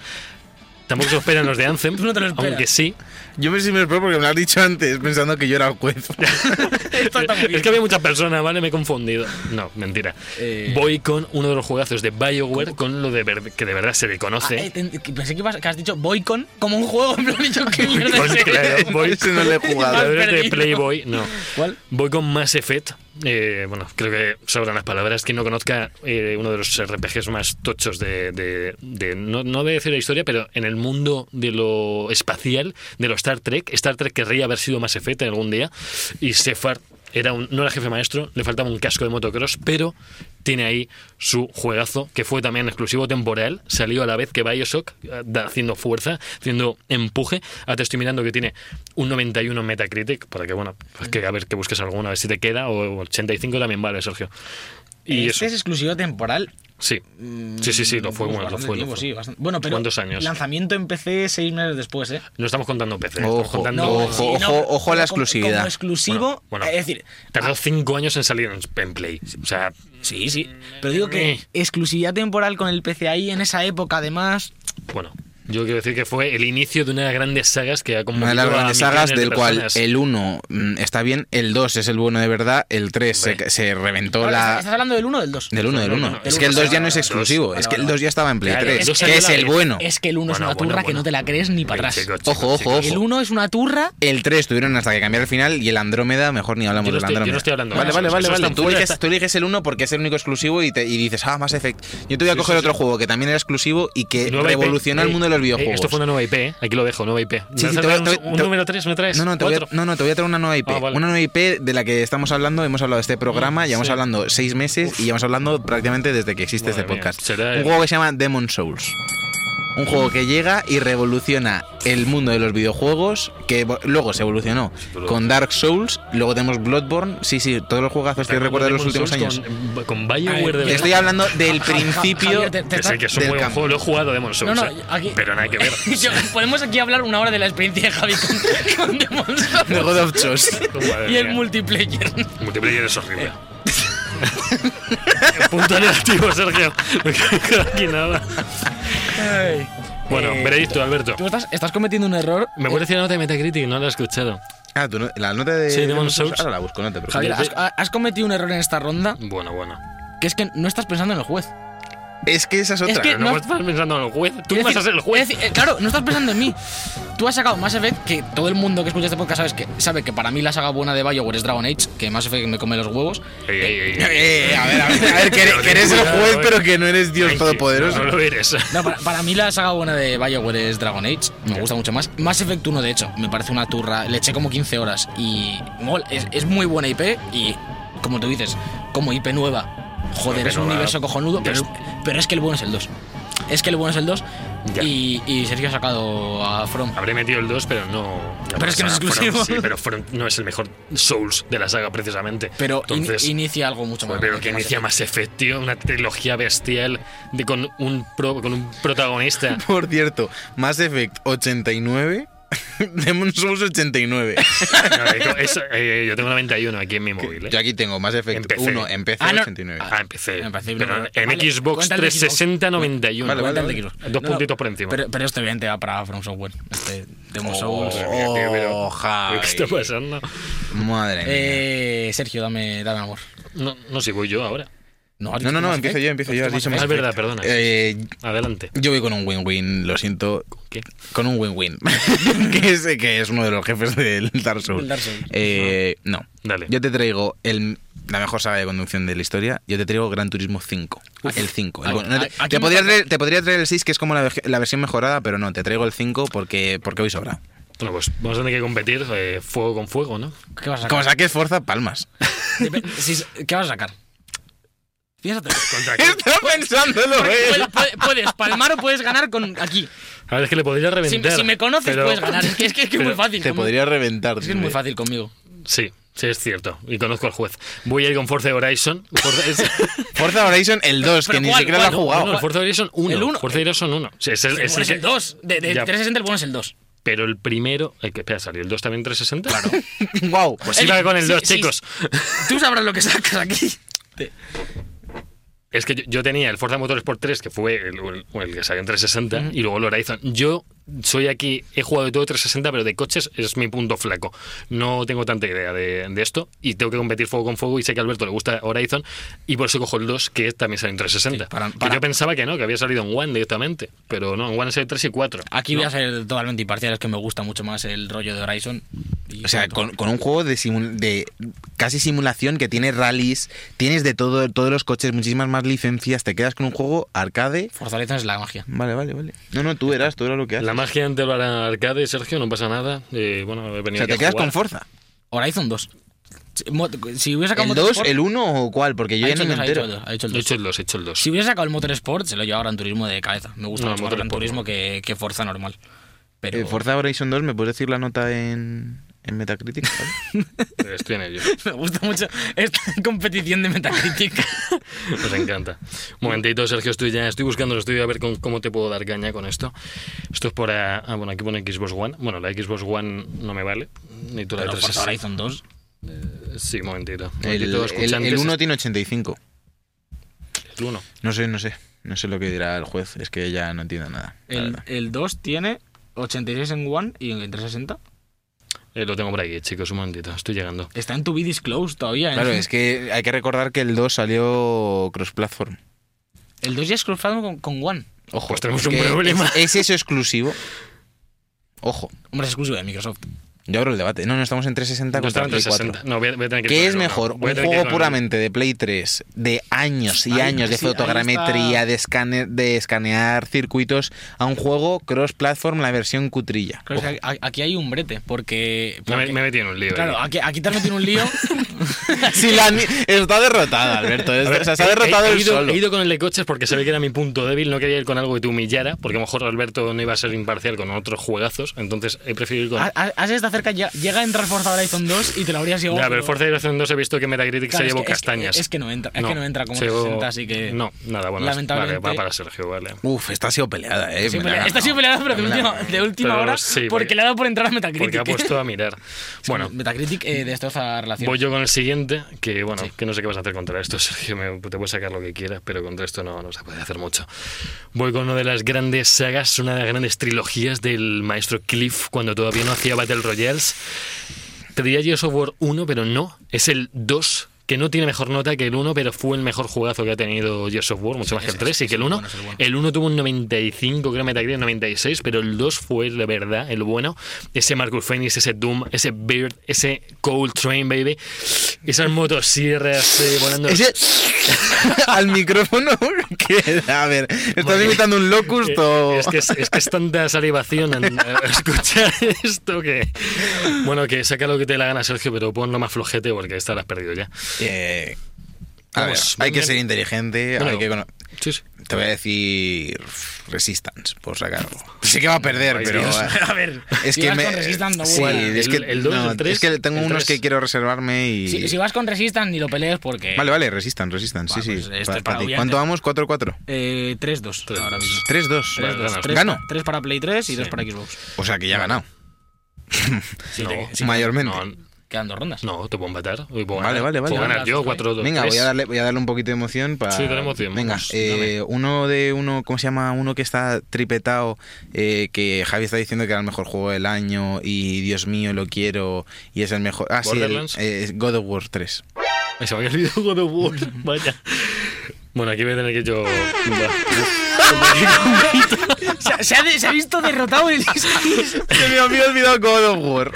Speaker 1: Tampoco se lo esperan los de Anthem,
Speaker 3: Tú no te lo esperas.
Speaker 1: aunque sí.
Speaker 2: Yo me sí me espero porque me lo has dicho antes, pensando que yo era el juez.
Speaker 3: Esto está muy bien.
Speaker 1: Es que había muchas personas, ¿vale? Me he confundido. No, mentira.
Speaker 3: Eh.
Speaker 1: Voy con uno de los juegazos de Bioware, con lo de ver- que de verdad se le
Speaker 3: Ah, eh,
Speaker 1: conoce.
Speaker 3: te- que pensé que, ibas- que has dicho Boycon como un juego. En plan, y yo, ¿qué mierda es
Speaker 1: Pues
Speaker 3: ese?
Speaker 1: claro, voy
Speaker 2: Ese no lo he jugado.
Speaker 1: Jugadores de
Speaker 3: perdido.
Speaker 1: Playboy, no.
Speaker 3: ¿Cuál?
Speaker 1: Voy con Mass Effect. Eh, bueno, creo que sobran las palabras. Quien no conozca eh, uno de los RPGs más tochos de. de- de- no, no de decir la historia, pero en el mundo de lo espacial, de lo Star Trek. Star Trek querría haber sido Mass Effect algún día. Y Sefar Era un- no era jefe maestro, le faltaba un casco de motocross, pero tiene ahí su juegazo, que fue también exclusivo temporal. Salió a la vez que Bioshock, eh, da- haciendo fuerza, haciendo empuje. Ahora te estoy mirando que tiene un 91 en Metacritic, para que, bueno, pues que a ver que busques alguna, a ver si te queda, o 85 también vale, Sergio. Y
Speaker 3: este es
Speaker 1: eso,
Speaker 3: exclusivo temporal.
Speaker 1: sí. Sí, sí, sí, lo fue,
Speaker 3: Mm,
Speaker 1: bueno, lo
Speaker 3: bastante
Speaker 1: fue. lo
Speaker 3: tiempo,
Speaker 1: fue.
Speaker 3: sí, bastante- Bueno, pero
Speaker 1: ¿Cuántos años?
Speaker 3: lanzamiento en PC seis meses después, ¿eh?
Speaker 1: No estamos contando PC, estamos
Speaker 2: Ojo,
Speaker 1: contando...
Speaker 2: ojo, ojo, ojo a la
Speaker 3: pero como-
Speaker 2: exclusividad.
Speaker 3: Como exclusivo,
Speaker 1: Bueno, bueno.
Speaker 3: es decir,
Speaker 2: Ah.
Speaker 1: Tardó cinco años en salir en, en Play. O sea,
Speaker 3: sí, sí, pero digo
Speaker 1: Eh.
Speaker 3: que exclusividad temporal con el PC ahí en esa época además,
Speaker 1: bueno, yo quiero decir que fue el inicio de una de las grandes sagas que ha
Speaker 2: Una
Speaker 1: conmovido
Speaker 2: de las
Speaker 1: a
Speaker 2: grandes
Speaker 1: millones
Speaker 2: sagas
Speaker 1: de
Speaker 2: del cual
Speaker 1: personas.
Speaker 2: el 1 está bien, el 2 es el bueno de verdad, el 3 se,
Speaker 1: Hombre.
Speaker 2: se reventó
Speaker 3: Ahora, ¿estás-
Speaker 2: la...
Speaker 3: ¿Estás hablando del 1 o del 2?
Speaker 2: Del 1, del
Speaker 1: del
Speaker 2: 1.
Speaker 1: uno.
Speaker 2: Es que el 2 ya no es
Speaker 1: Dos.
Speaker 2: exclusivo,
Speaker 1: Vale,
Speaker 2: es que el
Speaker 1: vale.
Speaker 2: 2 ya estaba en Play
Speaker 1: Claro, el
Speaker 2: 3,
Speaker 1: dos
Speaker 2: que
Speaker 1: salió
Speaker 2: es
Speaker 1: la
Speaker 2: el
Speaker 1: vez.
Speaker 2: bueno.
Speaker 3: Es que el 1 es
Speaker 1: Bueno,
Speaker 3: una
Speaker 1: bueno,
Speaker 3: turra que
Speaker 1: bueno.
Speaker 3: no te la crees ni para
Speaker 1: Chicos,
Speaker 3: atrás.
Speaker 1: chicos,
Speaker 2: Ojo,
Speaker 1: chicos,
Speaker 2: ojo,
Speaker 3: El
Speaker 1: chicos.
Speaker 3: 1 es una turra
Speaker 2: El 3 tuvieron hasta que cambiar el final y el Andrómeda, mejor ni hablamos
Speaker 1: Yo no
Speaker 2: del
Speaker 1: estoy- yo no
Speaker 2: Andrómeda.
Speaker 1: estoy hablando de
Speaker 2: Vale,
Speaker 1: eso,
Speaker 2: vale,
Speaker 1: eso
Speaker 2: vale.
Speaker 1: está
Speaker 2: vale.
Speaker 1: en
Speaker 2: Tú,
Speaker 1: fuera,
Speaker 2: eliges,
Speaker 1: está-
Speaker 2: tú eliges el 1 porque es el único exclusivo y, te, y dices, ah, Mass Effect. Yo te voy a
Speaker 1: Sí,
Speaker 2: coger
Speaker 1: sí,
Speaker 2: otro
Speaker 1: sí.
Speaker 2: juego que también era exclusivo y que
Speaker 1: Nueva IP.
Speaker 2: revolucionó el
Speaker 1: Eh,
Speaker 2: mundo de
Speaker 1: eh,
Speaker 2: los videojuegos.
Speaker 1: Esto fue una nueva IP, eh. aquí lo dejo, nueva IP.
Speaker 2: Sí, sí,
Speaker 1: ¿Me
Speaker 2: te voy a-
Speaker 1: haces
Speaker 2: te
Speaker 1: un,
Speaker 2: voy-
Speaker 1: un
Speaker 2: te-
Speaker 1: número 3, me traes?
Speaker 2: No, no, te voy a,
Speaker 1: ¿Cuatro?
Speaker 2: no, no, te voy a traer una nueva IP.
Speaker 1: Ah, vale. Mm,
Speaker 2: Una nueva IP de la que estamos hablando, hemos hablado de este programa, llevamos
Speaker 1: sí.
Speaker 2: hablando seis meses y llevamos hablando prácticamente desde que existe
Speaker 1: Madre
Speaker 2: este
Speaker 1: mía,
Speaker 2: podcast.
Speaker 1: será
Speaker 2: Un
Speaker 1: el-
Speaker 2: juego que se llama Demon Souls. Un juego que llega y revoluciona el mundo de los videojuegos, que vo- luego se evolucionó con Dark Souls, luego tenemos Bloodborne, sí, sí, todos los juegazos que recuerdo de los
Speaker 1: Demon
Speaker 2: últimos
Speaker 1: Souls
Speaker 2: años.
Speaker 1: Con, con Bioware de verdad.
Speaker 2: Estoy hablando del
Speaker 3: Ja- ja-
Speaker 2: principio...
Speaker 3: Javier, te- te
Speaker 1: Que
Speaker 3: está-
Speaker 1: sé que es un
Speaker 2: del
Speaker 1: buen
Speaker 2: campo.
Speaker 1: juego, lo he jugado Demon Souls.
Speaker 3: No, no,
Speaker 1: eh.
Speaker 3: aquí-
Speaker 1: Pero nada que ver.
Speaker 3: Yo- podemos aquí hablar una hora de la experiencia de Javi con, con Demon's Souls
Speaker 2: de God of Chos.
Speaker 1: Pues, Madre
Speaker 3: y el Eh.
Speaker 1: mía.
Speaker 3: multiplayer.
Speaker 1: Multiplayer es horrible. Punto negativo, Sergio. No queda aquí nada. Bueno,
Speaker 3: Eh,
Speaker 1: veredicto, Alberto.
Speaker 3: Tú eh. estás, estás cometiendo un error.
Speaker 1: Me puedes decir la nota de Metacritic, no la he escuchado.
Speaker 2: Ah, tú no- la nota de...
Speaker 1: Sí, Demon Souls.
Speaker 2: Ahora la busco, no te preocupes.
Speaker 3: Javier,
Speaker 1: yo te-
Speaker 3: has, has cometido un error en esta ronda
Speaker 1: Bueno, bueno.
Speaker 3: que es que no estás pensando en el juez.
Speaker 2: Es que esa es otra.
Speaker 3: que
Speaker 1: Pero no,
Speaker 3: no-
Speaker 1: estás pensando en el juez. Tú
Speaker 3: Es
Speaker 1: vas
Speaker 3: decir-
Speaker 1: a ser el juez.
Speaker 3: es decir, eh, claro, no estás pensando en mí. Tú has sacado Mass Effect, que todo el mundo que escucha este podcast sabes que, sabe que para mí la saga buena de Bioware es Dragon Age, que Mass Effect me come los huevos.
Speaker 1: Ey, ey, ey, ey.
Speaker 2: Eh, eh, a ver, a ver, a ver, que, eres- que eres el
Speaker 1: Cuidado,
Speaker 2: juez,
Speaker 1: eh.
Speaker 2: pero que no eres Dios
Speaker 1: Tranqui,
Speaker 2: Todopoderoso.
Speaker 1: No lo eres.
Speaker 3: No, para, para mí la saga buena de Bioware es Dragon Age, me gusta mucho más. Mass Effect 1, de hecho, me parece una turra, le eché como 15 horas y mol, es, es muy buena IP y, como tú dices, como IP nueva, joder,
Speaker 1: IP
Speaker 3: es un
Speaker 1: nueva,
Speaker 3: universo cojonudo,
Speaker 1: ya
Speaker 3: pero, pero es que el bueno es el 2. Es que el bueno es el 2
Speaker 1: Ya.
Speaker 3: y, y Sergio ha sacado a From.
Speaker 1: Habré metido el 2, pero no.
Speaker 3: Pero es que no es
Speaker 1: Front,
Speaker 3: exclusivo.
Speaker 1: sí, pero Front no es el mejor Souls de la saga, precisamente.
Speaker 3: Pero in-
Speaker 1: Entonces,
Speaker 3: inicia algo mucho más.
Speaker 1: Joder, Pero que
Speaker 3: Mass
Speaker 1: inicia
Speaker 3: Effect.
Speaker 1: más Effect, tío, una trilogía bestial de con un pro- con un protagonista.
Speaker 2: Por cierto, Mass Effect 89, Demon Souls 89.
Speaker 1: No, eh, eso, eh, yo tengo 91 aquí en mi móvil. eh.
Speaker 2: Yo aquí tengo Mass Effect
Speaker 1: Empecé.
Speaker 2: 1, empecé
Speaker 3: Ah, no.
Speaker 2: 89.
Speaker 1: Ah, empecé.
Speaker 3: Me parece
Speaker 1: Pero
Speaker 3: bien.
Speaker 1: en
Speaker 3: Vale,
Speaker 1: Xbox
Speaker 3: cuenta el de
Speaker 1: 360 91.
Speaker 2: Vale, vale,
Speaker 3: Cuenta el de
Speaker 2: vale.
Speaker 3: Xbox.
Speaker 1: Dos
Speaker 3: No,
Speaker 1: puntitos por encima.
Speaker 3: Pero, pero esto evidentemente va para From Software. Este, Demon Souls.
Speaker 1: Madre mía, tío, pero-
Speaker 2: Oh, Javi.
Speaker 1: ¿Qué está pasando?
Speaker 2: Madre mía.
Speaker 3: Eh, Sergio, dame, dame amor.
Speaker 1: No, no sé, voy yo ahora.
Speaker 3: has
Speaker 2: no,
Speaker 3: dicho
Speaker 2: no, no,
Speaker 3: Mass
Speaker 2: empiezo
Speaker 3: Effect.
Speaker 2: yo, empiezo yo. Has dicho
Speaker 1: Ah,
Speaker 2: Mass
Speaker 1: es verdad,
Speaker 2: Effect.
Speaker 1: perdona.
Speaker 2: Eh,
Speaker 1: Adelante.
Speaker 2: yo voy con un win-win, lo siento.
Speaker 1: ¿Qué?
Speaker 2: Con un win-win. que, es, que es uno de los jefes del Dark Souls.
Speaker 3: Del Dark Souls.
Speaker 2: Eh, no.
Speaker 1: Dale.
Speaker 2: Yo te traigo el, la mejor saga de conducción de la historia. Yo te traigo Gran Turismo 5. el 5. el
Speaker 3: Aquí-
Speaker 2: bueno. No te,
Speaker 3: aquí
Speaker 2: te
Speaker 3: me
Speaker 2: podría
Speaker 3: falta-
Speaker 2: traer, te podría traer el 6, que es como la, vej- la versión mejorada, pero no, te traigo el 5 porque, porque hoy sobra.
Speaker 1: Bueno, pues vamos a tener que competir eh, fuego con fuego, ¿no?
Speaker 3: ¿Qué vas a
Speaker 2: Como
Speaker 3: sacar?
Speaker 2: saques fuerza, palmas.
Speaker 3: Dep- si- ¿Qué vas a sacar? Piénsate.
Speaker 1: Contra aquí.
Speaker 2: Está
Speaker 3: Pues,
Speaker 2: pensándolo, eh.
Speaker 3: Puedes, puedes- puedes palmar o puedes ganar con aquí.
Speaker 1: A ver, es que le podría
Speaker 3: Si,
Speaker 1: reventar.
Speaker 3: si me conoces,
Speaker 1: pero-
Speaker 3: puedes ganar. Es que es, que es muy
Speaker 1: pero-
Speaker 3: fácil.
Speaker 2: Te
Speaker 3: como-
Speaker 2: podría reventar.
Speaker 3: Es que es muy fácil conmigo.
Speaker 1: Sí, sí, es cierto. Y conozco al juez. Voy a ir con Forza Horizon. Forza, es-
Speaker 2: Forza Horizon el 2, que
Speaker 3: Pero
Speaker 2: ni
Speaker 3: ¿cuál,
Speaker 2: siquiera
Speaker 3: cuál?
Speaker 2: lo ha jugado.
Speaker 1: No, el Forza Horizon 1.
Speaker 3: El uno.
Speaker 1: Forza Horizon 1. Sí, es el,
Speaker 3: El
Speaker 1: es
Speaker 3: bueno es
Speaker 1: el
Speaker 3: el
Speaker 1: que-
Speaker 3: 2. De, de
Speaker 1: Ya.
Speaker 3: 360 el bueno es el 2.
Speaker 1: Pero el primero. El que, espera, ¿salió el 2 también 360? Claro.
Speaker 2: wow.
Speaker 1: Pues iba con el
Speaker 3: Sí,
Speaker 1: 2,
Speaker 3: sí,
Speaker 1: chicos.
Speaker 3: Tú sabrás lo que sacas aquí.
Speaker 1: Es que yo, yo tenía el Forza Motorsport 3, que fue el, el- el que salió en 360, y luego el Horizon. Yo soy aquí, he jugado de todo 360, pero de coches es mi punto flaco. No tengo tanta idea de, de esto y tengo que competir fuego con fuego. Y sé que a Alberto le gusta Horizon, y por eso cojo el 2, que también sale en 360.
Speaker 3: Sí, para-
Speaker 1: Que
Speaker 3: para-
Speaker 1: yo pensaba que no, que había salido en One directamente, pero no, en One salió 3 y 4.
Speaker 3: Aquí
Speaker 1: ¿no?
Speaker 3: voy a ser totalmente imparcial. Es que me gusta mucho más el rollo de Horizon. y-
Speaker 2: O sea, con, con un juego de, simu- de casi simulación que tiene rallies, tienes de todo, todos los coches, muchísimas más licencias, te quedas con un juego arcade.
Speaker 3: Forza Horizon es la magia.
Speaker 2: Vale, vale, vale. No, no, tú eras, tú eras lo que haces.
Speaker 1: La magia ante el arcade, Sergio, no pasa nada. Eh, bueno, he
Speaker 2: O
Speaker 1: venido
Speaker 2: sea,
Speaker 1: aquí
Speaker 2: te
Speaker 1: a
Speaker 2: quedas
Speaker 1: jugar.
Speaker 2: con fuerza.
Speaker 3: Horizon 2. Mo- Si hubiera sacado
Speaker 2: ¿El 2,
Speaker 3: Motorsport-
Speaker 2: el 1 o cuál? Porque yo
Speaker 3: ha
Speaker 2: ya
Speaker 3: dicho
Speaker 2: no me
Speaker 3: el dos, ha dicho el
Speaker 2: entero.
Speaker 3: dos, ha dicho el
Speaker 1: He
Speaker 3: dos.
Speaker 1: hecho el 2, he hecho el 2.
Speaker 3: Si hubiera sacado el Motorsport, se lo llevaba Gran Turismo de cabeza. Me gusta
Speaker 1: No,
Speaker 3: mucho más Gran
Speaker 1: Motorsport,
Speaker 3: Turismo
Speaker 1: no.
Speaker 3: que, que Forza normal. Pero
Speaker 2: Eh, Forza Horizon 2, ¿me puedes decir la nota en, en Metacritic? por favor?
Speaker 1: Estoy en ello.
Speaker 3: me gusta mucho esta competición de Metacritic.
Speaker 1: Nos Pues encanta. Un momentito, Sergio, estoy ya, estoy buscando el estudio a ver con- cómo te puedo dar caña con esto. Esto es por ah, ah, bueno, aquí pone Xbox One. Bueno, la Xbox One no me vale. Ni tú la
Speaker 3: Pero
Speaker 1: de
Speaker 3: Forza
Speaker 1: 360.
Speaker 3: Horizon 2.
Speaker 1: Sí, un momentito. Un
Speaker 2: El,
Speaker 1: momentito,
Speaker 2: el,
Speaker 1: escuchantes,
Speaker 2: 1 tiene 85.
Speaker 1: el uno.
Speaker 2: No sé, no sé. No sé lo que dirá el juez. Es que ya no entiendo nada. la
Speaker 3: El,
Speaker 2: verdad.
Speaker 3: el 2 tiene 86 en One y en 360.
Speaker 1: Eh, lo tengo por aquí, chicos, un momentito. Estoy llegando.
Speaker 3: Está en tu be disclosed todavía. ¿eh?
Speaker 2: Claro, es que hay que recordar que el 2 salió cross-platform.
Speaker 3: El 2 ya es cruzado con, con One.
Speaker 2: Ojo,
Speaker 1: Pues tenemos
Speaker 2: es
Speaker 1: un
Speaker 2: que
Speaker 1: problema.
Speaker 2: ¿Es, es eso exclusivo? Ojo,
Speaker 3: Hombre, es exclusivo de Microsoft.
Speaker 2: yo abro el debate. No, no, estamos en 360
Speaker 1: No
Speaker 2: contra
Speaker 1: estaba en
Speaker 2: Play
Speaker 1: 360.
Speaker 2: 4.
Speaker 1: No, voy a, voy a tener que ir con
Speaker 2: ¿Qué es
Speaker 1: el uno.
Speaker 2: mejor?
Speaker 1: Voy a
Speaker 2: ¿Un
Speaker 1: tener que ir
Speaker 2: juego
Speaker 1: con el uno.
Speaker 2: puramente de Play 3 de años y
Speaker 3: Ahí,
Speaker 2: años de
Speaker 3: sí, ahí
Speaker 2: fotogrametría,
Speaker 3: está.
Speaker 2: de, escane- de escanear circuitos a un juego cross-platform, la versión cutrilla?
Speaker 3: Claro,
Speaker 2: Ojo.
Speaker 3: es que a- aquí hay un brete, porque...
Speaker 1: Me,
Speaker 3: porque-
Speaker 1: me he metido en un lío.
Speaker 3: claro,
Speaker 1: aquí.
Speaker 3: aquí, aquí te has metido en un lío.
Speaker 2: Si la ni- está derrotada, Alberto. es-
Speaker 1: A ver,
Speaker 2: o sea, se
Speaker 1: he-
Speaker 2: ha derrotado
Speaker 1: he, he
Speaker 2: él
Speaker 1: ido,
Speaker 2: solo.
Speaker 1: he ido con el de coches porque sabía que era mi punto débil, no quería ir con algo que te humillara, porque a lo mejor Alberto no iba a ser imparcial con otros juegazos, entonces he preferido ir con...
Speaker 2: Ah,
Speaker 3: Ha- ha- Has estado cerca, ya- llega a entrar Forza Horizon 2 y te lo habrías llevado.
Speaker 1: Ya, pero
Speaker 3: pero-
Speaker 1: el Forza Horizon 2 he visto que Metacritic
Speaker 3: Claro,
Speaker 1: se
Speaker 3: es
Speaker 1: llevó
Speaker 3: que- es que-
Speaker 1: castañas.
Speaker 3: es que no entra- es que no entra como
Speaker 1: se llevó-
Speaker 3: 60, así que-
Speaker 1: No, nada, bueno. es-
Speaker 3: Lamentablemente-
Speaker 1: Vale, va para Sergio, vale.
Speaker 2: Uf, esta ha sido peleada, eh.
Speaker 3: Sí,
Speaker 2: Me la
Speaker 3: pelea-
Speaker 2: ha
Speaker 3: Esta ha sido
Speaker 2: ganado.
Speaker 3: peleada, pero
Speaker 2: Me
Speaker 3: de
Speaker 2: la ha
Speaker 3: última,
Speaker 2: ganado.
Speaker 3: de última
Speaker 1: Pero
Speaker 3: hora,
Speaker 1: sí,
Speaker 3: porque
Speaker 1: porque-
Speaker 3: le ha dado por entrar a
Speaker 1: Porque
Speaker 3: Metacritic.
Speaker 1: ha puesto a mirar. Bueno,
Speaker 3: Metacritic eh, destroza relaciones.
Speaker 1: voy yo con el siguiente, que bueno, que no sé qué vas a hacer contra esto, Sergio, me- te puedes sacar lo que quieras, pero contra esto no, no se puede hacer mucho. Voy con una de las grandes sagas, una de las grandes trilogías del maestro Cliff cuando todavía no hacía Battle Royales. Te diría Gears of War 1, pero no, es el 2 que no tiene mejor nota que el 1, pero fue el mejor jugazo que ha tenido Gears of War, mucho más que el
Speaker 3: ese-
Speaker 1: 3 y
Speaker 3: ese
Speaker 1: que el
Speaker 3: es
Speaker 1: 1.
Speaker 3: bueno, ese es bueno.
Speaker 1: El 1 tuvo un 95, creo Metacritic 96, pero el 2 fue de verdad el bueno. Ese Marcus Phoenix, ese Doom, ese Beard, ese Cold Train, baby. Esas motosierras eh, volando.
Speaker 2: Ese- al micrófono que- a ver estás
Speaker 1: Bueno,
Speaker 2: imitando un
Speaker 1: Eh,
Speaker 2: locust o
Speaker 1: Es que es, es que es tanta salivación en- a escuchar esto que. Bueno, que saca lo que te la gana, Sergio, pero ponlo más flojete porque esta la has perdido ya.
Speaker 2: Eh, a ver,
Speaker 1: Vamos,
Speaker 2: hay que
Speaker 1: venga.
Speaker 2: ser inteligente
Speaker 1: Bueno.
Speaker 2: hay que cono-
Speaker 1: Sí, sí.
Speaker 2: te voy a decir resistance por sacarlo sí que va a perder
Speaker 1: Ay,
Speaker 2: pero
Speaker 1: Dios.
Speaker 2: eh,
Speaker 3: A ver,
Speaker 2: es
Speaker 3: si
Speaker 2: que
Speaker 3: vas
Speaker 2: me
Speaker 3: con Resistance, no
Speaker 2: sí,
Speaker 3: vuela.
Speaker 2: es que
Speaker 1: El- el dos,
Speaker 2: no,
Speaker 1: el tres,
Speaker 2: es que tengo
Speaker 1: el
Speaker 2: unos
Speaker 1: tres.
Speaker 2: que quiero reservarme y
Speaker 3: Si, si vas con Resistance, ni lo pelees porque.
Speaker 2: vale vale resistance resistance
Speaker 3: Va,
Speaker 2: sí sí
Speaker 3: pues
Speaker 2: pa-
Speaker 3: este para
Speaker 2: para ti.
Speaker 3: huyentes.
Speaker 2: cuánto vamos 4 4
Speaker 3: Eh, 3-2
Speaker 1: Tres,
Speaker 3: ahora
Speaker 1: dos.
Speaker 3: mismo.
Speaker 2: 3 2
Speaker 1: Tres, dos.
Speaker 3: Tres-
Speaker 2: gano
Speaker 3: Tres para Play 3 y
Speaker 1: Sí.
Speaker 3: dos para Xbox.
Speaker 2: o sea que ya ha ganado
Speaker 1: No,
Speaker 2: mayormente
Speaker 1: no,
Speaker 3: Quedan dos rondas.
Speaker 1: no, te puedo empatar. Uy, puedo
Speaker 2: Vale,
Speaker 1: ganar.
Speaker 2: vale, vale,
Speaker 1: Puedo
Speaker 2: vale.
Speaker 1: ganar yo, 4 2
Speaker 2: Venga, voy a, darle, voy a darle un poquito de emoción para.
Speaker 1: Sí, dale emoción,
Speaker 2: Venga,
Speaker 1: vamos,
Speaker 2: eh, uno de uno, ¿cómo se llama? Uno que está tripetado, eh, que Javi está diciendo que era el mejor juego del año y Dios mío, lo quiero y es el mejor. Ah, sí, el-
Speaker 1: ¿Borderlands?
Speaker 2: eh, es God of War 3.
Speaker 1: Ay, Se me había olvidado God of War. Vaya. Bueno, aquí voy a tener que yo.
Speaker 3: Se, ha- se ha, de- se ha visto derrotado el.
Speaker 2: Se me había olvidado God of War.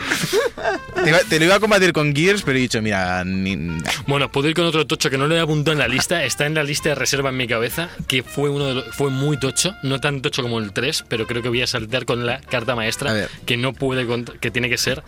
Speaker 2: te, iba- te lo iba a combatir con Gears, pero he dicho, mira, ni-
Speaker 1: Bueno, puedo ir con otro tocho que no le he apuntado en la lista. Está en la lista de reserva en mi cabeza, que fue uno de los- fue muy tocho, no tan tocho como el 3, pero creo que voy a saltar con la carta
Speaker 2: A
Speaker 1: maestra
Speaker 2: ver.
Speaker 1: que no puede cont- que tiene que ser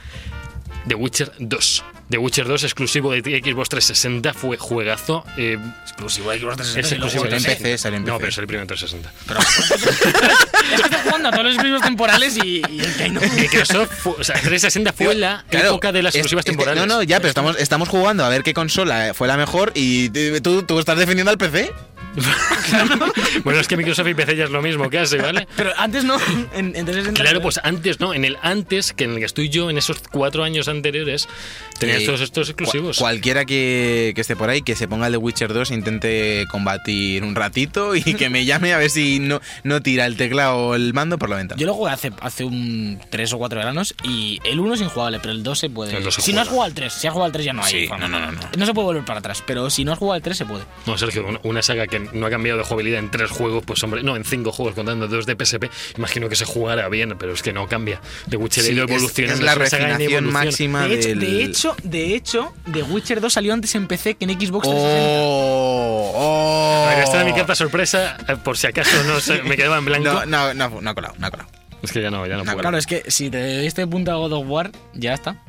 Speaker 1: The Witcher 2. The Witcher 2 exclusivo de Xbox 360 fue juegazo. eh,
Speaker 3: Exclusivo de Xbox 360.
Speaker 1: es
Speaker 3: y luego
Speaker 1: exclusivo
Speaker 2: salió en
Speaker 3: PC.
Speaker 2: PC, salió en
Speaker 1: No,
Speaker 2: PC.
Speaker 1: pero es el primero en 360.
Speaker 3: Es que está jugando a todos los exclusivos temporales y, y el que no.
Speaker 1: Microsoft, fue- o sea, 360 fue la
Speaker 2: Claro,
Speaker 1: época de las
Speaker 2: es-
Speaker 1: exclusivas
Speaker 2: es que-
Speaker 1: temporales.
Speaker 2: no, no, ya, pero estamos, estamos jugando a ver qué consola eh, fue la mejor y eh, tú, tú estás defendiendo al PC.
Speaker 1: Bueno, es que Microsoft y PC ya es lo mismo casi, ¿vale?
Speaker 3: Pero antes no. En, en 360.
Speaker 1: Claro, pues antes, ¿no? En el antes, que en el que estoy yo, en esos cuatro años anteriores, tenías
Speaker 2: Sí.
Speaker 1: todos estos exclusivos.
Speaker 2: Cu- Eh, cualquiera que, que esté por ahí, que se ponga el de Witcher 2 e intente combatir un ratito y que me llame a ver si no, no tira el teclado o el mando por la ventana.
Speaker 3: Yo lo jugué hace, hace un 3 o 4 veranos y el 1 es injugable, pero el 2 se puede.
Speaker 1: El dos se
Speaker 3: si no has
Speaker 1: juega.
Speaker 3: jugado al 3, si has jugado al 3 ya no hay.
Speaker 2: Sí,
Speaker 3: forma.
Speaker 2: no, no, no, no.
Speaker 3: se puede volver para atrás, pero si no has jugado al 3 se puede.
Speaker 1: No, Sergio, un- una saga que no ha cambiado de jugabilidad en tres juegos, pues hombre, no, en cinco juegos, contando dos de PSP, imagino que se jugara bien, pero es que no cambia. De Witcher
Speaker 2: Sí,
Speaker 1: ha ido
Speaker 2: es-
Speaker 1: evolucionando.
Speaker 2: es la
Speaker 1: una saga en
Speaker 2: refinación
Speaker 1: evolución.
Speaker 2: máxima
Speaker 3: De hecho,
Speaker 2: del...
Speaker 3: de hecho, de hecho, The Witcher 2 salió antes en PC que en
Speaker 1: Oh,
Speaker 3: Xbox 360.
Speaker 2: ¡Oh! ¡Oh!
Speaker 1: Ahora está mi carta sorpresa, eh, por si acaso no se- me quedaba en blanco.
Speaker 2: No, no, no, no ha colado, no ha colado.
Speaker 1: Es que ya no, ya no
Speaker 2: No,
Speaker 1: puedo.
Speaker 3: este Claro, es que si te diste punta a God of War, ya está.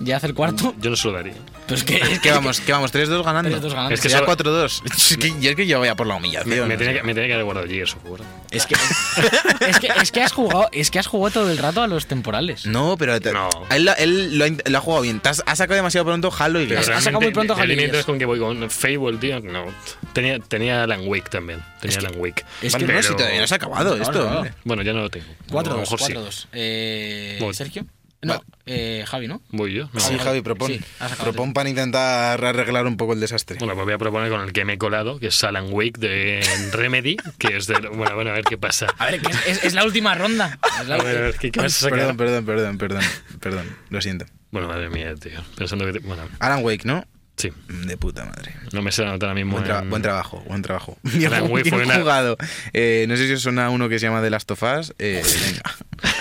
Speaker 3: ya hace el cuarto.
Speaker 1: Yo no se lo daría.
Speaker 3: Pero es que,
Speaker 2: Es que vamos, que vamos 3-2 ganando.
Speaker 3: 3-2 ganando.
Speaker 1: Es que
Speaker 2: Ya
Speaker 1: solo-
Speaker 2: 4-2. Es que, y es que yo voy a por la
Speaker 1: Me,
Speaker 2: humillación.
Speaker 1: me
Speaker 2: o
Speaker 1: tenía
Speaker 2: sea.
Speaker 1: que, me tenía que haber guardado Gears of War.
Speaker 2: Es que.
Speaker 3: es que, es que has jugado, es que has jugado todo el rato a los
Speaker 1: Mm,
Speaker 3: temporales.
Speaker 2: No, pero te-
Speaker 1: No.
Speaker 2: él, lo- él lo, ha int- lo ha jugado bien. Te has- Ha sacado demasiado pronto Halo y
Speaker 1: Pero
Speaker 2: Gears.
Speaker 3: ha sacado
Speaker 1: realmente,
Speaker 3: muy pronto
Speaker 1: el
Speaker 3: Halo y
Speaker 1: límite
Speaker 3: Gears.
Speaker 1: es con que voy con Fable, tío. No. Tenía, tenía Alan Wake también. Tenía Alan Wake.
Speaker 3: es
Speaker 2: Vale,
Speaker 3: que
Speaker 2: no,
Speaker 1: Pero-
Speaker 2: si todavía no se ha acabado
Speaker 3: No,
Speaker 2: esto.
Speaker 3: no, no.
Speaker 2: hombre.
Speaker 1: Bueno, ya no lo tengo. A lo
Speaker 3: 4-2,
Speaker 1: mejor sí.
Speaker 3: 4-2. Eh,
Speaker 1: Voy.
Speaker 3: Sergio. No,
Speaker 2: Va.
Speaker 3: eh, Javi, ¿no?
Speaker 1: Voy yo. No.
Speaker 2: Sí, Javi, propón.
Speaker 3: Sí, has acabado.
Speaker 2: propón para intentar arreglar un poco el desastre.
Speaker 1: Bueno, pues voy a proponer con el que me he colado, que es Alan Wake de Remedy, que es de... Bueno, bueno, a ver qué pasa.
Speaker 3: A ver, que es, es- es la última ronda. Es la
Speaker 1: A ver, a
Speaker 3: última.
Speaker 1: ver, ¿qué, qué vas a sacar?
Speaker 2: Perdón, perdón, perdón, perdón, perdón. Lo siento.
Speaker 1: Bueno, madre mía, tío. Pensando que... te- Bueno,
Speaker 2: Alan Wake, ¿no?
Speaker 1: sí.
Speaker 2: De puta madre.
Speaker 1: No me sé anotar ahora mismo
Speaker 2: Buen, traba-
Speaker 1: en-
Speaker 2: buen trabajo, buen trabajo. Bien,
Speaker 1: Alan Wake fue una-
Speaker 2: jugado. Eh, no sé si os suena uno que se llama The Last of Us. Eh, venga.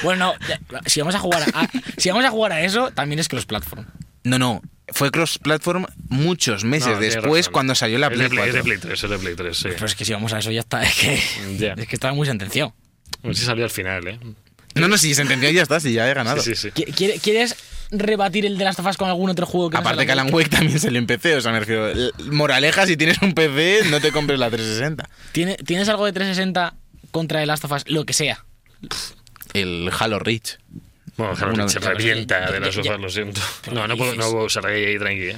Speaker 3: Bueno, no, ya, si vamos a jugar a, a- si vamos a jugar a eso, también es cross platform.
Speaker 2: No, no. Fue cross-platform muchos meses
Speaker 1: No, tienes
Speaker 2: después
Speaker 1: razón.
Speaker 2: cuando salió la
Speaker 1: Es
Speaker 2: Play,
Speaker 1: de Es de
Speaker 2: 4.
Speaker 1: Play 3, es de Play 3, sí.
Speaker 3: Pero es que si vamos a eso ya está, es que
Speaker 1: Ya.
Speaker 3: es que estaba muy sentenciado.
Speaker 1: A ver si salió al final, ¿eh?
Speaker 2: No, no, si se entendió ya está, si ya he ganado.
Speaker 1: Sí, sí, sí.
Speaker 3: ¿Qui- quiere- ¿Quieres rebatir el de las tofas con algún otro juego que no sea
Speaker 2: Aparte que Alan Wake también salió en PC, o sea, me refiero. l- Moraleja, si tienes un PC, no te compres la 360.
Speaker 3: ¿Tiene- ¿Tienes algo de 360 contra el Last of Us? Lo que sea.
Speaker 2: El Halo Reach.
Speaker 1: Bueno,
Speaker 2: Alguna
Speaker 1: Harold se
Speaker 2: vez.
Speaker 1: revienta de
Speaker 3: Ya,
Speaker 1: las
Speaker 3: ya.
Speaker 1: sofás, lo siento. No, no
Speaker 3: ¿qué
Speaker 1: puedo,
Speaker 3: dices?
Speaker 1: no puedo usar ahí, ahí tranqui. ¿eh?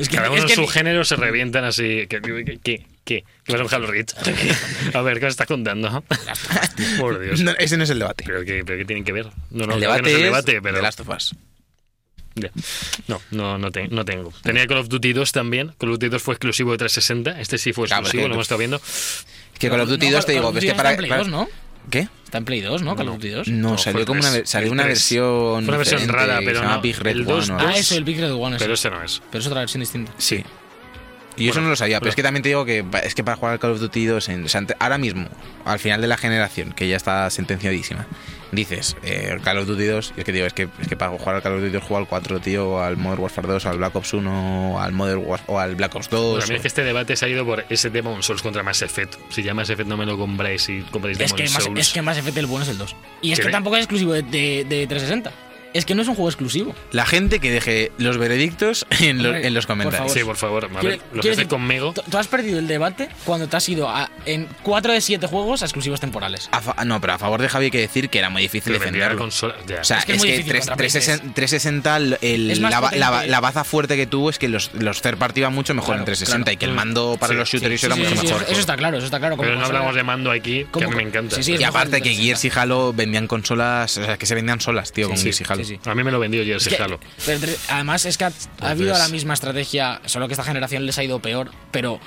Speaker 3: Es que,
Speaker 1: Cada uno
Speaker 3: es
Speaker 1: en
Speaker 3: que
Speaker 1: su
Speaker 3: ni-
Speaker 1: género se revientan así. ¿Qué? ¿Qué? ¿Qué? ¿Qué? ¿Qué pasa con Halo Reach? A ver, ¿qué me estás contando? Por Dios.
Speaker 2: No, ese no es el debate.
Speaker 1: ¿Pero qué, ¿Pero qué tienen que ver? No, no,
Speaker 2: el
Speaker 1: creo que no
Speaker 2: debate
Speaker 1: es
Speaker 2: es
Speaker 1: el debate, pero...
Speaker 2: The Last of Us.
Speaker 1: Ya. No, no, no, te- no tengo. Tenía Call of Duty 2 también. Call of Duty 2 fue exclusivo de 360. Este sí fue
Speaker 2: Claro,
Speaker 1: exclusivo,
Speaker 2: porque
Speaker 1: lo hemos estado viendo.
Speaker 2: Que Call of Duty 2 te
Speaker 3: Call
Speaker 2: digo, es
Speaker 3: of Duty
Speaker 2: que
Speaker 3: está
Speaker 2: para.
Speaker 3: en Play
Speaker 2: para-
Speaker 3: 2, ¿no?
Speaker 2: ¿Qué?
Speaker 3: Está en Play 2, ¿no? Call of Duty 2.
Speaker 2: No,
Speaker 1: No,
Speaker 2: salió
Speaker 1: fue
Speaker 2: como una,
Speaker 1: tres.
Speaker 2: ver- salió
Speaker 1: El
Speaker 2: una
Speaker 1: tres.
Speaker 2: versión.
Speaker 1: Fue una versión
Speaker 2: diferente,
Speaker 1: rara,
Speaker 2: que
Speaker 1: pero
Speaker 2: se llama
Speaker 1: no.
Speaker 2: Big Red
Speaker 1: El dos-
Speaker 2: One o algo
Speaker 3: Ah,
Speaker 2: así.
Speaker 3: eso, el Big Red One. ese.
Speaker 1: Pero ese no es.
Speaker 3: Pero es otra versión distinta.
Speaker 2: Sí. Y eso
Speaker 1: Bueno,
Speaker 2: no lo sabía, pero
Speaker 1: bueno.
Speaker 2: es que también te digo que pa- es que para jugar al Call of Duty 2, en, o sea, ante- ahora mismo, al final de la generación, que ya está sentenciadísima, dices eh, Call of Duty 2, y es que digo, es que, es que para jugar al Call of Duty 2 juega al 4, tío, o al Modern Warfare 2, o al Black Ops 1, o al, Modern War- o al Black Ops 2.
Speaker 1: Para mí es que este debate se ha ido por ese Demon Souls contra Mass Effect. Si ya Mass Effect no me lo compráis, si compráis
Speaker 3: Es
Speaker 1: Demon
Speaker 3: que, más,
Speaker 1: Souls.
Speaker 3: es que más Effect el bueno es el 2. Y es
Speaker 1: Sí,
Speaker 3: que
Speaker 1: ve.
Speaker 3: tampoco es exclusivo de, de- de 360. Es que no es un juego exclusivo.
Speaker 2: La gente que deje los veredictos en, lo-
Speaker 3: Hombre,
Speaker 2: en los
Speaker 3: por
Speaker 2: comentarios.
Speaker 1: Sí, por favor, a ver,
Speaker 3: Quiero-
Speaker 1: lo
Speaker 3: quiero
Speaker 1: que
Speaker 3: decir,
Speaker 1: haces conmigo.
Speaker 3: Tú tú has perdido el debate cuando te has ido a- en 4 de 7 juegos a exclusivos temporales.
Speaker 2: A fa- no, pero a favor de Javi hay que decir que era muy difícil
Speaker 1: Pero vendría la
Speaker 2: defenderlo.
Speaker 1: consola. Ya.
Speaker 2: O sea,
Speaker 3: Es
Speaker 2: es
Speaker 3: que
Speaker 2: que,
Speaker 3: es muy difícil
Speaker 2: tres-
Speaker 3: contra
Speaker 2: 360, 360 el- el-
Speaker 3: Es más
Speaker 2: la, ba- la, ba-
Speaker 3: potente.
Speaker 2: la baza fuerte que tuvo es que los, los third party iban mucho mejor
Speaker 3: Claro,
Speaker 2: en 360
Speaker 3: claro. Mm,
Speaker 2: y que el mando para
Speaker 1: Sí,
Speaker 2: los
Speaker 3: Sí,
Speaker 2: shooters
Speaker 3: sí,
Speaker 2: era
Speaker 3: sí,
Speaker 2: mucho
Speaker 3: sí,
Speaker 2: mejor.
Speaker 3: Eso está claro, eso está claro. como
Speaker 1: pero no
Speaker 3: consola-
Speaker 1: hablamos de mando aquí, que
Speaker 3: ¿Cómo
Speaker 1: a mí
Speaker 3: co-
Speaker 1: me encanta.
Speaker 3: Sí, sí,
Speaker 2: y
Speaker 3: es
Speaker 2: aparte
Speaker 3: mejor
Speaker 2: que
Speaker 3: el
Speaker 2: Gears y Halo vendían consolas, o sea, que se vendían solas, tío, con
Speaker 1: Sí,
Speaker 2: Gears y Halo.
Speaker 3: sí, sí.
Speaker 1: A mí me lo vendió
Speaker 3: Es
Speaker 1: Jersey
Speaker 3: que-
Speaker 1: Halo.
Speaker 3: pero entre- además es que ha, ha habido la misma estrategia, solo que esta generación les ha ido peor, pero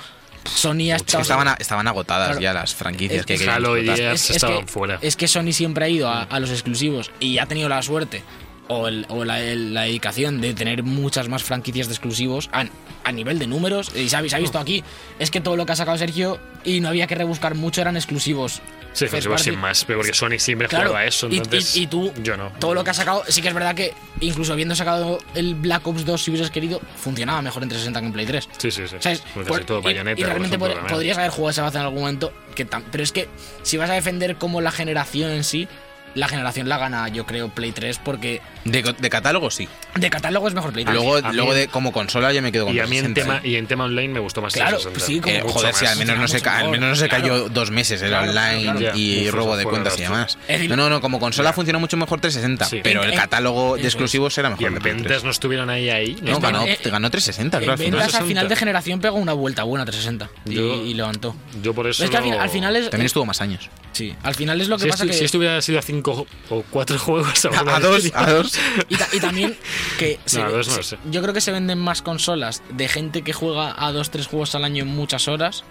Speaker 3: Sony ha
Speaker 2: Es que
Speaker 3: estado...
Speaker 2: Estaban, estaban agotadas
Speaker 3: Claro.
Speaker 2: ya las franquicias
Speaker 3: Es-
Speaker 2: que
Speaker 3: es-
Speaker 2: querían
Speaker 1: Halo y
Speaker 2: explotar.
Speaker 1: Gears. estaban fuera.
Speaker 3: es que Sony siempre ha ido a, a los exclusivos y ha tenido la suerte o, el- o la, el- la dedicación de tener muchas más franquicias de exclusivos a, a nivel de números. Y se ha, vi- se ha visto aquí, es que todo lo que ha sacado Sergio y no había que rebuscar mucho eran exclusivos.
Speaker 1: Sí,
Speaker 3: First
Speaker 1: exclusivos sin
Speaker 3: party.
Speaker 1: más, pero porque Sony siempre
Speaker 3: Claro,
Speaker 1: jugaba a eso.
Speaker 3: y- y-
Speaker 1: Entonces,
Speaker 3: y, tú,
Speaker 1: Yo no.
Speaker 3: todo lo que has sacado, sí que es verdad que incluso habiendo sacado el Black Ops 2, si hubieses querido, funcionaba mejor en 360 que en Play 3.
Speaker 1: Sí, sí, sí.
Speaker 3: O sea, es-
Speaker 1: Porque
Speaker 3: por-
Speaker 1: soy pues todo
Speaker 3: y-
Speaker 1: bayoneta.
Speaker 3: y,
Speaker 1: por
Speaker 3: realmente
Speaker 1: ejemplo,
Speaker 3: pod-
Speaker 1: también.
Speaker 3: podrías haber jugado esa baza en algún momento. Que tam- pero es que si vas a defender como la generación en sí, la generación la gana, yo creo, Play 3, porque
Speaker 2: De, co- de catálogo sí.
Speaker 3: de catálogo es mejor Play Eh, 3.
Speaker 2: luego
Speaker 1: a mí-
Speaker 2: luego de, como consola yo me quedo con ¿eh?
Speaker 1: Y a mí en
Speaker 2: 360,
Speaker 1: tema, y en tema online me gustó más
Speaker 3: Claro,
Speaker 1: 360.
Speaker 3: sí, como-
Speaker 2: Eh,
Speaker 1: Mucho
Speaker 2: joder, si
Speaker 1: más.
Speaker 2: al menos, no se, ca- al menos no se
Speaker 3: Claro.
Speaker 2: cayó dos meses el
Speaker 3: Claro,
Speaker 2: online
Speaker 3: claro,
Speaker 1: claro.
Speaker 2: y
Speaker 1: Ya,
Speaker 2: robo de
Speaker 1: fuera
Speaker 2: cuentas y
Speaker 1: de
Speaker 2: demás.
Speaker 3: Es decir-
Speaker 2: No, no, no, como consola funcionó mucho mejor 360,
Speaker 1: Sí.
Speaker 2: pero
Speaker 3: En-
Speaker 2: el
Speaker 3: en-
Speaker 2: catálogo
Speaker 3: eso
Speaker 2: de
Speaker 3: es.
Speaker 2: exclusivos era
Speaker 1: Y
Speaker 2: mejor.
Speaker 1: en
Speaker 2: de Play
Speaker 1: ventas
Speaker 2: 3.
Speaker 1: no estuvieron ahí, ahí.
Speaker 2: No, ganó,
Speaker 3: en- en-
Speaker 2: ganó 360,
Speaker 3: En
Speaker 2: claro. al final.
Speaker 3: ventas al
Speaker 1: 360.
Speaker 3: final de generación pegó una vuelta buena 360 y-
Speaker 1: Yo-
Speaker 3: y, levantó.
Speaker 1: Yo por eso.
Speaker 3: Pero es que al, fin-
Speaker 1: no-
Speaker 3: al final es.
Speaker 2: También estuvo más años.
Speaker 3: sí, al final es lo que
Speaker 1: Si,
Speaker 3: pasa
Speaker 1: estu-
Speaker 3: que.
Speaker 1: si esto hubiera sido a 5 o 4 juegos,
Speaker 2: A,
Speaker 1: alguna
Speaker 2: dos,
Speaker 1: vez-
Speaker 2: a dos.
Speaker 3: Y, ta- y también que se-
Speaker 1: No, dos no
Speaker 3: se-
Speaker 1: sé.
Speaker 3: yo creo que se venden más consolas de gente que juega a dos tres juegos al año en muchas horas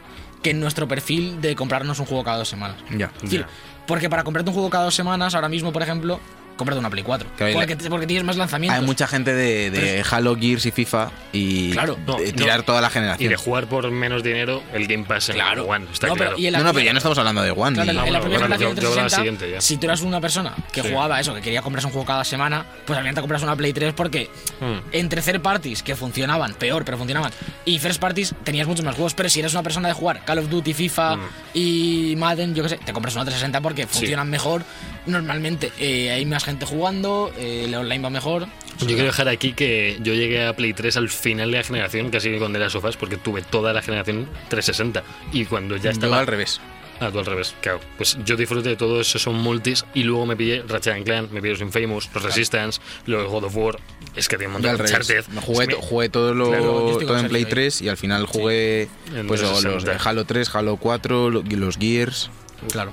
Speaker 3: que en nuestro perfil de comprarnos un juego cada dos semanas.
Speaker 2: Ya.
Speaker 3: Es decir,
Speaker 1: Ya.
Speaker 3: porque para comprarte un juego cada dos semanas, ahora mismo, por ejemplo, comprarte una Play 4.
Speaker 2: Que hay la-
Speaker 3: Porque, te- porque tienes más lanzamientos.
Speaker 2: Hay mucha gente de, de Halo, Gears y FIFA y
Speaker 3: Claro.
Speaker 1: No,
Speaker 2: de
Speaker 1: no.
Speaker 2: tirar toda la
Speaker 1: Y
Speaker 2: generación.
Speaker 1: de jugar por menos dinero el Game Pass en
Speaker 3: Claro.
Speaker 1: One, está
Speaker 3: No, pero-
Speaker 1: claro.
Speaker 3: y en la-
Speaker 2: No, no, pero ya no estamos hablando de One.
Speaker 3: Claro,
Speaker 2: ni-
Speaker 3: en la, en la
Speaker 1: Vamos,
Speaker 3: primera
Speaker 1: bueno,
Speaker 3: generación
Speaker 1: yo- yo hablaba
Speaker 3: 360,
Speaker 1: siguiente ya.
Speaker 3: si tú eras una persona que
Speaker 1: Sí.
Speaker 3: jugaba eso, que quería comprarse un juego cada semana, pues al final te compras una Play 3 porque
Speaker 1: Mm.
Speaker 3: entre third parties que funcionaban, peor, pero funcionaban, y first parties tenías muchos más juegos, pero si eres una persona de jugar Call of Duty, FIFA
Speaker 1: Mm.
Speaker 3: y Madden, yo qué sé, te compras una 360 porque funcionan mejor, normalmente eh, hay más gente jugando, eh, el online va mejor.
Speaker 1: Yo
Speaker 3: O sea,
Speaker 1: quiero dejar aquí que yo llegué a Play 3 al final de la generación, casi con de las sofás, porque tuve toda la generación 360. Y cuando ya
Speaker 2: Yo
Speaker 1: estaba.
Speaker 2: al revés.
Speaker 1: Ah, tú al revés, claro. Pues yo disfruté de todo eso, son multis, y luego me pillé Ratchet and Clank, me pillé los Infamous, los Resistance, los God of War. Es que tiene un
Speaker 2: Yo
Speaker 1: montón
Speaker 2: al
Speaker 1: de
Speaker 2: revés.
Speaker 1: Uncharted.
Speaker 2: Me Jugué,
Speaker 1: Es que me-
Speaker 2: jugué todo, lo,
Speaker 3: Claro, yo estoy con
Speaker 2: todo en
Speaker 3: Sergio
Speaker 2: Play
Speaker 3: ahí.
Speaker 2: 3 y al final jugué
Speaker 1: En
Speaker 2: pues, o
Speaker 1: 360.
Speaker 2: los de Halo 3, Halo 4, lo- los Gears.
Speaker 3: Claro.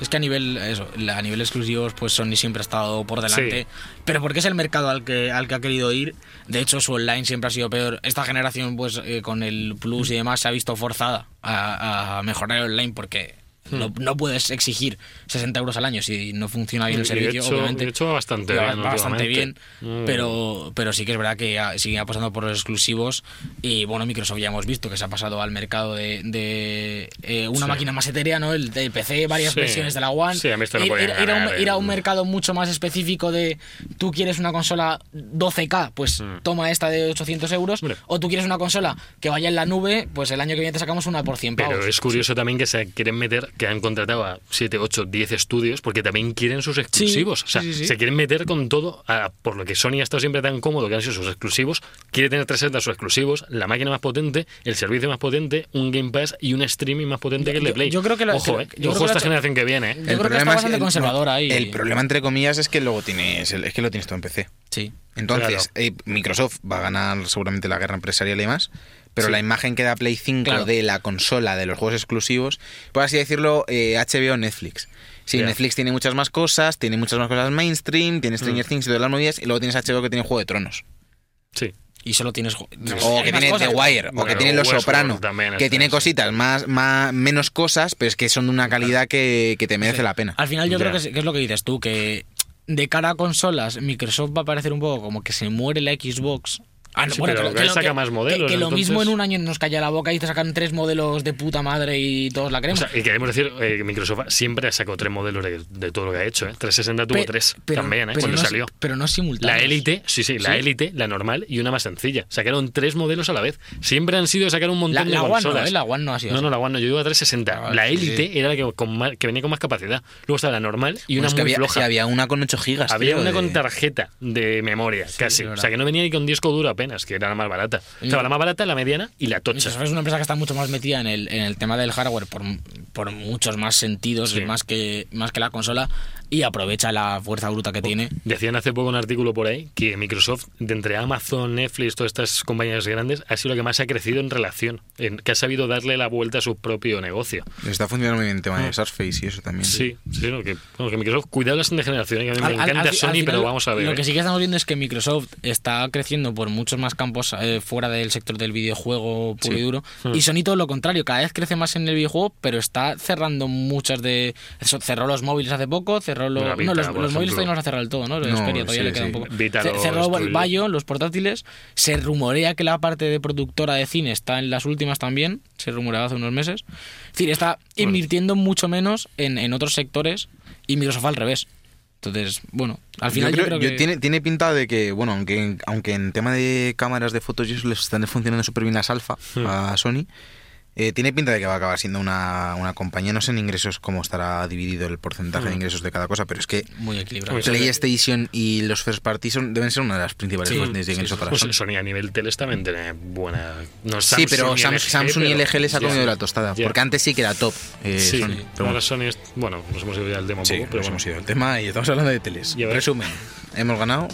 Speaker 3: Es que a nivel eso, la- a nivel exclusivos, pues Sony siempre ha estado por delante. Pero porque es el mercado al que, al que ha querido ir. De hecho, su online siempre ha sido peor. Esta generación, pues, eh, con el plus y demás, se ha visto forzada a, a mejorar el online porque
Speaker 1: Hmm.
Speaker 3: no, no puedes exigir 60 euros al año si no funciona bien el
Speaker 1: Y de
Speaker 3: servicio,
Speaker 1: hecho-
Speaker 3: obviamente.
Speaker 1: de hecho va bastante
Speaker 3: Va-
Speaker 1: bien
Speaker 3: va bastante bien,
Speaker 1: últimamente. Mm.
Speaker 3: pero, pero sí que es verdad que ah, sigue apostando por los exclusivos. Y bueno, Microsoft ya hemos visto que se ha pasado al mercado de, de, eh,
Speaker 1: Sí.
Speaker 3: una máquina más etérea, ¿no? El, el PC, varias
Speaker 1: Sí.
Speaker 3: versiones de la One.
Speaker 1: Sí, a mí esto no
Speaker 3: ir,
Speaker 1: podía
Speaker 3: ir- ir a un,
Speaker 1: ganar eh.
Speaker 3: ir a
Speaker 1: el-
Speaker 3: un mercado mucho más específico de tú quieres una consola 12K, pues toma esta de 800 euros.
Speaker 1: Mm. Hombre.
Speaker 3: O tú quieres una consola que vaya en la nube, pues el año que viene te sacamos una por 100 pavos.
Speaker 1: Pero es curioso también que se quieren meter, que han contratado a 7, 8, 10 estudios, porque también quieren sus exclusivos. o sea,
Speaker 3: sí, sí, sí.
Speaker 1: se quieren meter con todo, a- por lo que Sony ha estado siempre tan cómodo que han sido sus exclusivos. Quiere tener 360 sus exclusivos, la máquina más potente, el servicio más potente, un Game Pass y un streaming más potente que el de
Speaker 3: yo-
Speaker 1: Play.
Speaker 3: yo creo que la-
Speaker 1: ojo,
Speaker 3: que-
Speaker 1: eh,
Speaker 3: yo creo
Speaker 1: ojo
Speaker 3: que
Speaker 1: esta
Speaker 3: la-
Speaker 1: generación que viene. eh.
Speaker 3: Yo creo que está bastante
Speaker 2: no,
Speaker 3: conservadora ahí.
Speaker 2: El problema, entre comillas, es que luego tienes. el- Es que lo tienes todo en PC.
Speaker 3: Sí.
Speaker 2: Entonces, eh, Microsoft va a ganar seguramente la guerra empresarial y demás, pero la imagen que da Play 5
Speaker 3: Claro.
Speaker 2: de la consola, de los juegos exclusivos, por así decirlo, eh, HBO Netflix. Sí,
Speaker 1: Ya.
Speaker 2: Netflix tiene muchas más cosas, tiene muchas más cosas mainstream,
Speaker 3: Mm.
Speaker 2: tiene Stranger Things y todas las movidas, y luego tienes HBO que tiene Juego de Tronos.
Speaker 1: Sí.
Speaker 3: Y solo tienes. ju-
Speaker 2: O
Speaker 3: hay
Speaker 2: que
Speaker 3: más
Speaker 2: tiene
Speaker 3: cosas.
Speaker 2: The Wire, o que
Speaker 1: Bueno,
Speaker 2: tiene Los
Speaker 1: Westworld
Speaker 2: Soprano,
Speaker 1: también
Speaker 2: que
Speaker 1: está,
Speaker 2: tiene
Speaker 1: sí.
Speaker 2: cositas, más, más, menos cosas, pero es que son de una calidad que, que te merece la pena.
Speaker 3: Al final yo
Speaker 1: Ya.
Speaker 3: creo que es, que es lo que dices tú, que de cara a consolas, Microsoft va a parecer un poco como que se muere la Xbox. Ah, no,
Speaker 1: Sí, pero él saca más modelos,
Speaker 3: que- que lo
Speaker 1: entonces-
Speaker 3: mismo en un año nos calla la boca y te sacan tres modelos de puta madre y todos la
Speaker 1: O
Speaker 3: queremos.
Speaker 1: sea, y queremos decir eh, que Microsoft siempre ha sacado tres modelos de, de todo lo que ha hecho. eh. 360 tuvo
Speaker 3: Pe-
Speaker 1: tres
Speaker 3: pero-
Speaker 1: también, eh,
Speaker 3: pero
Speaker 1: cuando
Speaker 3: no-
Speaker 1: salió.
Speaker 3: Pero no
Speaker 1: La
Speaker 3: simultáneos.
Speaker 1: élite, sí, sí, la
Speaker 3: Sí.
Speaker 1: élite, la normal y una más sencilla. Sacaron tres modelos a la vez. Siempre han sido sacar un
Speaker 3: La,
Speaker 1: montón de
Speaker 3: la One no,
Speaker 1: consolas.
Speaker 3: ¿eh? la One no ha sido
Speaker 1: no,
Speaker 3: así.
Speaker 1: no, la One no, yo iba a 360.
Speaker 3: Ah,
Speaker 1: la
Speaker 3: sí,
Speaker 1: élite era la que, con más- que venía con más capacidad. Luego estaba la normal y
Speaker 2: Bueno,
Speaker 1: una
Speaker 2: es que
Speaker 1: muy
Speaker 2: había,
Speaker 1: floja.
Speaker 2: sí, había una con 8 gigas.
Speaker 1: Había
Speaker 2: tío,
Speaker 1: una
Speaker 2: de-
Speaker 1: con tarjeta de memoria, casi.
Speaker 3: es
Speaker 1: O
Speaker 3: verdad.
Speaker 1: sea, que no venía ni con disco duro apenas, que era la más barata. Estaba la más barata, la mediana y la tocha.
Speaker 3: Microsoft es una empresa que está mucho más metida en el, en el tema del hardware por, por muchos más sentidos,
Speaker 1: Sí.
Speaker 3: más, que, más que la consola, y aprovecha la fuerza bruta que tiene.
Speaker 1: Decían hace poco un artículo por ahí que Microsoft, de entre Amazon, Netflix, todas estas compañías grandes, ha sido la que más ha crecido en relación, en, que ha sabido darle la vuelta a su propio negocio.
Speaker 2: Les Está funcionando muy bien el
Speaker 3: Ah.
Speaker 2: tema de Surface y eso también.
Speaker 1: Sí, sí, no, que, bueno, que Microsoft, cuidado la siguiente generación, ¿eh? que a mí
Speaker 3: Al-
Speaker 1: me
Speaker 3: al-
Speaker 1: encanta
Speaker 3: al fi-
Speaker 1: Sony,
Speaker 3: al final,
Speaker 1: pero vamos a ver.
Speaker 3: Lo que
Speaker 1: ¿eh?
Speaker 3: sí que estamos viendo es que Microsoft está creciendo por muchos más campos eh, fuera del sector del videojuego puro
Speaker 2: Sí.
Speaker 3: y duro.
Speaker 1: Hmm.
Speaker 3: Y Sony todo lo contrario, cada vez crece más en el videojuego, pero está cerrando muchas de. eso, cerró los móviles hace poco, cerró los.
Speaker 1: La Vita,
Speaker 3: no, los,
Speaker 1: por
Speaker 3: los
Speaker 1: ejemplo.
Speaker 3: móviles todavía no los ha cerrado del todo, ¿no? La
Speaker 2: No,
Speaker 3: Xperia todavía
Speaker 2: sí,
Speaker 3: le
Speaker 2: sí.
Speaker 3: queda un poco.
Speaker 1: Vita
Speaker 3: Ce-
Speaker 1: lo
Speaker 3: cerró el
Speaker 1: destruyó.
Speaker 3: Bayo, los portátiles. Se rumorea que la parte de productora de cine está en las últimas también. Se rumoreaba hace unos meses. Es decir, está invirtiendo mucho menos en, en otros sectores y Microsoft al revés. Entonces, bueno, al final yo creo, que.
Speaker 2: tiene, tiene pinta de que, bueno, aunque en, aunque en tema de cámaras de fotos y eso les están funcionando súper bien las alfa
Speaker 3: Hmm.
Speaker 2: a Sony, eh, tiene pinta de que va a acabar siendo una, una compañía, no sé en ingresos cómo estará dividido el porcentaje
Speaker 3: Hmm.
Speaker 2: de ingresos de cada cosa, pero es que
Speaker 3: Muy equilibrado.
Speaker 1: Pues-
Speaker 2: PlayStation y los first party son, deben ser una de las principales
Speaker 3: Sí,
Speaker 2: fuentes de ingresos para
Speaker 1: Pues
Speaker 2: Sony.
Speaker 1: Sony a nivel teles también tiene buena. No,
Speaker 2: sí, pero Sam-
Speaker 1: Samsung,
Speaker 2: Samsung y LG les ha
Speaker 1: pero-
Speaker 2: comido la tostada,
Speaker 1: ya.
Speaker 2: porque antes sí que era top eh,
Speaker 1: Sí,
Speaker 2: Sony. pero bueno.
Speaker 1: ahora Sony es. Bueno, nos hemos ido ya al demo un
Speaker 2: Sí,
Speaker 1: poco,
Speaker 2: nos
Speaker 1: pero bueno.
Speaker 2: hemos ido del tema y estamos hablando de teles.
Speaker 1: Y a ver.
Speaker 2: Resumen, hemos ganado.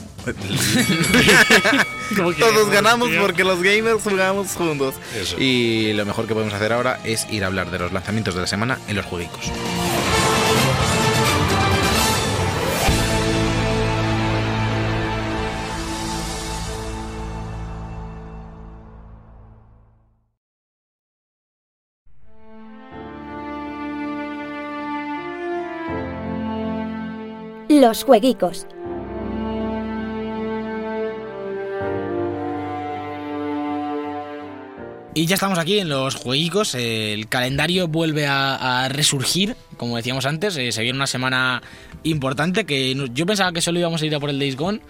Speaker 1: ¿Cómo que
Speaker 2: Todos
Speaker 1: hemos,
Speaker 2: ganamos
Speaker 1: tío?
Speaker 2: porque los gamers jugamos juntos.
Speaker 1: Eso.
Speaker 2: Y lo mejor que podemos hacer ahora es ir a hablar de los lanzamientos de la semana en los jueguicos.
Speaker 5: Los jueguicos.
Speaker 3: Y ya estamos aquí en los jueguicos. eh, El calendario vuelve a, a resurgir, como decíamos antes. eh, Se viene una semana importante que no- yo pensaba que solo íbamos a ir a por el Days Gone.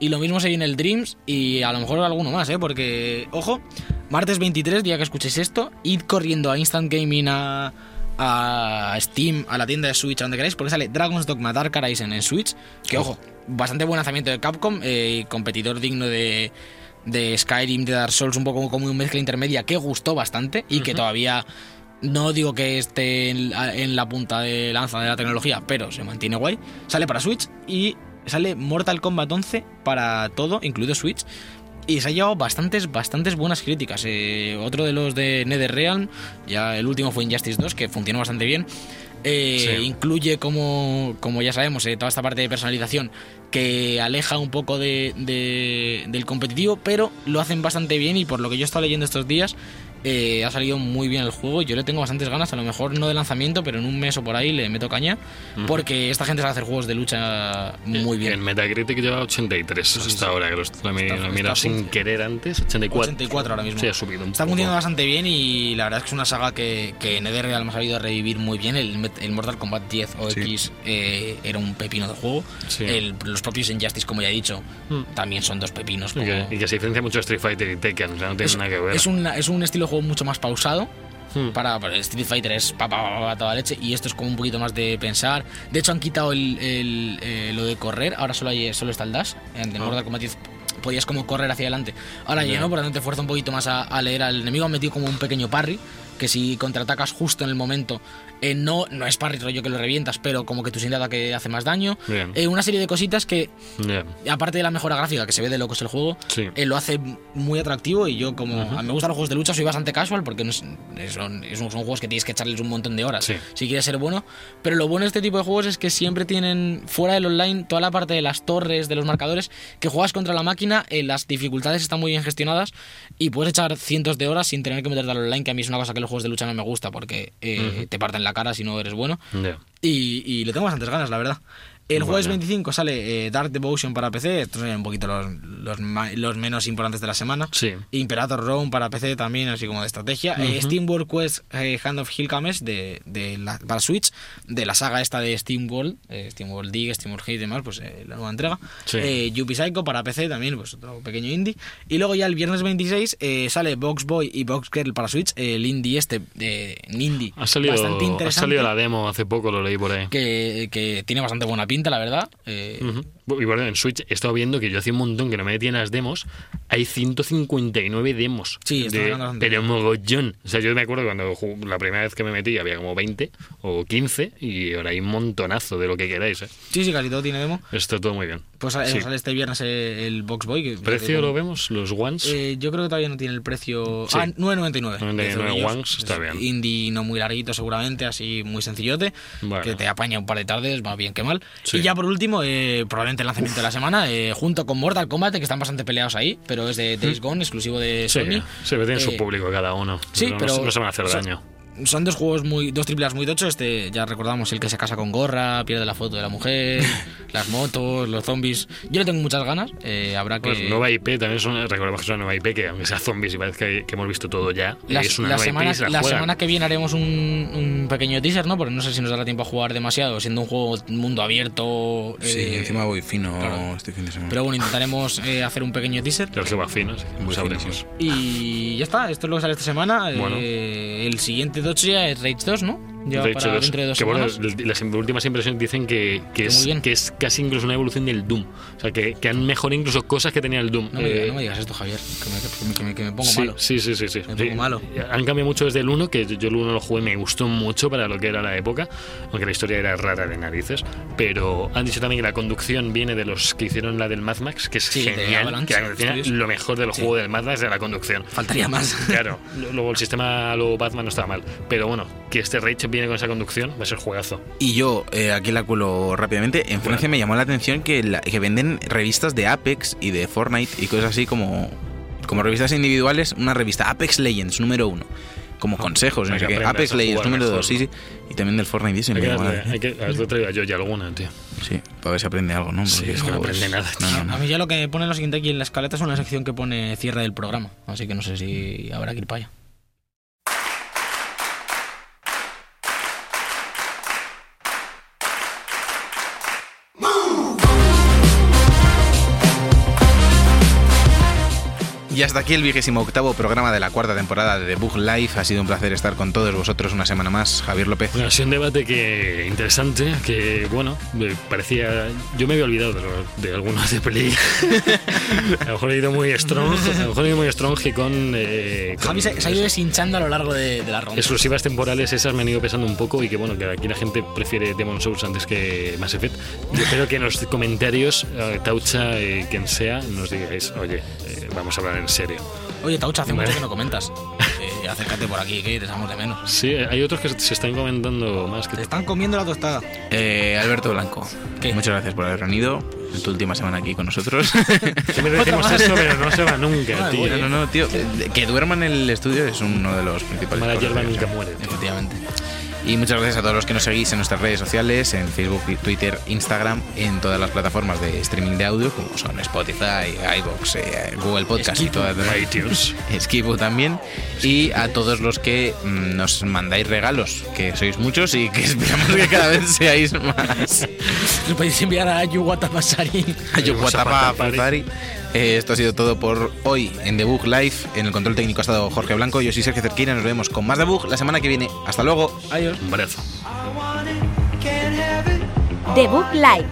Speaker 3: Y lo mismo se viene el Dreams y a lo mejor alguno más, ¿eh? Porque, ojo, martes 23, día que escuchéis esto, id corriendo a Instant Gaming a, a Steam, a la tienda de Switch, a donde queráis, porque sale Dragon's Dogma Dark Horizon en Switch. Que ojo, bastante buen lanzamiento de Capcom eh, y competidor digno de, de Skyrim, de Dark Souls, un poco como una mezcla intermedia que gustó bastante y que todavía no digo que esté en la, en la punta de lanza de la tecnología, pero se mantiene guay. Sale para Switch y sale Mortal Kombat 11 para todo, incluido Switch. Y se ha llevado bastantes, bastantes buenas críticas. Eh, otro de los de NetherRealm, ya el último fue Injustice 2, que funcionó bastante bien. Eh,
Speaker 1: Sí.
Speaker 3: Incluye, como, como ya sabemos, eh, toda esta parte de personalización que aleja un poco de- de- del competitivo, pero lo hacen bastante bien y por lo que yo he estado leyendo estos días, eh, ha salido muy bien el juego. Yo le tengo bastantes ganas, a lo mejor no de lanzamiento, pero en un mes o por ahí le meto caña, porque esta gente sabe hacer juegos de lucha muy bien.
Speaker 1: El Metacritic lleva 83 hasta ahora, que lo, lo he
Speaker 3: Está-
Speaker 1: lo he
Speaker 3: está
Speaker 1: mirado sin
Speaker 3: funcionando.
Speaker 1: querer antes. 84.
Speaker 3: 84 ahora mismo.
Speaker 1: Sí, ha subido un
Speaker 3: Está
Speaker 1: poco.
Speaker 3: funcionando bastante bien y la verdad es que es una saga que, que NetherRealm ha sabido revivir muy bien. El, Met- el Mortal Kombat 10 OX eh, era un pepino de juego.
Speaker 1: Sí.
Speaker 3: El- los propios Injustice, como ya he dicho,
Speaker 1: Mm.
Speaker 3: también son dos pepinos.
Speaker 1: Y
Speaker 3: como-
Speaker 1: que, y que se diferencia mucho de Street Fighter y Tekken, o sea, no tiene
Speaker 3: es,
Speaker 1: nada que ver.
Speaker 3: es una- es un estilo de juego mucho más pausado.
Speaker 1: Hmm.
Speaker 3: Para, para Street Fighter es pa, pa, pa, pa, toda leche y esto es como un poquito más de pensar. De hecho han quitado el, el, eh, lo de correr, ahora solo, hay, solo está el dash. En el
Speaker 1: Ah.
Speaker 3: Mortal Kombat 10 podías como correr hacia adelante. Ahora
Speaker 1: Ya.
Speaker 3: ya no, por lo tanto te fuerza un poquito más a, a leer al enemigo. Han metido como un pequeño parry, que si contraatacas justo en el momento, eh, no, no es parry rollo que lo revientas, pero como que tu sin que hace más daño.
Speaker 1: Bien.
Speaker 3: Eh, una serie de cositas que
Speaker 1: Ya.
Speaker 3: aparte de la mejora gráfica que se ve de locos el juego,
Speaker 1: Sí.
Speaker 3: eh, lo hace muy atractivo y yo como a mí me gustan los juegos de lucha soy bastante casual porque no es- son, es- son juegos que tienes que echarles un montón de horas
Speaker 1: Sí.
Speaker 3: si quieres ser bueno, pero lo bueno de este tipo de juegos es que siempre tienen fuera del online toda la parte de las torres, de los marcadores, que juegas contra la máquina, eh, las dificultades están muy bien gestionadas y puedes echar cientos de horas sin tener que meterte al online, que a mí es una cosa que en los juegos de lucha no me gusta porque eh, te parten la cara si no eres bueno.
Speaker 1: Ya.
Speaker 3: Y, y le tengo bastantes ganas, la verdad. El jueves 25 sale eh, Dark Devotion para PC. Estos son un poquito los, los ma- los menos importantes de la semana.
Speaker 1: Sí.
Speaker 3: Imperator Rome para PC también, así como de estrategia. Eh, Steam World Quest eh, Hand of Hillcames de, de la- para Switch, de la saga esta de Steam World, eh, Steam World Dig, Steam World Hate y demás, pues eh, la nueva entrega.
Speaker 1: Sí.
Speaker 3: Eh, Yuppie Psycho para PC también, pues otro pequeño indie. Y luego ya el viernes 26 eh, sale Box Boy y Box Girl para Switch, el indie este, de indie.
Speaker 1: Ha salido,
Speaker 3: bastante
Speaker 1: ha
Speaker 3: interesante
Speaker 1: salido la demo hace poco, lo leí por ahí.
Speaker 3: que, que tiene bastante buena pinta, la verdad. Eh,
Speaker 1: Ujú. Y bueno, en Switch he estado viendo que yo hacía un montón que no me metía en las demos. Hay 159 demos.
Speaker 3: Sí, está
Speaker 1: de,
Speaker 3: hablando bastante.
Speaker 1: pero mogollón. O sea, yo me acuerdo cuando ju- la primera vez que me metí había como 20 o 15 y ahora hay un montonazo de lo que queráis. ¿eh?
Speaker 3: Sí, sí, casi todo tiene demo.
Speaker 1: Está todo muy bien.
Speaker 3: Pues sale,
Speaker 1: Sí.
Speaker 3: sale este viernes eh, el Box Boy. que-
Speaker 1: ¿Precio lo vemos? ¿Los ones?
Speaker 3: Eh, yo creo que todavía no tiene el precio.
Speaker 1: Sí.
Speaker 3: Ah, 9.99.
Speaker 1: 99
Speaker 3: 10 euros.
Speaker 1: wanks, está
Speaker 3: Es
Speaker 1: bien.
Speaker 3: Indie no muy larguito, seguramente, así muy sencillote.
Speaker 1: Bueno.
Speaker 3: Que te apaña un par de tardes, más bien que mal.
Speaker 1: Sí.
Speaker 3: Y ya por último, eh, probablemente el lanzamiento de la semana, eh, junto con Mortal Kombat, que están bastante peleados ahí, pero es de Days Gone, exclusivo de
Speaker 1: sí,
Speaker 3: Sony.
Speaker 1: se meten en su
Speaker 3: Eh,
Speaker 1: público cada uno.
Speaker 3: Sí,
Speaker 1: no,
Speaker 3: pero
Speaker 1: no se van a hacer
Speaker 3: son-
Speaker 1: daño.
Speaker 3: Son dos juegos muy, dos triplas muy tochos. Este ya recordamos el que se casa con gorra, pierde la foto de la mujer, las motos, los zombies. Yo le tengo muchas ganas. eh, habrá que
Speaker 1: Bueno, nueva IP también es una, recordemos que es una nueva IP que aunque sea zombies y parezca que, que hemos visto todo ya,
Speaker 3: la,
Speaker 1: es una
Speaker 3: la
Speaker 1: nueva
Speaker 3: semana,
Speaker 1: IP y se la
Speaker 3: la
Speaker 1: juegan.
Speaker 3: semana que viene haremos un, un pequeño teaser, ¿no? Porque no sé si nos dará tiempo a jugar demasiado, siendo un juego mundo abierto.
Speaker 2: Sí,
Speaker 3: eh,
Speaker 2: encima voy fino
Speaker 3: claro.
Speaker 2: este fin de semana.
Speaker 3: Pero bueno, intentaremos eh, hacer un pequeño teaser.
Speaker 1: Creo que va fino, así que
Speaker 2: Muy
Speaker 1: sabremos.
Speaker 2: finísimo.
Speaker 3: Y ya está, esto es lo que sale esta semana.
Speaker 1: Bueno.
Speaker 3: eh, el siguiente tocho ya es Rage 2, ¿no? Ya
Speaker 1: De
Speaker 3: para
Speaker 1: hecho, los-
Speaker 3: dentro de dos
Speaker 1: que bueno,
Speaker 3: semanas.
Speaker 1: el- las últimas impresiones dicen que, que,
Speaker 3: Que
Speaker 1: es,
Speaker 3: muy bien.
Speaker 1: que es casi incluso una evolución del Doom. O sea, que, que han mejorado incluso cosas que tenía el Doom.
Speaker 3: No, me,
Speaker 1: Eh,
Speaker 3: digas- no me digas esto, Javier, que me, que me- que me pongo
Speaker 1: sí,
Speaker 3: malo.
Speaker 1: Sí, sí, sí. sí.
Speaker 3: Me pongo
Speaker 1: Sí.
Speaker 3: malo.
Speaker 1: Han cambiado mucho desde el 1, que yo el 1 lo jugué, me gustó mucho para lo que era la época, aunque la historia era rara de narices. Pero han dicho también que la conducción viene de los que hicieron la del Mad Max, que es
Speaker 3: Sí, de
Speaker 1: genial.
Speaker 3: Avalanche
Speaker 1: Que al final
Speaker 3: Studios.
Speaker 1: lo mejor del juego del Mad Max era la conducción.
Speaker 3: Faltaría más.
Speaker 1: Claro, lo- luego el sistema lo Batman no estaba mal. Pero bueno, que este Rage viene con esa conducción, va a ser juegazo.
Speaker 2: Y yo, eh, aquí la cuelo rápidamente, en Francia me llamó la atención que, la- que venden revistas de Apex y de Fortnite y cosas así como, como revistas individuales, una revista Apex Legends número uno, como consejos, no
Speaker 1: Para
Speaker 2: sé
Speaker 1: Ah, que
Speaker 2: qué,
Speaker 1: aprendas
Speaker 2: Apex
Speaker 1: a
Speaker 2: Legends
Speaker 1: jugar
Speaker 2: número
Speaker 1: mejor,
Speaker 2: dos, sí,
Speaker 1: ¿no?
Speaker 2: sí, y también del Fortnite y eso, y
Speaker 1: Hay
Speaker 2: me
Speaker 1: que,
Speaker 2: llamó la
Speaker 1: darle- hay que a ver, te traigo yo ya alguna, tío.
Speaker 2: atención. Sí, para ver si aprende algo, ¿no?
Speaker 1: Sí,
Speaker 2: Porque
Speaker 1: es que no aprende nada, tío.
Speaker 2: no, no,
Speaker 3: A
Speaker 2: no.
Speaker 3: mí ya lo que me pone lo siguiente aquí en la escaleta es una sección que pone cierre del programa, así que no sé si habrá que ir para allá.
Speaker 2: Y hasta aquí el vigésimo octavo programa de la cuarta temporada de The Bug Life. Ha sido un placer estar con todos vosotros una semana más. Javier López.
Speaker 1: Bueno, ha sido un debate que interesante, que bueno, me parecía. Yo me había olvidado de, lo- de algunos de peli. a lo mejor he ido muy strong, a lo mejor he ido muy strong que con. eh, con-
Speaker 3: Javi se, se ha ido deshinchando a lo largo de, de la ronda.
Speaker 1: exclusivas temporales esas me han ido pesando un poco y que bueno que aquí la gente prefiere Demon Souls antes que Mass Effect yo espero que en los comentarios eh, Taucha eh, quien sea nos digáis oye eh, vamos a hablar en serio
Speaker 3: Oye, Taucha, hace
Speaker 1: Vale.
Speaker 3: mucho que no comentas. Eh, acércate por aquí, que te echamos de menos.
Speaker 1: sí eh, hay otros que se están comentando más que
Speaker 3: Te están comiendo la tostada.
Speaker 2: Eh, Alberto Blanco.
Speaker 3: ¿Qué?
Speaker 2: Muchas gracias por haber venido. Es tu última semana aquí con nosotros.
Speaker 1: siempre decimos
Speaker 3: madre.
Speaker 1: eso pero no se va nunca
Speaker 3: Madre,
Speaker 1: tío
Speaker 2: no, no, no, tío. eh, Que duerma en el estudio es uno de los principales.
Speaker 1: mala hierba
Speaker 2: problemas. ¿eh?
Speaker 1: nunca muere tío.
Speaker 3: Efectivamente.
Speaker 2: Y muchas gracias a todos los que nos seguís en nuestras redes sociales, en Facebook, Twitter, Instagram, en todas las plataformas de streaming de audio, como son Spotify, iVoox, eh, Google Podcast y
Speaker 3: Skibo.
Speaker 2: todas
Speaker 1: iTunes
Speaker 2: Esquivo también. Y a todos los que mm, nos mandáis regalos, que sois muchos y que esperamos que cada vez seáis más.
Speaker 3: Nos podéis enviar a Yuwata Pasari.
Speaker 2: Yo,
Speaker 1: Vamos a
Speaker 2: guatapa,
Speaker 1: patar,
Speaker 2: Pazari. Eh, esto ha sido todo por hoy en The Bug Live. En el control técnico ha estado Jorge Blanco. Yo soy Sergio Cerquina. Nos vemos con más The Bug la semana que viene. Hasta luego.
Speaker 3: Adiós.
Speaker 1: un brazo
Speaker 4: The Book Live,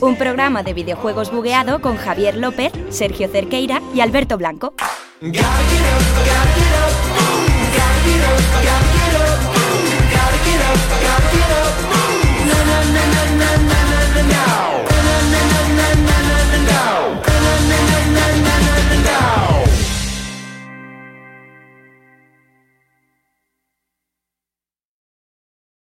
Speaker 4: un programa de videojuegos bugueado con Javier López, Sergio Cerqueira y Alberto Blanco.
Speaker 5: Gotta get up, gotta get up,